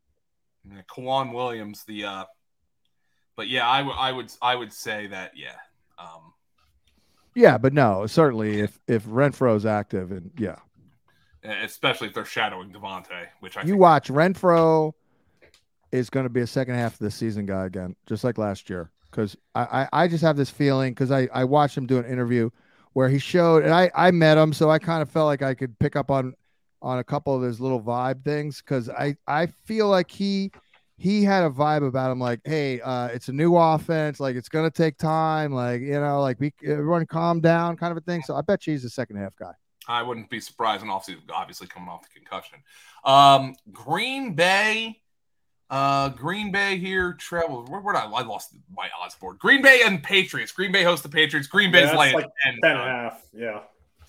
A: Yeah, Kwan Williams, the uh but yeah, I would I would I would say that yeah. Um
B: Yeah, but no, certainly if if Renfro's active and yeah,
A: e-, especially if they're shadowing Devontae, which I
B: you
A: think
B: watch Renfro is going to be a second half of the season guy again, just like last year. Because I, I, I just have this feeling because I, I watched him do an interview where he showed and I, I met him, so I kind of felt like I could pick up on on a couple of his little vibe things because I I feel like he he had a vibe about him like hey uh, it's a new offense like it's gonna take time like you know like we everyone calm down kind of a thing so I bet you he's a second half guy
A: I wouldn't be surprised, and obviously, obviously coming off the concussion. Um, Green Bay, uh, Green Bay here travel. Where, where did I, I lost my odds board? Green Bay and Patriots. Green Bay host the Patriots. Green
C: Yeah,
A: Bay's
C: that's
A: laying
C: like
A: 10,
C: ten and a
A: uh,
C: half. Yeah,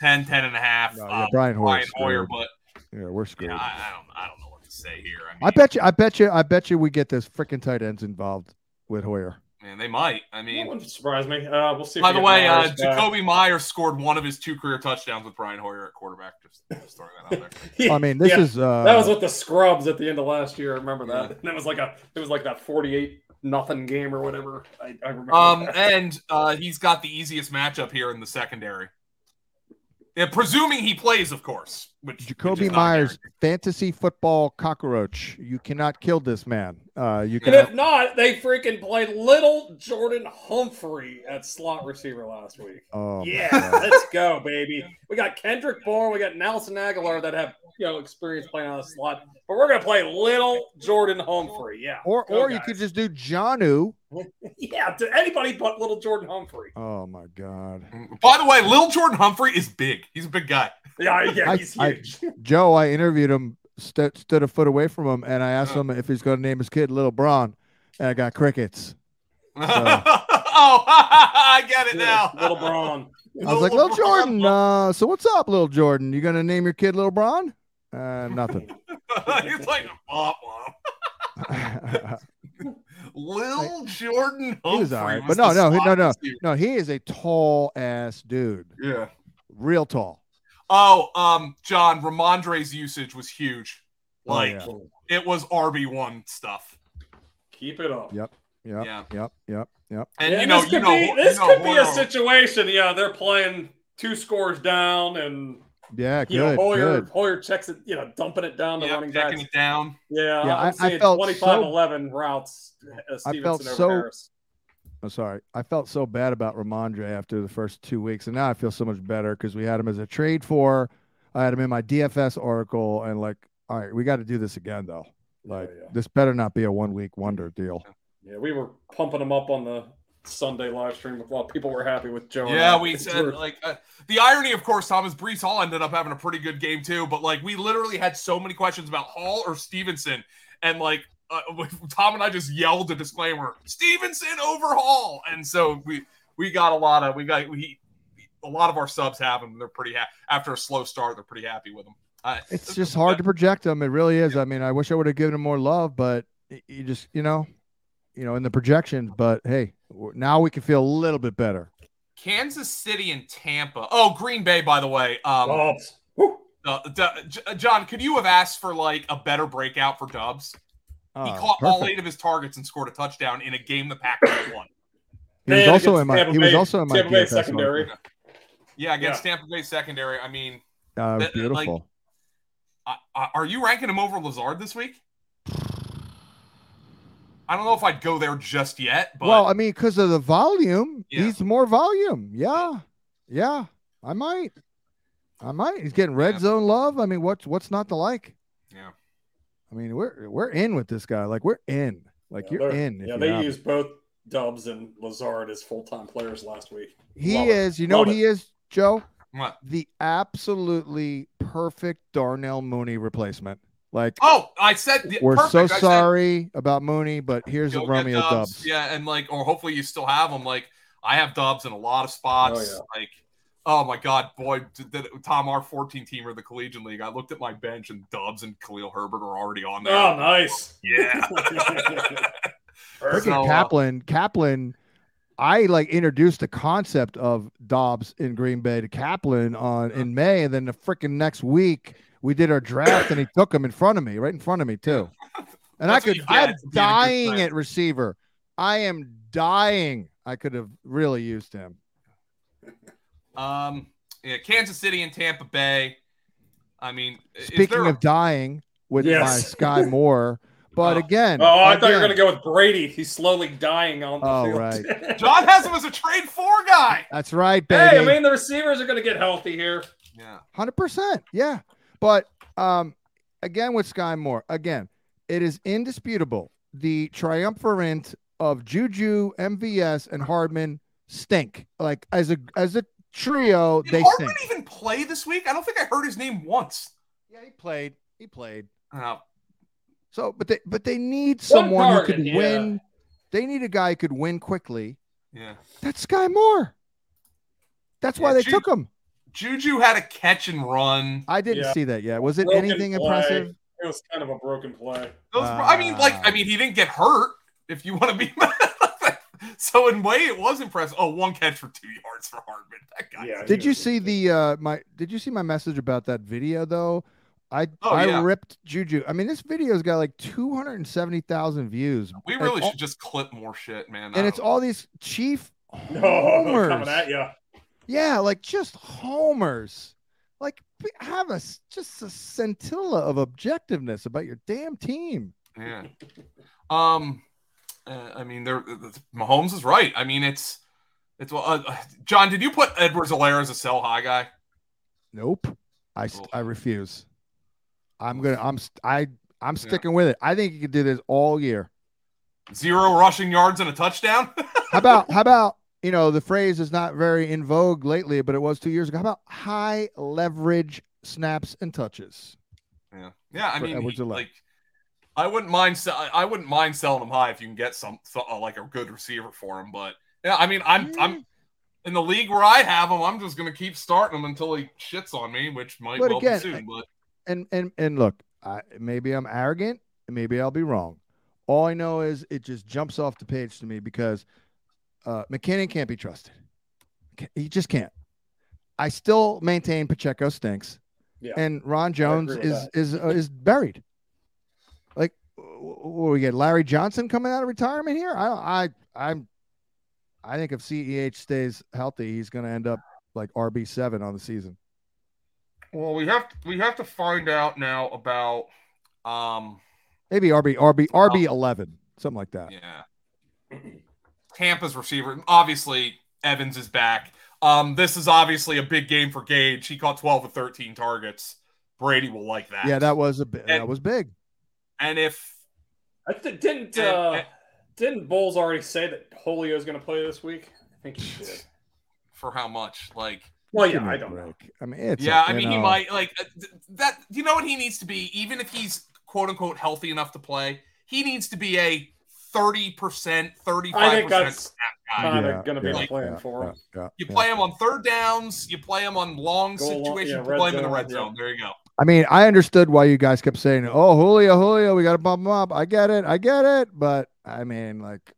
A: 10, 10 and a half.
B: No,
A: um,
B: yeah Brian Hoyer
A: Brian Hoyer, but
B: yeah we're screwed.
A: yeah, I, I don't, I don't know what to say here. I, mean,
B: I bet you, I bet you, I bet you, we get those freaking tight ends involved with Hoyer.
A: man, they might. I
C: that
A: mean,
C: wouldn't surprise me. Uh, we'll see. if
A: by
C: we
A: the
C: get
A: way, uh,
C: Myers back.
A: Jacoby Myers scored one of his two career touchdowns with Brian Hoyer at quarterback. Just, just throwing that out there.
B: I mean, this
C: *laughs* Yeah,
B: is uh,
C: that was with the scrubs at the end of last year. I remember
A: Yeah.
C: that. And *laughs* it was like a it was like that forty eight nothing game or whatever. I, I remember.
A: Um,
C: that.
A: and uh, he's got the easiest matchup here in the secondary. Yeah, presuming he plays, of course. Which which
B: Jacoby
A: is not
B: Myers,
A: guaranteed.
B: fantasy football cockroach. You cannot kill this man. Uh, you
C: And
B: can.
C: if not, they freaking played little Jordan Humphrey
B: *laughs*
C: at slot receiver last week.
B: Oh,
C: yeah,
B: God.
C: let's go, baby. We got Kendrick Bourne, we got Nelson Aguilar that have you know experience playing on the slot, but we're gonna play little Jordan Humphrey. Yeah,
B: Or,
C: Go,
B: or you
C: guys.
B: could just do Janu.
C: *laughs* yeah, to anybody but little Jordan Humphrey.
B: Oh my God,
A: By the way, Lil Jordan Humphrey is big. He's a big guy.
B: *laughs*
C: Yeah,
B: I-
C: yeah, he's
B: I- *laughs*
C: huge.
B: Joe. I interviewed him, st- stood a foot away from him, and I
C: Uh-huh.
B: asked him if he's going to name his kid Little Braun, and I got crickets.
A: *laughs* oh, *laughs* I get it
C: Yeah,
A: now.
C: *laughs* little
A: *laughs*
C: Braun.
B: I was like,
A: Little
B: Little Jordan. Uh, so what's up, Little Jordan? You going to name your kid Little Braun? Uh,
C: *laughs*
B: nothing.
A: *laughs* he's like a bop mom. Lil Jordan Humphrey.
B: He was all right,
A: was
B: but no,
A: the
B: no, he-
A: slot
B: no,
A: receiver.
B: No, he is a tall ass dude,
A: Yeah.
B: real tall.
A: Oh, um, John Ramondre's usage was huge.
B: Oh,
A: Like
B: yeah.
A: it was RB one stuff.
C: Keep it up.
B: Yep. yep,
A: Yeah.
B: yep, yep, yep.
A: And
C: Yeah,
A: you know,
C: this
A: you
C: could
A: know,
C: be,
A: you
C: this
A: know
C: could be a
A: Hoyer-
C: situation. Yeah, they're playing two scores down, and
B: Yeah,
C: you know
B: good,
C: Hoyer
B: good.
C: Hoyer checks it, you know, dumping it down to
A: yeah,
C: running
A: decking
C: backs.
A: it down.
C: Yeah,
B: Yeah, I-
C: I'm
B: I
C: seeing
B: felt
C: 25-11 routes. Uh, Stevenson
B: felt
C: over
B: so-
C: Harris.
B: I'm sorry. I felt so bad about Ramondre after the first two weeks, and now I feel so much better because we had him as a trade for. I had him in my DFS oracle, and like, all right, we got to do this again though. Like,
C: yeah.
B: this better not be a one week wonder deal.
C: Yeah, we were pumping them up on the Sunday live stream while people were happy with Joe. and
A: Yeah,
C: I.
A: we said like uh, the irony, of course, Thomas Brees Hall ended up having a pretty good game too. But like we literally had so many questions about Hall or Stevenson, and like uh, *laughs* Tom and I just yelled the disclaimer: Stevenson over Hall. And so we we got a lot of we got we a lot of our subs have them. They're pretty happy after a slow start. They're pretty happy with them. Uh,
B: It's just hard to project him. It really is. I mean, I wish I would have given him more love, but y- you just, you know, you know, in the projections. But hey, w- now we can feel a little bit better.
A: Kansas City and Tampa. Oh, Green Bay, by the way. Um,
C: Bobs. Woo.
A: uh, D- J- John, could you have asked for like a better breakout for Dubs? He
B: Oh,
A: caught all
B: perfect.
A: eight of his targets and scored a touchdown in a game the
B: *coughs*
A: Packers won.
B: He was
C: Man,
B: also
C: against
B: in my.
C: Tampa
B: He was
C: Bay-
B: also in my
C: Tampa Bay
B: DFS oracle.
C: secondary.
A: Yeah, against Tampa Bay secondary. I mean,
B: Uh, it was
A: That- that, like-
B: beautiful.
A: I, I, are you ranking him over Lazard this week? I don't know if I'd go there just yet, but
B: well, I mean, because of the volume,
A: Yeah.
B: he's more volume. Yeah, yeah. I might, I might. He's getting red
A: Yeah.
B: zone love. I mean, what's what's not to like?
A: yeah.
B: I mean, we're we're in with this guy. Like we're in. Like
C: Yeah,
B: you're
C: they're-
B: in. if
C: Yeah,
B: you
C: they
B: have him.
C: used both Dubs and Lazard as full-time players last week.
B: He
C: Love it.
B: is. You know
C: Love
B: what
C: it.
B: he is, Joe?
A: What?
B: The absolutely perfect Darnell Mooney replacement. Like
A: Oh, I said the,
B: we're
A: perfect.
B: so
A: I said
B: sorry about Mooney, but here's
A: go
B: a
A: get
B: Romeo Dubs.
A: Yeah, and like, or hopefully you still have them. Like, I have Dubs in a lot of spots.
C: Oh,
A: Like, oh my god, boy, did, did, Tom, our 14 teamer of the collegiate league. I looked at my bench and Dubs and Khalil Herbert are already on there. *laughs*
C: Oh, nice.
A: Yeah.
B: Freaking
A: So, uh,
B: Kaplan, Kaplan. I like introduced the concept of Dobbs in Green Bay to Kaplan on in May, and then the freaking next week we did our draft, and he took him in front of me, right in front of me
A: *laughs*
B: too. And
A: That's
B: I
A: what
B: could,
A: you get
B: I'm
A: for being a good
B: dying
A: player.
B: at receiver. I am dying. I could have really used him.
A: Um, yeah, Kansas City and Tampa Bay. I mean, is there
B: Speaking
A: a-
B: of dying with my
C: Yes.
B: Sky Moore,
A: *laughs*
B: but
A: Oh.
B: again,
C: Oh, I thought you were
B: again,
C: going to go with Brady. He's slowly dying on the
B: Oh,
C: field. *laughs*
A: *laughs*
B: right.
A: John has him as a trade four guy.
B: That's right, baby.
C: hey, I mean, the receivers are going to get healthy here.
A: Yeah,
B: Hundred percent, yeah. But um, again with Sky Moore, again, it is indisputable the triumvirate of Juju, MVS, and Hardman stink. Like as a as a trio,
A: did
B: they
A: Hartman
B: stink.
A: even play this week? I don't think I heard his name once.
B: Yeah, he played. He played.
A: Oh,
B: So, but they but they need someone who could
C: target, yeah.
B: win. They need a guy who could win quickly.
A: yeah.
B: That's Sky Moore. That's why
A: Yeah,
B: they
A: Ju-
B: took him.
A: Juju had a catch and run.
B: I didn't
C: Yeah.
B: see that yet. Was it
C: Broken
B: anything
C: play.
B: impressive?
C: It was kind of a broken play.
A: Those, I mean, like, I mean, he didn't get hurt. If you want to be, *laughs* so in way, it was impressive. Oh, one catch for two yards for Hardman. That guy.
C: Yeah.
B: Did you see the uh my did you see my message about that video though? I
A: Oh,
B: I
A: yeah.
B: ripped Juju. I mean, this video's got like 270,000 views.
A: We
B: and
A: really
B: all-
A: should just clip more shit, man.
B: and
A: I
B: it's
A: don't-
B: all these chief
C: No, *laughs*
B: homers.
C: coming at you.
B: Yeah, like just homers. Like b- have a s- just a scintilla of objectiveness about your damn team.
A: Yeah. Um, uh, I mean, there. that's- Mahomes is right. I mean, it's it's. Well, uh, uh, John, did you put Edwards Alaire as a sell high guy?
B: Nope. I st-
A: Oof.
B: I refuse. I'm going to I'm st- I
A: Yeah.
B: I'm sticking with it. I think you could do this all year.
A: Zero rushing yards and a touchdown.
B: How about how about you know the phrase is not very in vogue lately, but it was two years ago. How about high leverage snaps and touches?
A: yeah, yeah. I
B: For
A: mean,
B: Edwards
A: he-
B: Alaire.
A: like, I wouldn't mind. se- I I wouldn't mind selling him high if you can get some so- uh, like a good receiver for him. But yeah, I mean, I'm I'm
B: Mm.
A: in the league where I have him. I'm just gonna keep starting him until he shits on me, which might
B: But
A: well
B: again,
A: be soon. But
B: And and and look, I, maybe I'm arrogant, and maybe I'll be wrong. All I know is it just jumps off the page to me because uh, McKinnon can't be trusted. Ca- He just can't. I still maintain Pacheco stinks,
C: Yeah.
B: and Ron Jones
C: agree with
B: is is uh, is buried. Like, w- what do we get Larry Johnson coming out of retirement here? I I I'm I think if CEH stays healthy, he's going to end up like RB seven on the season.
A: Well, we have to, we have to find out now about um
B: Maybe RB RB RB eleven, something like that.
A: Oh. yeah. Tampa's receiver. Obviously, Evans is back. Um, this is obviously a big game for Gage. He caught 12 of 13 targets. Brady will like that.
B: Yeah, that was a bit.
A: And-
B: That was big.
A: and if
C: I th- didn't
A: And-
C: uh,
A: and-
C: didn't Bowles already say that Julio's going to play this week? I think he did.
A: for how much? Like
C: Well,
B: Give
C: yeah,
B: me
C: I
B: a
C: don't know.
B: break. I mean, it's
A: yeah,
B: I
A: I mean, he might like uh, th- that. You know what he needs to be, even if he's quote unquote healthy enough to play. He needs to be a thirty percent,
C: I
A: thirty-five
C: think
A: percent.
C: that's kind of
B: Yeah,
C: going to be
B: yeah,
C: the plan
B: yeah,
C: for him.
B: yeah, yeah,
A: You
B: yeah.
A: play him on third downs. You play him on long
C: Go along-
A: situation.
C: yeah,
A: you
C: red
A: play him in the
C: zone,
A: red
C: yeah.
A: zone. There you go.
B: I mean, I understood why you guys kept saying, "Oh, Julio, Julio, we got to bump him up." I get it, I get it, but I mean, like,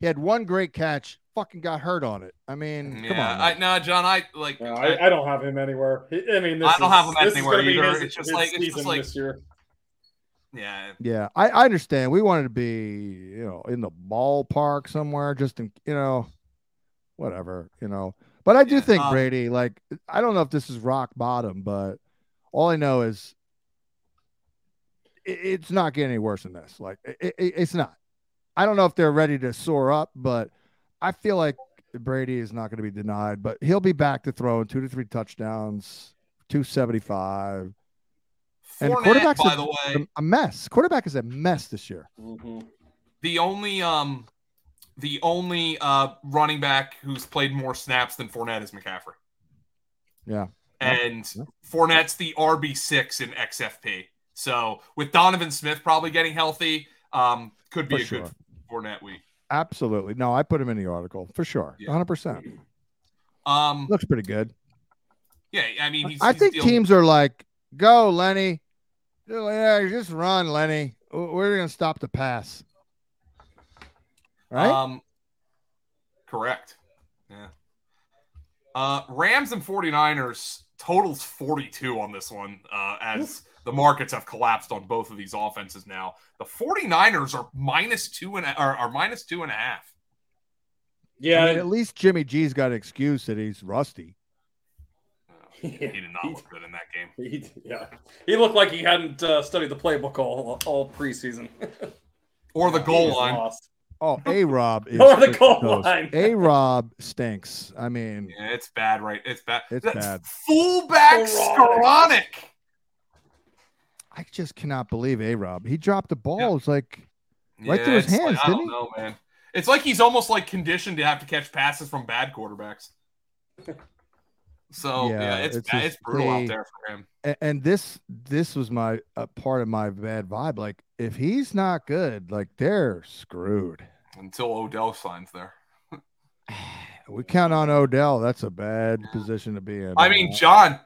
B: he had one great catch, fucking got hurt on it. I mean, come
A: Yeah,
B: on,
A: I, no, John, I like.
C: No,
A: I,
C: I, I don't have him anywhere. He- I mean, this
A: I don't
C: is-
A: have him
C: this is
A: anywhere
C: gonna be
A: either.
C: his-
A: It's just
C: his
A: like- it's just
C: season
A: like-
C: this year.
A: yeah,
B: yeah, I, I understand. We wanted to be, you know, in the ballpark somewhere, just in, you know, whatever, you know. But I do
A: Yeah,
B: think
A: um,
B: Brady, like, I don't know if this is rock bottom, but all I know is it, it's not getting any worse than this. Like, it, it, it's not. I don't know if they're ready to soar up, but I feel like Brady is not going to be denied. But he'll be back to throwing two to three touchdowns, two seventy five. And
A: Fournette,
B: quarterback's
A: by
B: a-
A: the way,
B: A mess. Quarterback is a mess this year.
C: Mhm.
A: the only um the only uh running back who's played more snaps than Fournette is McCaffrey.
B: Yeah.
A: And
B: Yeah.
A: Fournette's the RB six in XFP. So with Donovan Smith probably getting healthy, um, could be
B: For
A: a good Fournette week.
B: Absolutely. No, I put him in the article for sure.
A: Yeah.
B: One hundred percent.
A: Um,
B: Looks pretty good.
A: yeah, I mean, he's,
B: I
A: he's
B: think
A: the only-
B: teams are like, go, Lenny. Yeah, Just run, Lenny. We're going to stop the pass.
C: Uh,
B: Right?
A: Um, correct. Yeah. Uh, Rams and 49ers totals 42 on this one uh, as the markets have collapsed on both of these offenses now. The 49ers are minus two and a- are, are minus two and a half.
C: Yeah,
B: I mean, at least Jimmy G's got an excuse that he's rusty.
A: Oh, He
C: *laughs*
A: did not look good in that game.
C: He, yeah, he looked like he hadn't uh, studied the playbook all all preseason.
A: Or the
C: He
A: goal
C: was
A: line.
C: lost. *laughs*
B: Oh, A Rob is.
C: Or the goal line. *laughs*
B: A Rob stinks. I mean,
A: Yeah, it's bad, right? It's bad.
B: It's bad.
A: Fullback
C: Skoronic.
A: Skoronic.
B: I just cannot believe A Rob. He dropped the ball.
A: Yeah.
B: It's like, Right through his
A: it's like-
B: hands,
A: I don't
B: didn't he?
A: know, man. It's like he's almost like conditioned to have to catch passes from bad
C: *laughs*
A: quarterbacks. So yeah,
B: Yeah,
A: it's
B: it's
A: bad-
B: just
A: it's brutal
B: they-
A: out there for him.
B: a- and this this was my uh, part of my bad vibe. Like, if he's not good, like they're screwed. *sighs*
A: until Odell signs there.
B: We count on Odell. That's a bad position to be in.
A: I mean, John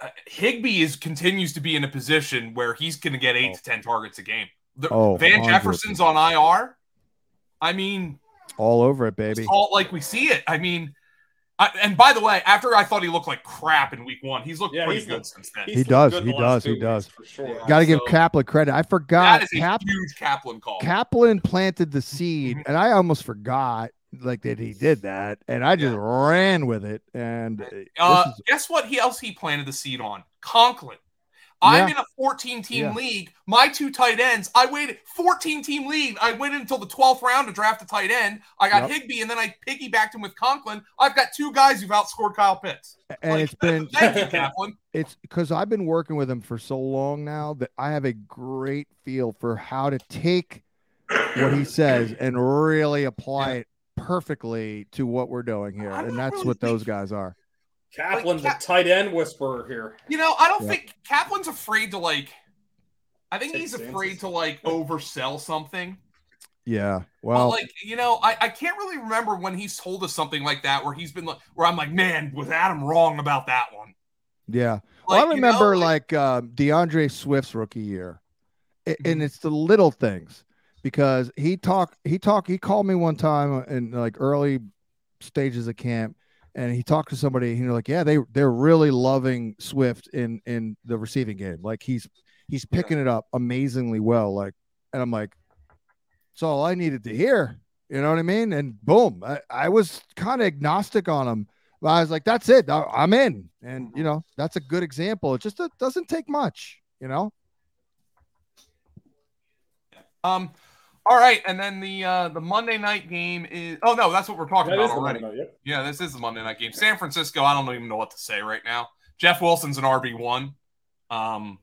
A: uh, Higby is continues to be in a position where he's going to get eight
B: Oh.
A: to ten targets a game. The,
B: Oh,
A: Van
B: 100%.
A: Jefferson's on IR. I mean,
B: all over it,
A: it's
B: baby.
A: all like we see it. I mean, I, and by the way, after I thought he looked like crap in week one, he's looked
C: Yeah,
A: pretty
C: he's
A: good
C: looked-
A: since then.
C: He's
B: He
C: looked
B: does,
C: good
B: he
C: the
B: does,
C: last two
B: he
C: weeks,
B: does.
C: for sure.
B: Got to give
A: so-
B: Kaplan credit. I
A: That
B: forgot
A: is a
B: Cap-
A: huge Mm-hmm. Kaplan call.
B: Kaplan planted the seed, and I almost forgot like that he did that, and I just ran with it. And uh, this
A: Uh,
B: is-
A: guess what? He else he planted the seed on Conklin. I'm
B: Yeah.
A: in a 14 team
B: Yeah.
A: league. My two tight ends. I waited 14 team league. I waited until the 12th round to draft a tight end. I got
B: Yep.
A: Higby, and then I piggybacked him with Conklin. I've got two guys who've outscored Kyle Pitts.
B: and
A: like-
B: it's been
A: *laughs* Thank you, Kaplan.
B: it's because I've been working with him for so long now that I have a great feel for how to take
A: *clears throat*
B: what he says and really apply it perfectly to what we're doing here,
A: I'm
B: and
A: not
B: that's
A: really
B: what those
A: thinking-
B: guys are.
C: Kaplan's
A: Like,
C: a tight end whisperer here.
A: You know, I don't
B: Yeah.
A: think Kaplan's afraid to like. I think
C: Take
A: he's
C: chances.
A: afraid to like oversell something.
B: Yeah.
A: But
B: Well,
A: like you know, I, I can't really remember when he's told us something like that where he's been like where I'm like, man, was Adam wrong about that one?
B: yeah. Well, I
A: Like, you know,
B: remember
A: like-
B: like uh, DeAndre Swift's rookie year, A-
A: Mm-hmm.
B: and it's the little things because he talked, he talked, he called me one time in like early stages of camp, and he talked to somebody, and you're like, yeah, they they're really loving Swift in in the receiving game, like he's he's picking it up amazingly well, like and I'm like, it's all I needed to hear. You know what I mean? And boom, I, I was kind of agnostic on him. But I was like, that's it. I, I'm in. And,
A: Mm-hmm.
B: you know, that's a good example. It just it doesn't take much, you know?
A: Um, all right, and then the uh, the Monday night game is. Oh no, that's what we're talking
C: That
A: about
C: is the
A: already.
C: one, though, yep.
A: Yeah, this is the Monday night game. San Francisco. I don't even know what to say right now. Jeff Wilson's an RB one. Um,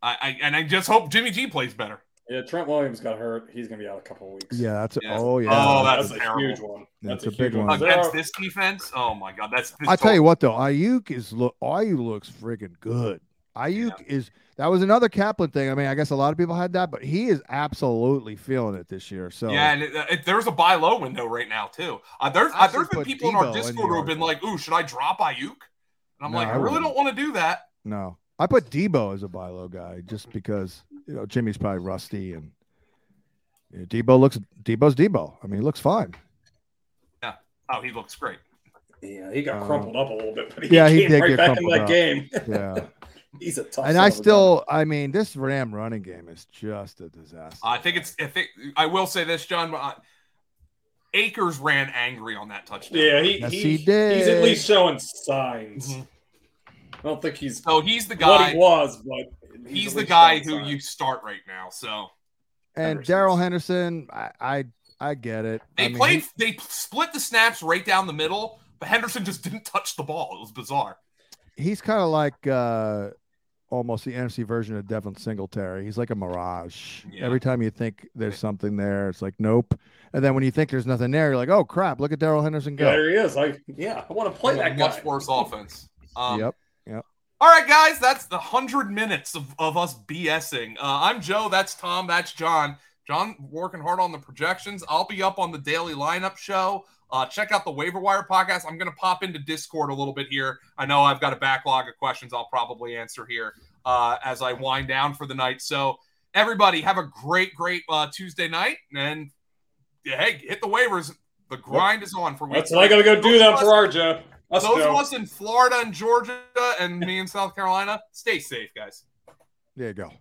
A: I, I and I just hope Jimmy G plays better.
C: Yeah, Trent Williams got hurt. He's gonna be out a couple of weeks.
B: Yeah, that's
A: Yeah.
B: oh yeah.
A: Oh, that-
C: that's,
A: that's
C: a
A: terrible.
C: huge one.
B: That's
C: That's,
B: a
C: a,
B: big
C: huge one.
B: one.
C: There
A: Against
C: are-
A: this defense, oh my god, that's. This
B: I tell you what though, Ayuk is look Ayuk looks friggin' good. Ayuk is that was another Kaplan thing. I mean, I guess a lot of people had that, but he is absolutely feeling it this year. So
A: Yeah, and it, it, there's a buy low window right now too. Uh, there's uh,
B: Actually
A: there's been
B: put
A: people in
B: Debo
A: our
B: in the
A: Discord who have been
B: article.
A: like, "Ooh, should I drop Ayuk?" And I'm
B: No,
A: like,
B: I
A: I, really
B: wouldn't.
A: don't want to do that.
B: no. I put Debo as a buy low guy just because you know Jimmy's probably rusty and yeah, Debo looks Debo's Debo. I mean, he looks
A: *laughs*
B: fine.
A: Oh, he looks great.
C: Yeah, he got
B: Uh,
C: crumpled up a little bit, but he
B: yeah, he
C: came
B: did
C: right
B: get
C: back in
B: crumpled
C: that
B: up.
C: game. *laughs*
B: Yeah.
C: He's a tough.
B: and
C: son
B: I
C: of a gun.
B: still I mean, this Ram running game is just a disaster.
A: I think it's. I think I will say this, John. But I, Akers ran angry on that touchdown.
C: Yeah, he,
B: Yes,
C: he,
B: he
C: He's
B: did.
C: at least showing signs.
A: Mhm.
C: I don't think he's
A: So he's the
C: what
A: guy.
C: he was, but
A: He's,
C: at
A: the
C: least
A: guy who
C: showing
A: you
C: signs.
A: start right now. So
B: and
C: Henderson.
B: Daryl Henderson, I, I I get it.
A: they
B: I mean,
A: played. They split the snaps right down the middle, but Henderson just didn't touch the ball. It was bizarre.
B: he's kind of like uh almost the NFC version of Devin Singletary. He's like a mirage.
A: Yeah.
B: Every time you think there's something there, it's like nope. And then when you think there's nothing there, you're like, oh crap, look at Daryl Henderson go.
C: There he is. I yeah, I want to play that guy.
A: much worse offense. Um,
B: yep.
A: All right, guys, that's the 100 minutes of, of us BSing. Uh, I'm Joe. That's Tom. That's John. John working hard on the projections. I'll be up on the daily lineup show. Uh, check out the waiver wire podcast. I'm going to pop into Discord a little bit here. I know I've got a backlog of questions I'll probably answer here uh, as I wind down for the night. So, everybody, have a great, great uh, Tuesday night. And yeah, hey, hit the waivers. The grind is on for week
C: That's
A: three.
C: what I gotta go do
A: Those
C: that
A: of
C: for our Jeff. Us
A: Those of
C: Joe.
A: us in Florida and Georgia and me in South Carolina, stay safe, guys.
B: There you go.